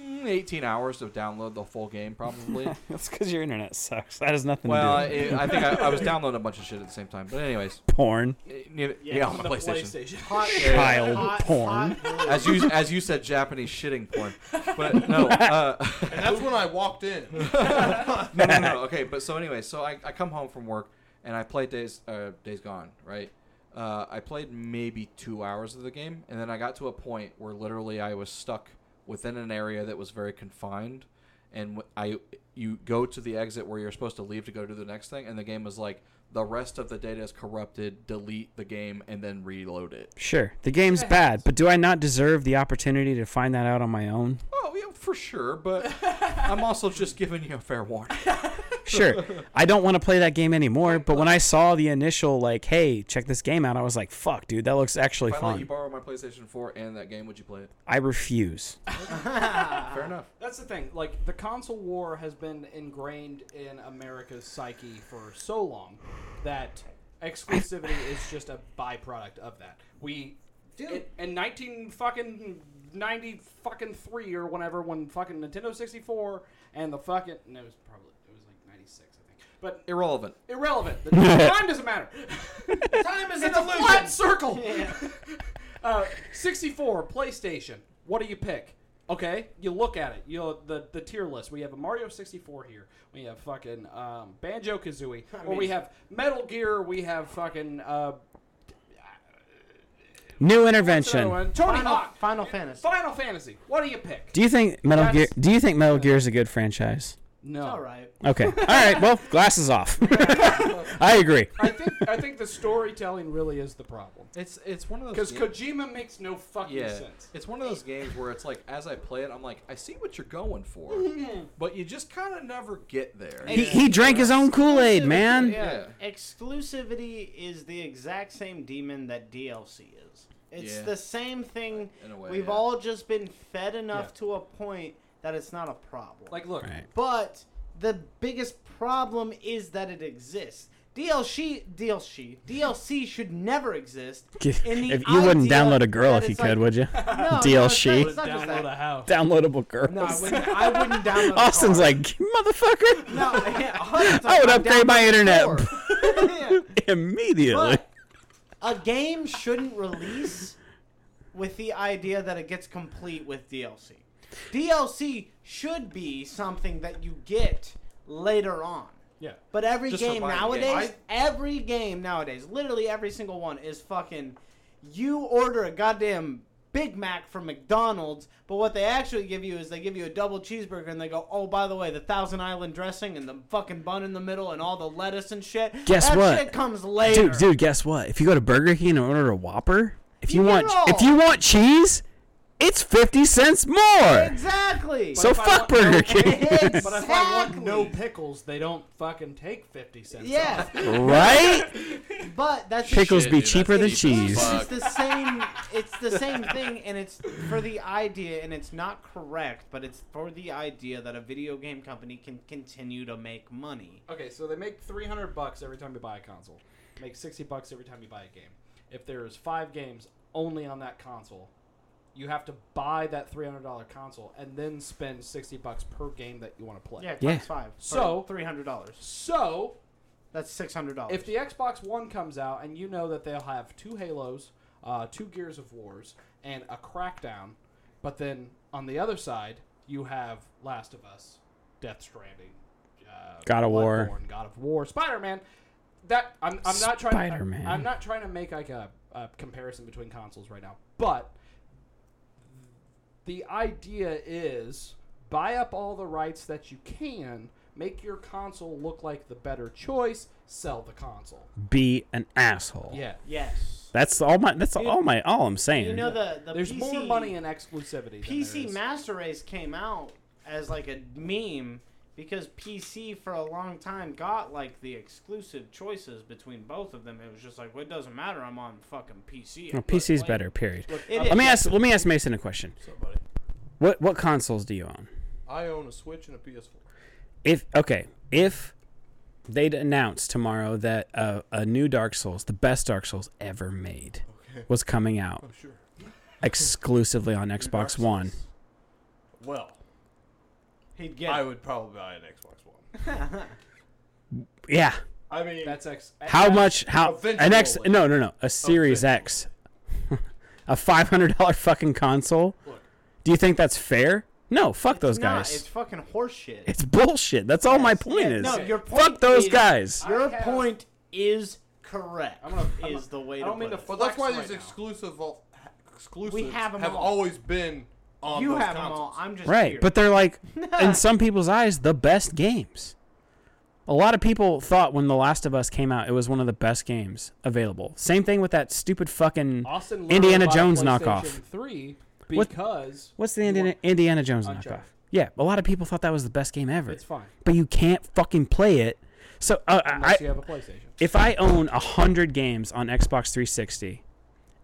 mm, 18 hours to download the full game, probably. <laughs> That's because your internet sucks. That has nothing well, to do it, I think I, I was downloading a bunch of shit at the same time. But anyways, with porn. it- neither- yeah, on the my PlayStation. <laughs> Hot Child Hot- porn. hot- As you as you said, Japanese shitting porn. But no, uh, And that's when I walked in. <laughs> no, no, no. Okay, but so anyway, so I, I come home from work and I played Days uh, Days Gone, right? Uh, I played maybe two hours of the game, and then I got to a point where literally I was stuck within an area that was very confined, and wh- I you go to the exit where you're supposed to leave to go to the next thing, and the game was like the rest of the data is corrupted. Delete the game and then reload it. Sure, the game's bad, but do I not deserve the opportunity to find that out on my own? Oh yeah, for sure, <laughs> but I'm also just giving you a fair warning. Sure, I don't want to play that game anymore. But when I saw the initial like, "Hey, check this game out," I was like, "Fuck, dude, that looks actually If I let you fun." borrow my PlayStation 4 and that game, would you play it? I refuse. Ah. Fair enough. That's the thing. Like the console war has been ingrained in America's psyche for so long that exclusivity is just a byproduct of that. We in, in nineteen fucking ninety fucking three or whenever when fucking Nintendo sixty four and the fucking no, it was probably it was like ninety six I think, but Irrelevant. irrelevant. The time doesn't matter. <laughs> time is it's a <laughs> flat circle. <laughs> Uh, 64 PlayStation. What do you pick? Okay, you look at it. You know, the the tier list. We have a Mario 64 here. We have fucking um, Banjo Kazooie, or we have Metal Gear. We have fucking uh, what's New another intervention. one? Tony Final, Hawk. Final Fantasy. Final Fantasy. What do you pick? Do you think Metal Gear? That's- Do you think Metal Gear is a good franchise? no. All right. Okay, all right. Well, glasses off. I agree. I think I think the storytelling really is the problem It's it's one of those because ga- Kojima makes no fucking yeah, sense. it's one of those games where it's like as I play it, I'm like, I see what you're <laughs> going for, but you just kind of never get there. He, he drank his own Kool Aid, man. Yeah. Exclusivity is the exact same demon that DLC is. It's Yeah. the same thing. In a way, We've yeah. all just been fed enough Yeah. to a point that it's not a problem. Like, look, Right. but the biggest problem is that it exists. DLC, DLC, DLC should never exist. in the <laughs> If you wouldn't idea download a girl that if you it's like- could, would you? No, no, it's DLC. not- it's not just that. house. Downloadable girls. No, I wouldn't, I wouldn't download. a Austin's car. like, motherfucker. no, yeah, Austin's <laughs> I would like, upgrade "I'm my downloading internet." more." <laughs> Yeah. Immediately. <laughs> But a game shouldn't release with the idea that it gets complete with DLC. DLC should be something that you get later on. Yeah. But every Just for game buying nowadays, games. every game nowadays, literally every single one is fucking. You order a goddamn Big Mac from McDonald's, but what they actually give you is they give you a double cheeseburger and they go, oh by the way, the Thousand Island dressing and the fucking bun in the middle and all the lettuce and shit. Guess that what? Shit comes later. Dude, dude, guess what? If you go to Burger King and order a Whopper, if you You want get it if all. you want cheese, it's fifty cents more. Exactly. So if I fuck want- Burger King, <laughs> exactly. But if I <laughs> want no pickles, they don't fucking take 50 cents. Yeah, right? but that's just Pickles Shit, be dude, cheaper than that's cheap as cheese. fuck. It's the same. It's the same thing, and it's for the idea, and it's not correct, but it's for the idea that a video game company can continue to make money. Okay, so they make 300 bucks every time you buy a console. Make 60 bucks every time you buy a game. If there's 5 games only on that console, you have to buy that $300 console and then spend 60 bucks per game that you want to play. Yeah, times Yeah. five. So- three hundred dollars. So, That's six hundred dollars. if the Xbox One comes out and you know that they'll have two Halos, uh, two Gears of Wars, and a Crackdown, but then on the other side you have Last of Us, Death Stranding, uh, God of War. Bloodborne, God of War, Spider Man. That I'm, I'm not trying. Spider-Man. I'm not trying to make like a, a comparison between consoles right now, but the idea is buy up all the rights that you can make your console look like the better choice sell the console Be an asshole. yeah yes, That's all my that's all my all I'm saying. you know the the there's PC, more money in exclusivity than there PC is. Master Race came out as like a meme because PC for a long time got like the exclusive choices between both of them. It was just like, well, it doesn't matter. I'm on fucking PC. No, PC's better, period. It Let is. me ask let me ask Mason a question. What what consoles do you own? I own a Switch and a PS4. If okay, if they'd announce tomorrow that uh, a new Dark Souls, the best Dark Souls ever made, was coming out I'm Oh, sure. <laughs> exclusively on Xbox One, Well, He'd get I it. would probably buy an Xbox One. yeah, I mean, that's ex- how much? How Eventually. an X? No, no, no, a Series X, <laughs> a five hundred dollar fucking console. Look. Do you think that's fair? No, fuck those It's not. guys. It's fucking horseshit. It's bullshit. That's all my Yes. point Yeah, is. no, your fuck point those is- guys. Your I have- point is correct. I'm gonna- I'm is the way I don't to mean put to it. well, that's why flex these right now. exclusive all, exclusives have 'em all. always been on you those have them all. consoles. I'm just Right, Here. but they're like, in some people's eyes, the best games. A lot of people thought when The Last of Us came out, it was one of the best games available. Same thing with that stupid fucking Austin learned Indiana about Jones PlayStation knockoff. three What- because What's the Indiana, Indiana Jones Uncharted. knockoff? Yeah, a lot of people thought that was the best game ever. it's fine But you can't fucking play it. So uh, I, unless you have a PlayStation if I own a hundred games on Xbox 360,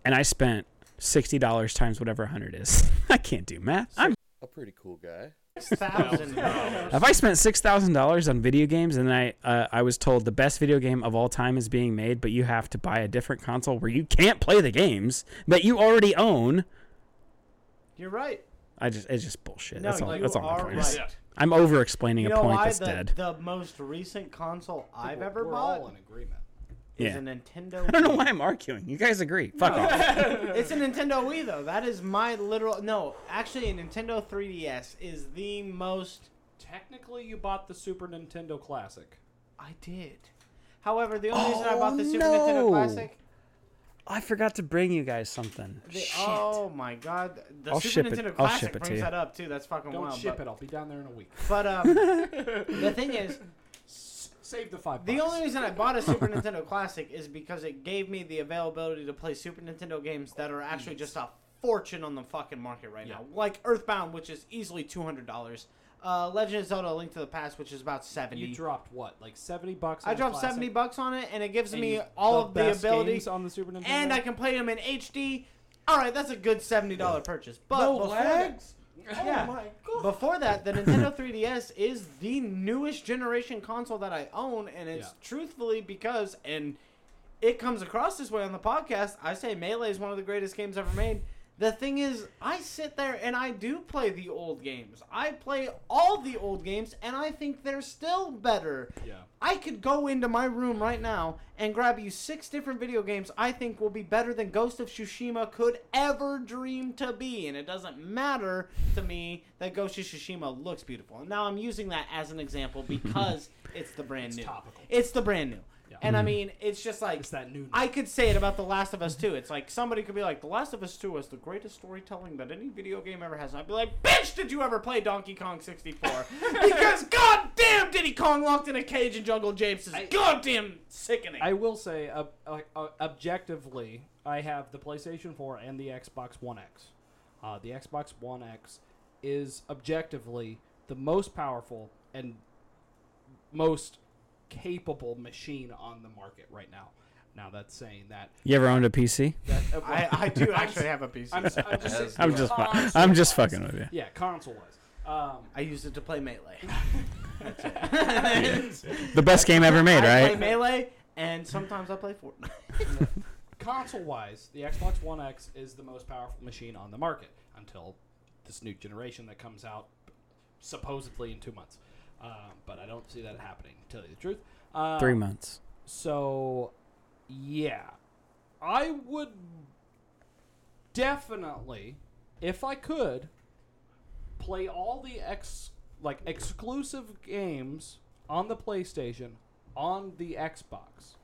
and I spent sixty dollars times whatever hundred is, <laughs> I can't do math. I'm A pretty cool guy. <laughs> thousand dollars. If I spent six thousand dollars on video games and I uh, I was told the best video game of all time is being made, but you have to buy a different console where you can't play the games that you already own, You're right. I just it's just bullshit. No, that's all. you That's all are my point is. right. I'm over explaining You a know point why that's the, dead. the most recent console I've We're- ever we're bought all in agreement yeah. is a Nintendo. <laughs> I don't know why I'm arguing. You guys agree. <laughs> Fuck off. It's a Nintendo Wii though. That is my literal. No, actually, a Nintendo 3DS is the most. technically you bought the Super Nintendo Classic I did. However, the only reason I Oh, bought the Super no. Nintendo Classic. I forgot to bring you guys something. the- oh my god! The I'll Super ship it- Nintendo I'll Classic ship it to brings you. that up too. That's fucking don't wild. ship but, it I'll be down there in a week But <laughs> um, the thing is, save the five the bucks. only reason I bought a Super Nintendo Classic is because it gave me the availability to play Super Nintendo games that are actually just a fortune on the fucking market right now, like Earthbound, which is easily two hundred dollars. Uh, Legend of Zelda: A Link to the Past, which is about seventy. you dropped what like 70 bucks I on a dropped Classic? seventy bucks on it, and it gives And me you- all of the best ability, games on the Super Nintendo. and I can play them in HD. All right, that's a good seventy dollar purchase. But before lags? That, yeah, before that, the Nintendo 3DS is the newest generation console that I own, and it's Yeah. truthfully because and it comes across this way on the podcast. I say Melee is one of the greatest games ever made. The thing is, I sit there and I do play the old games. I play all the old games and I think they're still better. Yeah. I could go into my room right now and grab you six different video games I think will be better than Ghost of Tsushima could ever dream to be. And it doesn't matter to me that Ghost of Tsushima looks beautiful. Now, I'm using that as an <laughs> example because it's the brand new. topical. It's the brand new. Yeah. Mm-hmm. And I mean, it's just like It's that new. I could say it about The Last of Us 2. It's like somebody could be like, The Last of Us 2 is the greatest storytelling that any video game ever has. And I'd be like, Bitch, did you ever play Donkey Kong <laughs> 64? because goddamn Diddy Kong locked in a cage in Jungle James is I- goddamn sickening. I will say, uh, uh, uh, objectively, I have the PlayStation 4 and the Xbox One X. Uh, the Xbox One X is objectively the most powerful and most capable machine on the market right now. Now that's saying that. You ever owned a PC? that I, <laughs> I do actually have a PC. I'm, s- I'm just, As saying- I'm just, fu- I'm just fucking with you. yeah, console wise. Um, I used it to play <laughs> Melee. <laughs> The best game ever made, I right? play Melee, and sometimes I play Fortnite. console wise, the Xbox One X is the most powerful machine on the market until this new generation that comes out supposedly in two months. Um, but I don't see that happening, to tell you the truth. Um, Three months. So, yeah. I would definitely, if I could, play all the ex like exclusive games on the PlayStation on the Xbox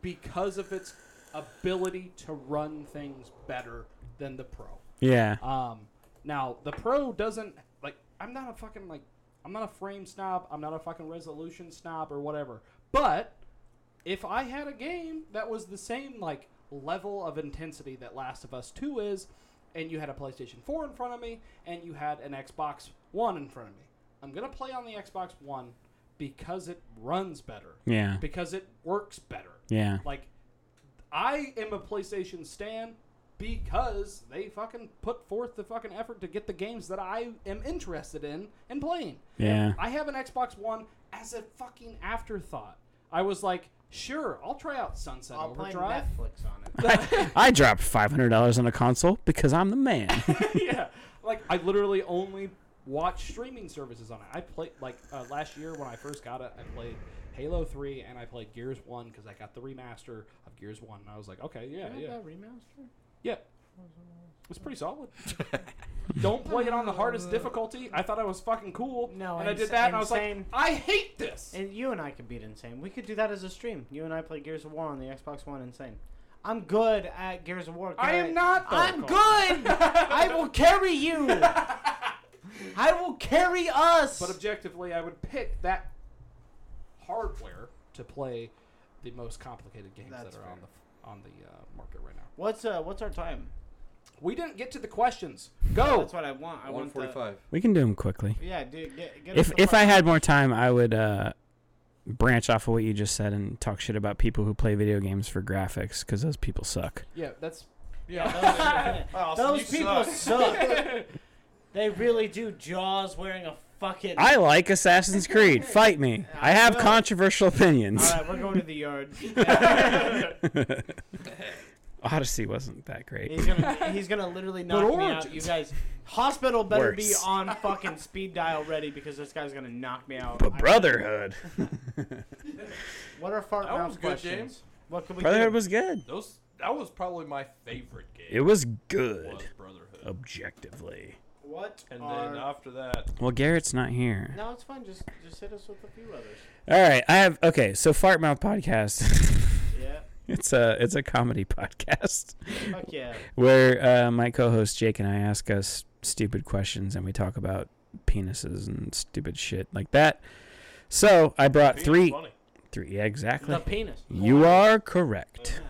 because of its ability to run things better than the Pro. Yeah. Um, now the pro doesn't like. I'm not a fucking like. I'm not a frame snob. I'm not a fucking resolution snob or whatever. But if I had a game that was the same like level of intensity that Last of Us Two is, and you had a PlayStation Four in front of me, and you had an Xbox One in front of me, I'm gonna play on the Xbox One because it runs better, Yeah. because it works better. Yeah. Like, I am a PlayStation stan because they fucking put forth the fucking effort to get the games that I am interested in and playing. Yeah. I have an Xbox One as a fucking afterthought. I was like, sure, I'll try out Sunset I'll play Overdrive. Netflix on it. I, I dropped five hundred dollars on a console because I'm the man. yeah, <laughs> like I literally only watch streaming services on it. I played like uh, last year when I first got it, I played Halo Three and I played Gears One because I got the remaster of Gears One, and I was like, okay, yeah, yeah, remaster? Yeah. It's pretty solid. <laughs> Don't play it on the hardest difficulty. I thought I was fucking cool. No, and I ins- did that, and I was like, insane. I hate this. And you and I could beat Insane. We could do that as a stream. You and I play Gears of War on the Xbox One Insane. I'm good at Gears of War. I am not, though, I'm Cole. good. I will carry <laughs> you. I will carry us. But objectively, I would pick that hardware to play the most complicated games That's that are on fair. the on the uh, market right now. what's uh what's our time? We didn't get to the questions. Go. That's what I want. I Oh, One want the- forty-five. We can do them quickly. yeah, dude. Get, get us If the if fuck- I had more time, I would uh, branch off of what you just said and talk shit about people who play video games for graphics because those people suck. Yeah, that's Yeah, <laughs> Oh, those, Austin, those you people suck. they really do. Jaws wearing a fucking. I like Assassin's Creed. Fight me. I have will. controversial All opinions. right, we're going to the yard. <laughs> Odyssey wasn't that great. He's gonna he's gonna literally knock me out. You Origins. guys, hospital better be Worse. on fucking speed dial ready because this guy's gonna knock me out. But Brotherhood. What are fart That mouth was good, questions? James. What can we Brotherhood do? was good. Those that was probably my favorite game. It was was good, Brotherhood. objectively. what And are? then uh, after that, Well, Garrett's not here. no, it's fine. Just just hit us with a few others. All right, I have okay. So Fart Mouth podcast. <laughs> Yeah. it's a it's a comedy <laughs> podcast Fuck yeah. where uh, my co-host Jake and I ask us stupid questions and we talk about penises and stupid shit like that. So I brought three, three yeah, exactly. The penis. Oh You are correct.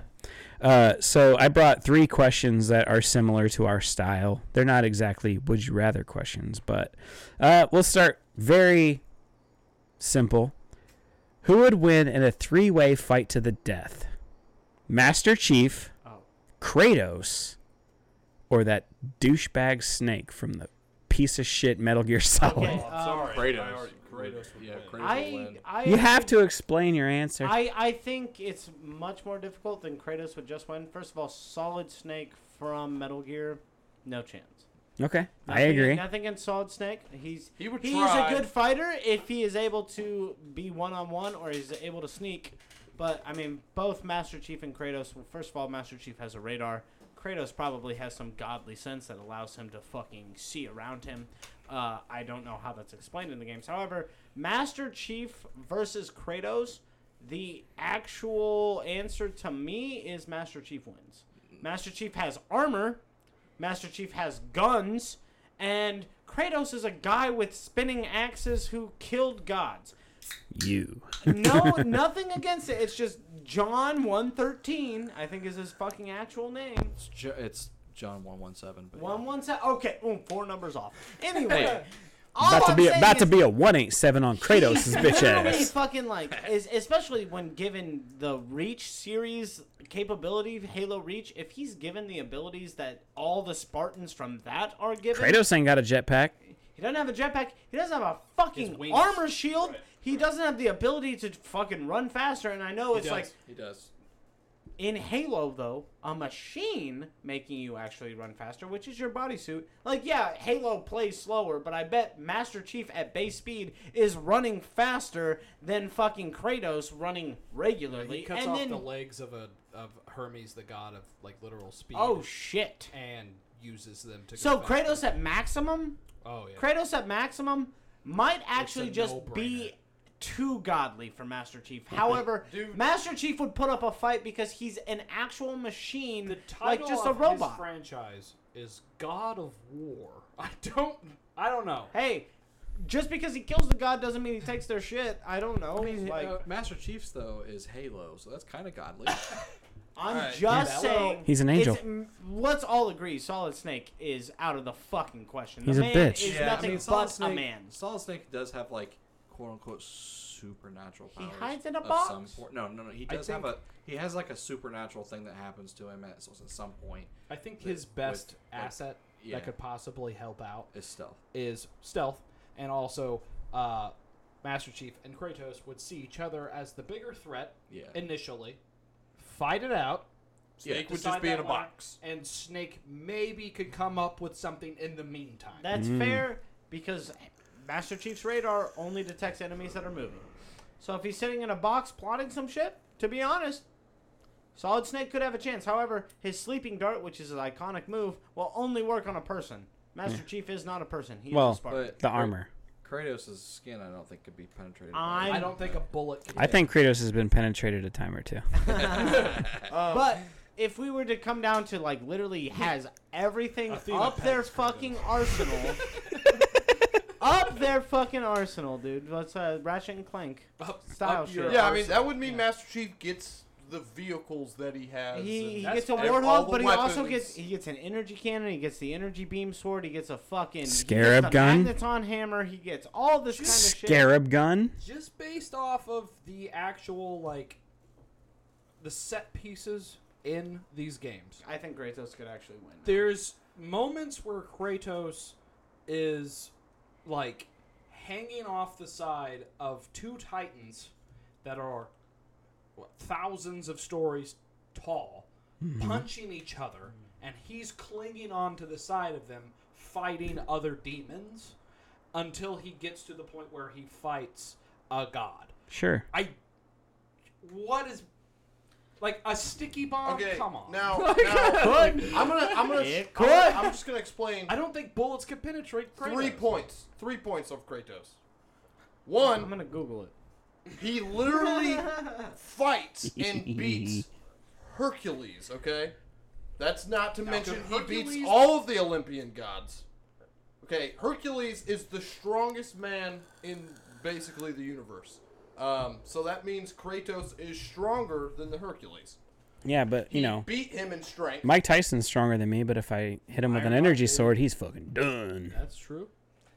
Uh, so I brought three questions that are similar to our style. They're not exactly would you rather questions, but uh, we'll start very simple. Who would win in a three way fight to the death? Master Chief, Oh. Kratos, or that douchebag snake from the piece of shit Metal Gear Solid? Okay. I'm um, sorry, I Kratos. already- Kratos would Yeah, win. Kratos will I win. I You have to explain your answer. I, I think it's much more difficult than Kratos would just win. First of all, Solid Snake from Metal Gear No chance. Okay, I Nothing- agree. Nothing against Solid Snake. He's He would he's try. a good fighter if he is able to be one on one or he's able to sneak. But I mean, both Master Chief and Kratos. Well, first of all, Master Chief has a radar. Kratos probably has some godly sense that allows him to fucking see around him. Uh, I don't know how that's explained in the games. However, Master Chief versus Kratos, the actual answer to me is Master Chief wins. Master Chief has armor. Master Chief has guns, and Kratos is a guy with spinning axes who killed gods. You. <laughs> No, nothing against it. It's just John one thirteen. I think is his fucking actual name. It's, jo- it's John one one seven. But One yeah. one seven. Okay, ooh, four numbers off. Anyway, all About to I'm be saying about to is be a one eight seven <laughs> on Kratos' he's bitch literally ass. Fucking like, is, especially when given the Reach series capability, Halo Reach. If he's given the abilities that all the Spartans from that are given, Kratos ain't got a jetpack. He doesn't have a jetpack. He doesn't have a fucking wings. armor shield. he doesn't have the ability to fucking run faster. And I know it's like he does. in Halo though, a machine making you actually run faster, which is your bodysuit. Like yeah, Halo plays slower, but I bet Master Chief at base speed is running faster than fucking Kratos running regularly. He cuts and off then the legs of a of Hermes, the god of like literal speed. oh shit. and uses them to. So go faster. Kratos at maximum Oh yeah. Kratos at maximum might actually a just no-brainer. be too godly for Master Chief. However, Master Chief would put up a fight because he's an actual machine, The title like just a of This robot. franchise is God of War. <laughs> I don't. I don't know. hey, just because he kills the god doesn't mean he takes their shit. I don't know. like, Uh, Master Chiefs though is Halo, so that's kind <laughs> of godly. I'm Alright, just yeah. saying. He's an it's- angel. m- let's all agree Solid Snake is out of the fucking question. The He's a man bitch. Is I nothing mean, but Snake, a man. Solid Snake does have like quote unquote supernatural He powers. hides in a of box. Some sort. No, no, no. He I does have think- a. He has like a supernatural thing that happens to him at, at some point. I think With- his best with, like, asset yeah. that could possibly help out Is stealth. is stealth, and also uh, Master Chief and Kratos would see each other as the bigger threat Yeah. initially, fight it out, Yeah. Snake would decide just be in that a one, box. and Snake maybe could come up with something in the meantime. That's fair because Master Chief's radar only detects enemies that are moving. So if he's sitting in a box plotting some shit, to be honest, Solid Snake could have a chance. However, his sleeping dart, which is an iconic move, will only work on a person. Master Chief is not a person. He Well, is a Spartan. But The armor. Kratos' skin, I don't think could be penetrated. I'm- I don't think a bullet. Can I think Kratos has been penetrated a time or two. But if we were to come down to like literally has everything up their fucking arsenal, up their fucking arsenal, dude. Let's uh, Ratchet and Clank style up shit. your- Yeah, I mean that would mean Yeah. Master Chief gets the vehicles that he has. and- He, he That's gets a fair. All warthog, the but he also weapons. gets he gets an energy cannon. He gets the energy beam sword. He gets a fucking he Scarab gets a gun? magneton hammer. He gets all this kind of shit. Scarab gun. just based off of the actual like the set pieces in these games I think Kratos could actually win. there's moments where kratos is like hanging off the side of two titans that are what, thousands of stories tall punching each other and he's clinging on to the side of them fighting other demons until he gets to the point where he fights a god Sure. I. What is. Like a sticky bomb? Okay, Come on. now, <laughs> now I'm gonna I'm gonna It I'm, could. gonna- I'm just gonna explain I don't think bullets can penetrate Kratos. three points three points of Kratos. I'm One, gonna Google it. he <laughs> literally fights and <laughs> beats Hercules. Okay, that's not to mention he beats Hercules- all of the Olympian gods. Okay, Hercules is the strongest man in basically the universe. Um, so that means Kratos is stronger than the Hercules. Yeah, but you know, beat him in strength. Mike Tyson's stronger than me. But if I hit him with an Iron energy Bucket. sword, he's fucking done. <laughs> That's true.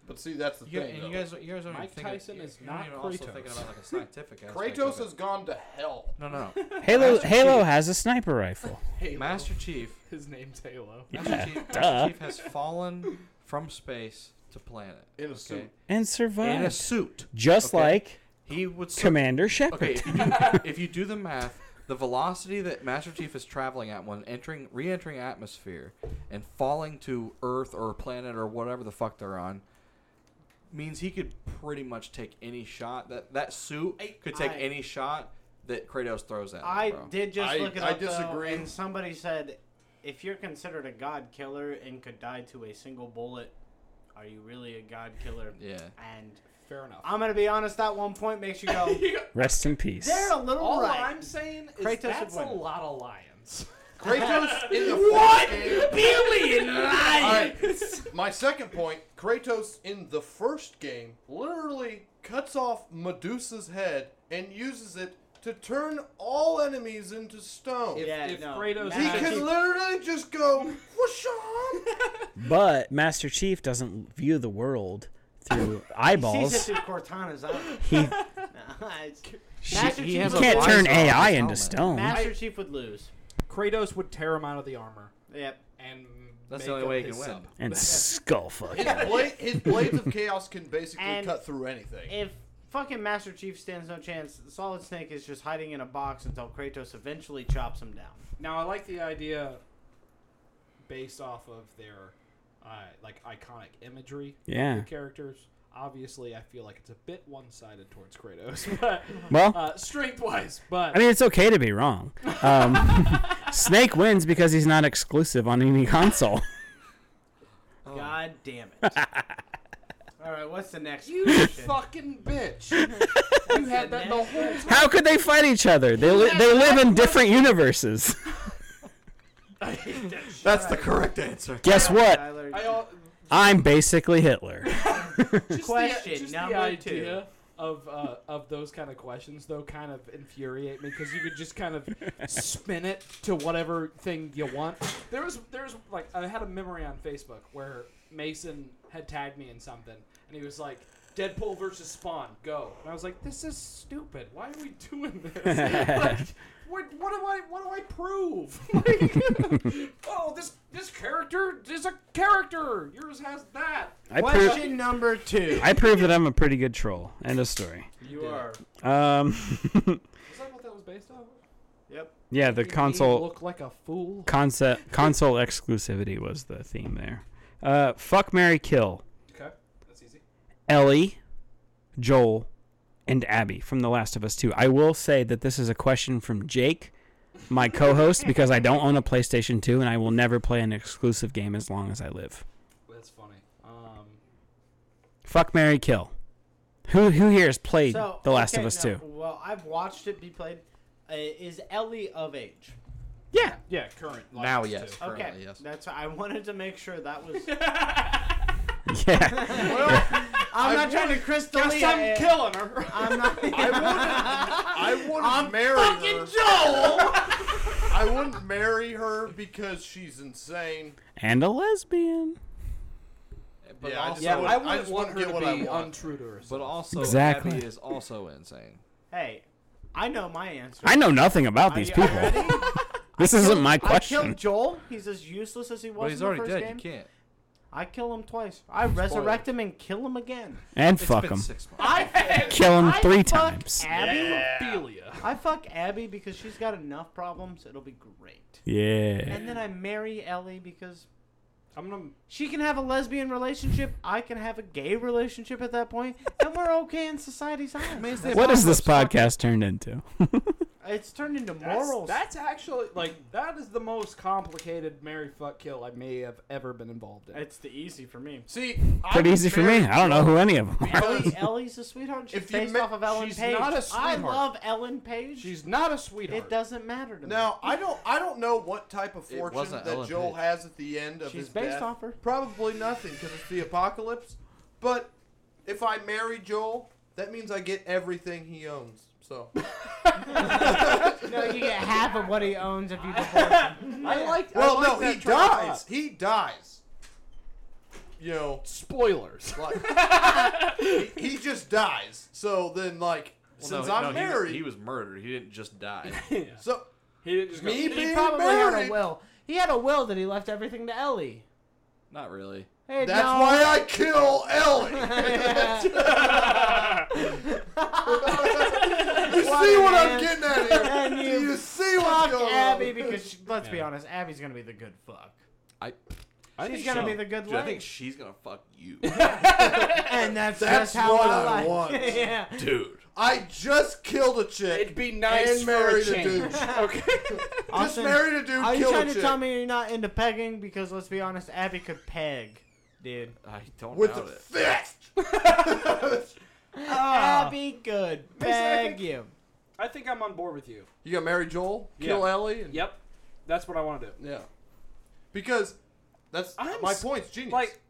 But see, that's the You, thing. and you though. guys, you guys aren't Mike even thinking, Tyson is you're not not even also Kratos. thinking about like a <laughs> scientific aspect Kratos of it. has gone to hell. No, no, no. Halo Master Halo Chief. has a sniper rifle. Halo. Master Chief His name's Halo. Yeah, <laughs> Master, Chief, duh. Master Chief has fallen from space to planet. In a suit. And In a survived. suit. Just Okay. like He would sur- Commander Shepard. Okay, if <laughs> you, do, if you do the math, The velocity that Master Chief is traveling at when entering, re-entering atmosphere, and falling to Earth or planet or whatever the fuck they're on, means he could pretty much take any shot. That that suit I- could take I- any shot that Kratos throws at. him, I bro. did just I- look it I up. though, disagree. and somebody said, if you're considered a god killer and could die to a single bullet, are you really a god killer? Yeah. And Fair enough. I'm gonna be honest. That one point makes you go. Rest in peace. They're a little All right. I'm saying is Kratos that's would a win. lot of lions. <laughs> Kratos in the What? first game. Billion lions. My second point, Kratos in the first game literally cuts off Medusa's head and uses it to turn all enemies into stone. yeah, if no, Kratos- he Master Nah, can Chief- literally just go, whoosh on. but Master Chief doesn't view the world through he sees it eyeballs. through Cortana's eyes. He, <laughs> Nah, it's- she- Master he Chief has would a can't lose. turn visor on his AI into helmet. stone. Master Chief would lose. Kratos would tear him out of the armor Yep. and That's make the only up way he his can win. sub. <laughs> and skull fuck. His, blade, his blades of chaos can basically And cut through anything. If fucking Master Chief stands no chance, Solid Snake is just hiding in a box until Kratos eventually chops him down. Now I like the idea based off of their uh, like iconic imagery. of Yeah. the characters. Obviously, I feel like it's a bit one-sided towards Kratos, <laughs> but Well, uh, strength-wise. But I mean, it's okay to be wrong. Um, <laughs> Snake wins because he's not exclusive on any console. Oh. God damn <laughs> it. All right, what's the next you fucking bitch, you had that the whole time. How could they fight each other? They li- they live in different universes. That's the correct answer. Guess <laughs> what? Tyler, I all, I'm basically Hitler. Question just the, uh, just number the two. idea of uh, of those kind of questions though kind of infuriate me because you could just kind of spin it to whatever thing you want. There was there was like I had a memory on Facebook where Mason had tagged me in something and he was like. Deadpool versus Spawn, go! And I was like, "This is stupid. Why are we <laughs> doing this? like, what, what do I what do I prove? <laughs> Like, <laughs> oh, this this character is a character. Yours has that. I prove question number two. I prove that I'm a pretty good troll. End of story. You are. Um, <laughs> Is that what that was based off? of? Yep. yeah, the Make me console look like a fool. concept console exclusivity was the theme there. Uh, fuck Mary Kill Okay, that's easy. Ellie, Joel, and Abby from The Last of Us 2. I will say that this is a question from Jake, my co-host, because I don't own a PlayStation 2 and I will never play an exclusive game as long as I live. That's funny. Um, Fuck Mary Kill. Who who here has played So, The Last okay, of Us no, 2? Well, I've watched it be played. Uh, is Ellie of age? Yeah. yeah, current. Now, yes. Okay, Currently, yes. that's. I wanted to make sure that <laughs> was. <laughs> Yeah. I'm I not trying to crystal Uh, Guess I'm killing her. <laughs> I'm not. <laughs> I wouldn't, <laughs> I wouldn't marry her. Joel. <laughs> I wouldn't marry her because she's insane. and a lesbian. But Yeah, I also, just wouldn't- I I just wouldn't get what I want. untrue to herself. but also Exactly. Abby is also insane. Hey, I know my answer. I know nothing about Are these you- people. Are you ready? <laughs> This isn't my I killed question. Joel. He's as useless as he was But he's in the already first dead. game. You can't. I kill him twice. I resurrect him and kill him again. <laughs> And It's fuck been them. Six months. I Kill them I three fuck times. Abby. Ophelia. I fuck Abby because she's got enough problems. It'll be great. Yeah. And then I marry Ellie because I'm gonna. she can have a lesbian relationship. I can have a gay relationship at that point, and we're okay in society's eyes. What is this podcast turned into? <laughs> It's turned into That's, morals. that's actually like that is the most complicated Mary fuck kill I may have ever been involved in. It's the easy for me. See, Pretty easy for me. I don't know who any of them are. <laughs> Ellie, Ellie's a sweetheart. She's If you based ma- off of Ellen she's Page. not a I sweetheart. love Ellen Page. She's not a sweetheart. it doesn't matter to me. Now I don't I don't know what type of It fortune wasn't that Ellen Joel Page. has at the end of She's his based death. off her. Probably nothing because it's the apocalypse. But if I marry Joel, that means I get everything he owns. So <laughs> <laughs> no, you get half of what he owns if you divorce him. I like. I well, like no, that he train of thought. dies. He dies. You know, Spoilers. like he, he just dies. So then, like, Well, since no, I'm no, he- married, he, was murdered. He didn't <laughs> just die. so He didn't just go. me He being probably had married, a will. He had a will that he left everything to Ellie. Not really. Hey, that's no. why I kill <laughs> <laughs> Ellie. I. You see what I'm man. getting at here? And Do you you see let's be honest, Abby's gonna be the good fuck. I, She's gonna be the good Dude, I lady. think she's gonna fuck <laughs> you, and that's, That's just how what I, I like- want. <laughs> yeah. dude. I just killed a chick. It'd be nice and for a married a, change. <laughs> dude. okay. Just Austin, married a dude. Are you killed trying a to chick. tell me you're not into pegging? Because let's be honest, Abby could peg, dude. I don't with the doubt it. fist? <laughs> Abby could peg you. I think I'm on board with you. you gonna marry Joel? Kill Yeah. Ellie? And, Yep. That's what I want to do. Yeah. Because that's I'm my s- point's genius. Like,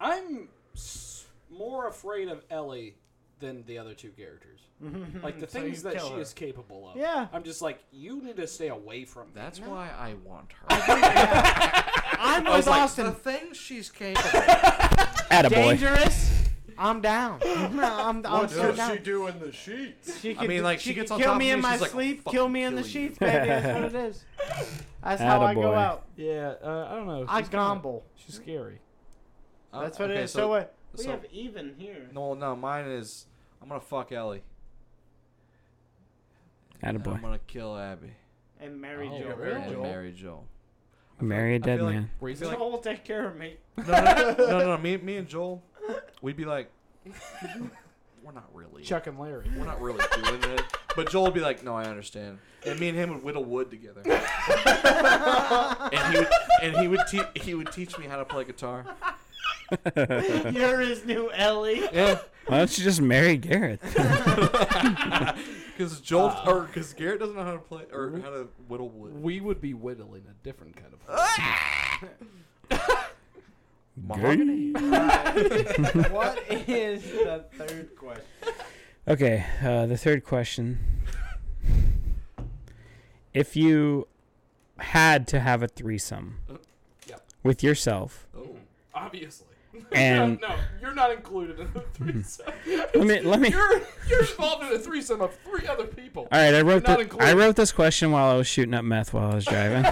I'm s- more afraid of Ellie than the other two characters. Like the So things you that kill she her. is capable of. Yeah. I'm just like, you need to stay away from that. That's why I want <laughs> her. Uh, I'm <laughs> I was with like, Austin. the things she's capable. Attaboy. Dangerous. I'm down. <laughs> No, I'm, I'm so down. do in the sheets? She I mean, like, she could gets on kill top me of in me, my she's like, I'll sleep, fucking kill me in the kill you. sheets, baby. That's what it is. That's how I go Attaboy. out. Yeah, uh, I don't know. I gomble. She's scary. Uh, That's what okay, it is. So, what? We so- have even here. No, no, mine is I'm gonna fuck Ellie. and I'm Attaboy. gonna kill Abby. And Mary Oh, Jo. Mary and Joel. marry Joel. Marry a I dead feel like- man. Where you feel like, Joel will take care of me. no, no, no, no, no, me, me and Joel, we'd be like, we're not really, Chuck and Larry. we're not really doing it. But Joel would be like, no, I understand. And me and him would whittle wood together. and he would, and he would, te- he would teach me how to play guitar. <laughs> You're his new <laughs> Ellie. Yeah, Why don't you just marry Garrett? <laughs> because Joel or because Garrett doesn't know how to play or how to whittle wood. We would be whittling a different kind of. <laughs> Mahogany. what is the third question? Okay, uh, the third question. if you had to have a threesome Uh, Yeah. with yourself, Oh. Obviously. <laughs> and no, no, you're not included <laughs> in the threesome. let me let me. you're you're involved in a threesome of three other people. All right, I wrote not the, I included. wrote this question while I was shooting up meth while I was <laughs> driving.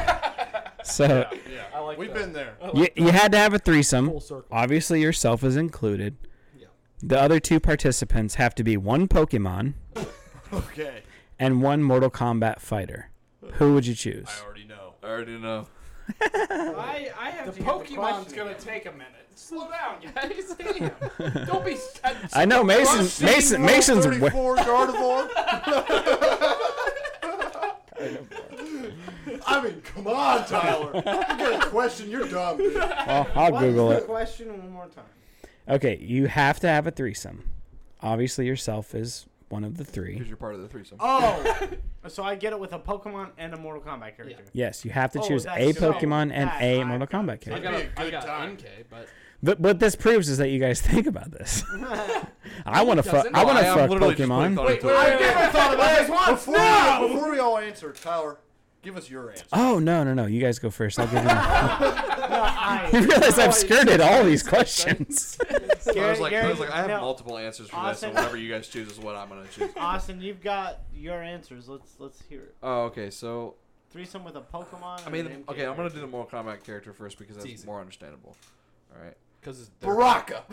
so Yeah. I like We've that. been there. you, you had to have a threesome. full circle. Obviously, yourself is included. Yeah. The other two participants have to be one Pokemon Okay. and one Mortal Kombat fighter. Who would you choose? I already know. I already know. I, I have The Pokemon's gonna take a minute. Slow down, <laughs> guys. Damn. Don't <laughs> be. I know Mason. Mason. Mason's. wa- 34 <laughs> Gardevoir. I mean, come on, Tyler. You got a question? You're dumb. Dude. I'll, I'll Google it. question one more time? Okay, you have to have a threesome. Obviously, yourself is one of the three. Because you're part of the threesome. Oh, so I get it with a Pokemon and a Mortal Kombat character. Yes, you have to Oh, choose that's a so- Pokemon and that's a what Mortal I've got. Kombat I character. got, It'd be a a, good I got time. time. MK, but But what this proves is that you guys <laughs> think about this. I want to fuck. doesn't. I want to am fuck literally just putting Pokemon. thought into it. I never thought about this once. Before, we, before we all answer, Tyler, give us your answer. Oh no no no! You guys go first. I'll give <laughs> you. I, you realize I've skirted all these questions. I was Gary- like, I Gary, was like, I have no. multiple answers for this, Austin- and whatever you guys choose is what I'm gonna choose. Austin, you've got your answers. Let's let's hear it. Oh, okay. So Threesome with a Pokemon. I mean, okay, I'm gonna do the Mortal Kombat character first because that's more understandable. All right. because it's <laughs> Baraka.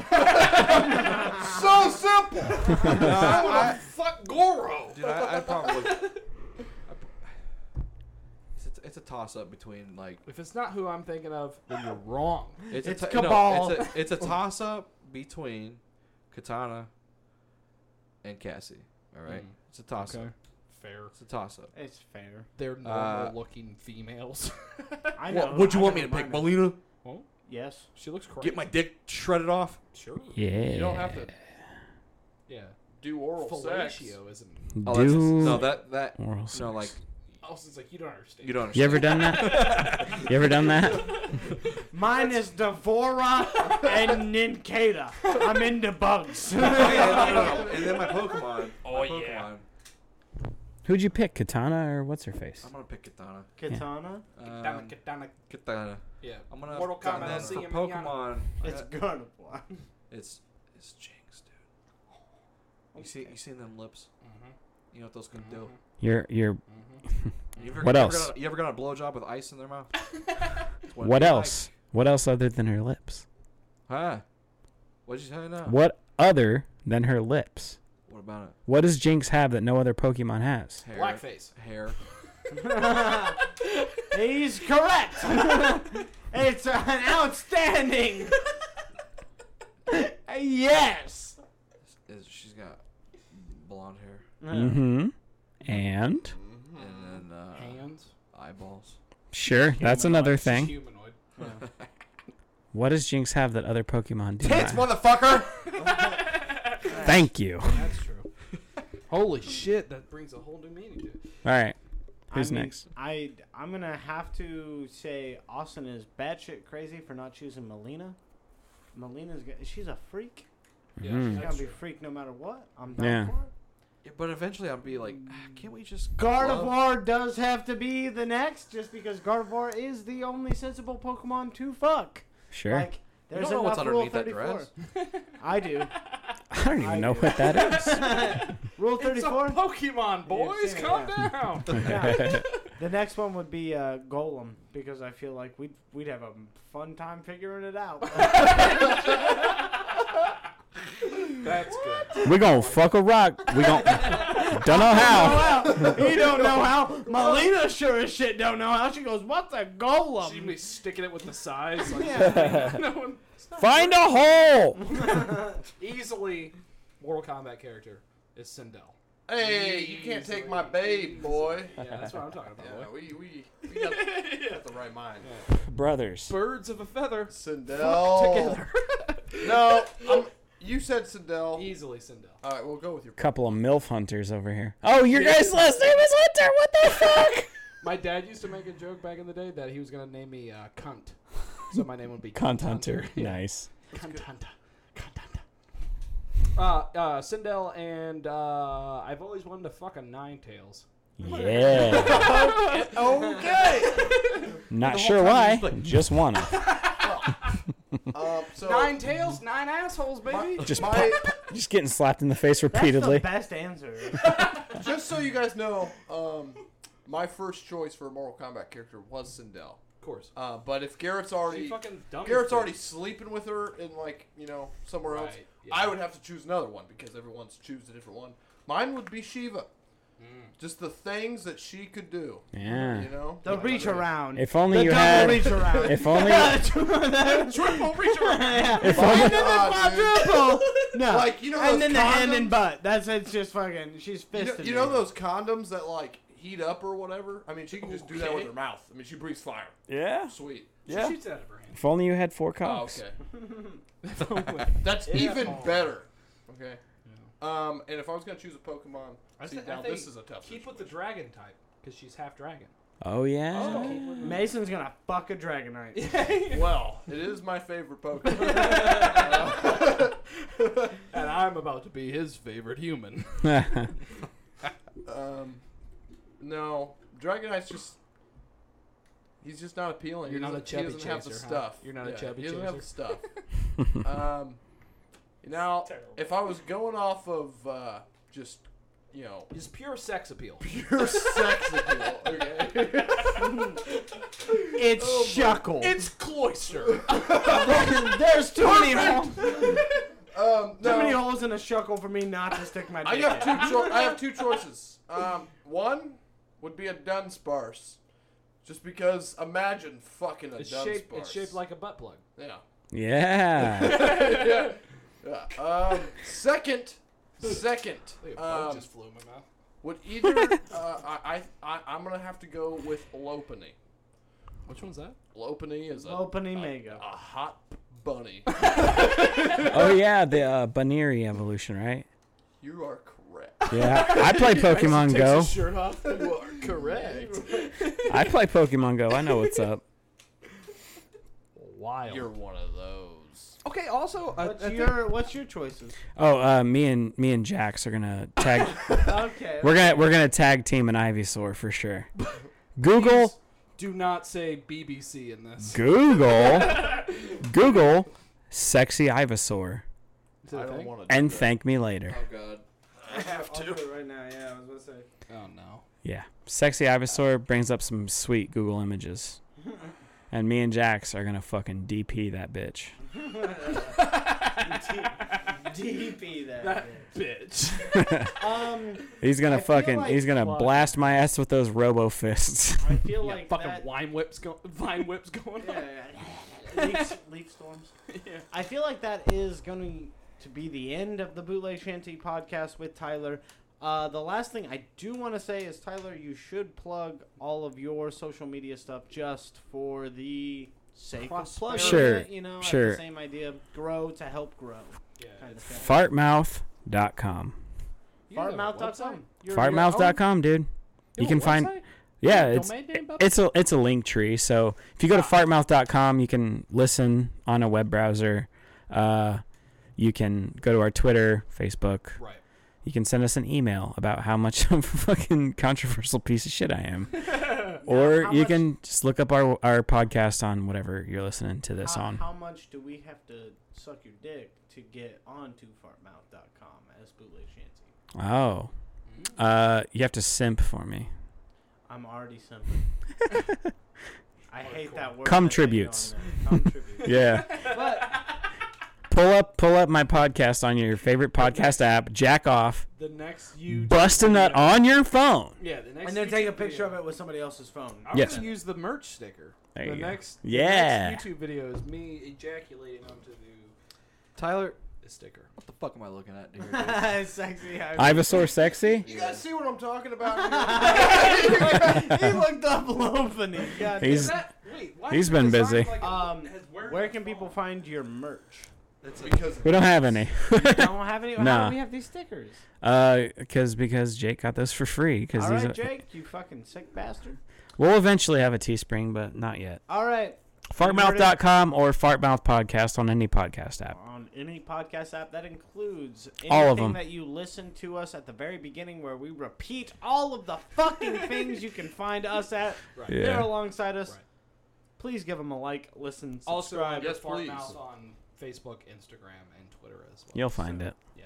so simple. I, fuck Goro. dude, I, I probably. <laughs> I pro- <sighs> It's a, it's a toss up between like If it's not who I'm thinking of, then you're wrong. it's, It's a, to- no, Cabal. it's a it's a toss up between Katana and Cassie. All right, Mm. it's a toss up. Okay. Fair. It's a toss up. It's fair. They're Uh, normal-looking females. I know. What would you I want me know to pick, mine. Melina? Yes. she looks crazy. Get my dick shredded off? sure. Yeah. You don't have to Yeah. do oral sex. Fellatio isn't. Oh, that's Do no, that that oral no, like sex. Austin's Oh, like you don't understand. you don't You understand. ever done that? you ever done that? Mine is Devora <laughs> and Nincada. I'm into bugs. Yeah, no, no, no. And then my Pokemon. Oh my Pokemon, yeah. Who'd you pick, Katana or what's her face? I'm gonna pick Katana. Katana. Katana, Um, katana. Katana. Yeah. I'm gonna. Mortal and Kombat. then see for ya, manana. Pokemon, I It's got- gonna fly. it's it's Jinx, dude. You see, you seen them lips? You know what those can do. Your your You ever, What you else? Ever got a, you ever got a blowjob with ice in their mouth? It's it what be else? What else other than her lips? Like. Huh? What'd you say now? What? What other than her lips? about it? What does Jinx have that no other Pokemon has? Hair. Blackface. Hair. <laughs> He's correct. <laughs> it's an <laughs> outstanding. yes. Is she's got blonde hair Mm-hmm. And and then uh, eyeballs. sure, that's another thing. Humanoid. What does Jinx have that other Pokemon do? Tits, not? motherfucker. Thank you. All That's <laughs> true. Holy shit, that brings a whole new meaning to it. right. Who's I mean, next? I I'm gonna have to say Austin is batshit crazy for not choosing Melina. Melina's g- she's a freak. Yeah, Mhm. She's that's gonna be true. freak no matter what. I'm down Yeah. for it. Yeah, but eventually I'll be like, "Ah, can't we just love- Gardevoir does have to be the next, just because Gardevoir is the only sensible Pokemon to fuck. Sure. Like, You there's don't know what's enough Rule underneath that 34. dress. <laughs> I do. I don't even I know do. what that <laughs> Rule 34. It's a <laughs> Pokemon, boys. saying, Calm down. Yeah. the next one would be uh, Golem because I feel like we'd we'd have a fun time figuring it <laughs> out. <laughs> <laughs> That's good. is. We're gonna fuck a rock. We gonna <laughs> don't know how. Wow, he don't know how. Melina sure as shit don't know how. She goes, "What's a golem?" She'd be sticking it with the size. Like, <laughs> no one, Find a hole. easily, Mortal Kombat character is Sindel. Hey, you can't take my babe, boy. Yeah, that's what I'm talking about. Yeah, boy. we we we <laughs> got, got the right mind. Brothers. Birds of a feather Sindel. together. E No, I'm, you said Sindel. easily Sindel. All right, we'll go with your. Couple of milf hunters over here. Oh, your guys' last name is Hunter. What the fuck? My dad used to make a joke back in the day that he was gonna name me uh, cunt, so my name would be Cunt hunter. Yeah. Nice. Cunt hunter. Cunt hunter. Uh, uh, Sindel and uh, I've always wanted to fuck a nine tails. Yeah. <laughs> Okay. Not sure why. Just wanna. <laughs> um, so Nine tails, nine assholes, baby. Just my, Just getting slapped in the face That's repeatedly. the best <laughs> answer. just so you guys know, um, my first choice for a Mortal Kombat character was Sindel. of course. Uh, but if Garrett's She already fucking dumb. as Garrett's shit. already sleeping with her in like you know somewhere else, Right, yeah. I would have to choose another one because everyone's choose a different one. Mine would be Shiva. Hmm. Just the things that she could do. Yeah. You know, The reach around. If only the you double had. reach around. <laughs> If only. <laughs> triple reach around. If Why only. not, dude? Triple. No. Like, <laughs> you know those and then the hand condoms? and butt. That's it's just fucking. She's You know, fisted. you know me. those condoms that like heat up or whatever. I mean, she can just do that with her mouth. I mean, she breathes fire. Yeah. Sweet. She shoots it out of <laughs> her hand. If only you had four Oh, cocks. okay. That's even better. Okay. Um, and if I was gonna choose a Pokemon, I see, thi- I now think this is a tough. Keep situation. with the dragon type because she's half <laughs> dragon. Oh, yeah. Mason's gonna fuck a Dragonite. Well, it is my favorite Pokemon. And I'm about to be <laughs> his favorite human. Oh. <laughs> <laughs> um, no, Dragonite's just. He's just not appealing. You're he not doesn't- a chubby he doesn't have the chaser, huh? stuff. You're not a Yeah, chubby He doesn't have the chaser. stuff. <laughs> um, now, terrible. if I was going off of uh, just, you know, <laughs> His pure sex appeal. pure sex appeal, <laughs> okay? It's Shuckle. It's cloister. There's too many holes. Too Um, no, many holes in a Shuckle for me not to stick my dick. I have <laughs> in. two. Cho- I have two choices. Um, one would be a Dunsparce, just because imagine fucking a it's Dunsparce. shaped. It's shaped like a butt plug. yeah. <laughs> Yeah. yeah. yeah. Um, second, <laughs> second. Um, just flew in my mouth. would either <laughs> uh, I, I I am gonna have to go with Lopany. Which one's that? Lopany is a, Opening Mega. a hot <laughs> bunny. Oh, yeah. The uh, Baneri evolution, right? you are correct. Yeah. I play Pokemon Go. shirt off. You are correct. I play Pokemon Go. I know what's up. Wild. You're one of those. okay. Also, uh, What's your What's your choices? Oh, uh, me and me and Jax are gonna tag. Okay. We're gonna we're gonna tag team an Ivysaur for sure. Google do not say BBC in this. Google Google sexy Ivysaur Is it <laughs> a I don't thing? want to. and thank me later. Oh God. have to right now. Yeah, I was gonna say. Oh no. Yeah, sexy Ivysaur brings up some sweet Google images, and me and Jax are gonna fucking DP that bitch. DP that. <laughs> <laughs> bitch. bitch. Um, <laughs> He's gonna I feel fucking like- he's gonna Well- blast my ass with those robo <laughs> fists. <laughs> I feel Yeah, like fucking that. wine whips, go- <laughs> vine whips going on. Yeah, <laughs> leaf, leaf storms. Yeah. I feel like that is going to be the end of the Bootleg Shanty podcast with Tyler. Uh, the last thing I do want to say is, Tyler, you should plug all of your social media stuff just for the sake of plugging Sure, it. You know, I have the sure. same idea. Grow to help grow. Kind of thing. Fartmouth.com. You guys have a Fartmouth.com. website? Your- your own- Fartmouth.com, dude. You, have can a find- website? Yeah, Your it's domain name, bub? it's a it's a link tree. So if you go to fartmouth.com, you can listen on a web browser. Uh, you can go to our Twitter, Facebook. Right. You can send us an email about how much of a fucking controversial piece of shit I am, or how you much- can just look up our our podcast on whatever you're listening to this how, on. How much do we have to suck your dick to get onto fartmouth.com as bootleg shanty? Oh, uh, you have to simp for me. I'm already <laughs> something. I hate that word. Cum that they put tributes. on there. Cum <laughs> tributes. Yeah. But pull up pull up my podcast on your favorite podcast app jack off the next you bust a nut on your phone Yeah, the next. and then YouTube take a picture video. of it with somebody else's phone. I'm <laughs> Yes. gonna use the merch sticker. There the you go. next, the Yeah. next YouTube video is me ejaculating onto the Tyler, the sticker. what the fuck am I looking at, <laughs> dude? Sexy. I ivosaur sexy You guys see what I'm talking about? <laughs> <laughs> he looked up Lophany. God damn. he's That- wait, why he's is the been design busy. like it Um, has wear- where can people find your merch? It's because we don't have any don't have any. How <laughs> Nah. do we have these stickers? <laughs> uh because because jake got those for free because All these right, are- Jake, you fucking sick bastard. we'll eventually have a teespring but not yet All right, fartmouth.com or fartmouth podcast on any podcast app on any podcast app. That includes anything All of them. that you listen to us at the very beginning, where we repeat all of the <laughs> fucking things you can find us at. They're yeah alongside us. Right. Please give them a like, listen, also subscribe. yes, please. Fartmouth on Facebook, Instagram, and Twitter as well. you'll find So, it Yeah,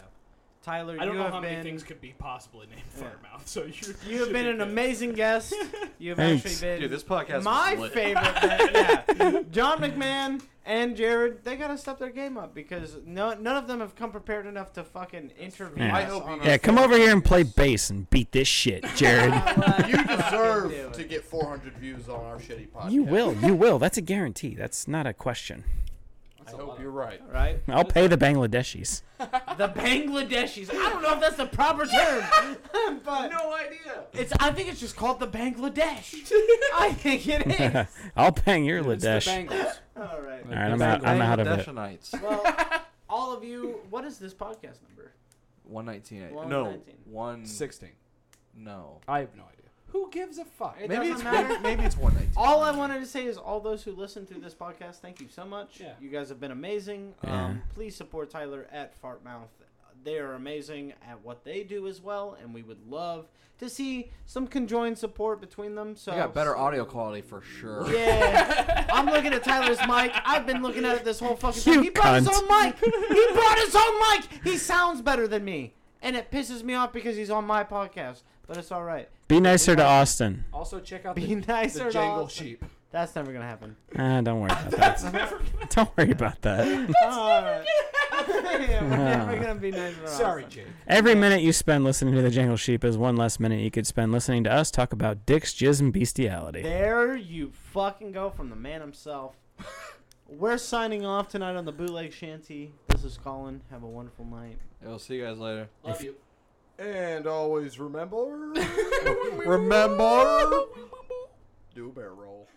Tyler, I don't you know have how been, many things could be possibly named Yeah. Fartmouth. So <laughs> you You have should been be an good. amazing guest. You've Thanks. actually been Dude, this podcast was my lit. favorite. guest, yeah. John McMahon and Jared, they gotta step their game up because no, none of them have come prepared enough to fucking interview. Yeah. us I hope on you- our- yeah come over here and play bass and beat this shit <laughs> jared Well, you fucking do deserve it. to get 400 views on our shitty podcast. you will you will that's a guarantee that's not a question I hope you're right. right? i'll pay the bangladeshis <laughs> The Bangladeshis. I don't know if that's the proper term, but No idea. it's. I think it's just called the <laughs> Bangladesh. I think it is. i'll bang your It's the ladesh Bengals. All right. all right i'm out i'm out of it Dashanites. Well, all of you. What is this podcast number? 119. I- One No. nineteen. One. Sixteen. No. I have no idea. Who gives a fuck? It Maybe doesn't it's, matter. one- maybe it's 119. All I wanted to say is all those who listen to this podcast, thank you so much. Yeah. You guys have been amazing. Yeah. Um, please support Tyler at Fartmouth. They are amazing at what they do as well, and we would love to see some conjoined support between them. So I got better audio quality for sure. Yeah, I'm looking at Tyler's mic. I've been looking at it this whole fucking time. You He brought his cunt. own mic. He brought his own mic. He sounds better than me, and it pisses me off because he's on my podcast. But it's all right. be nicer to austin Also check out Be the, nicer, the to Jangle all- Sheep. That's never gonna happen. Ah, don't worry about that. <laughs> don't worry about that. Alright. <laughs> yeah, we're never gonna be nice around. <laughs> Sorry, Jake. Every minute you spend listening to the Jangle Sheep is one less minute you could spend listening to us talk about dicks, jizz, and bestiality. There you fucking go from the man <laughs> himself. We're signing off tonight on the bootleg shanty. This is Colin. Have a wonderful night. We'll see you guys later. Love you. And <laughs> always remember. remember. Do a bear roll.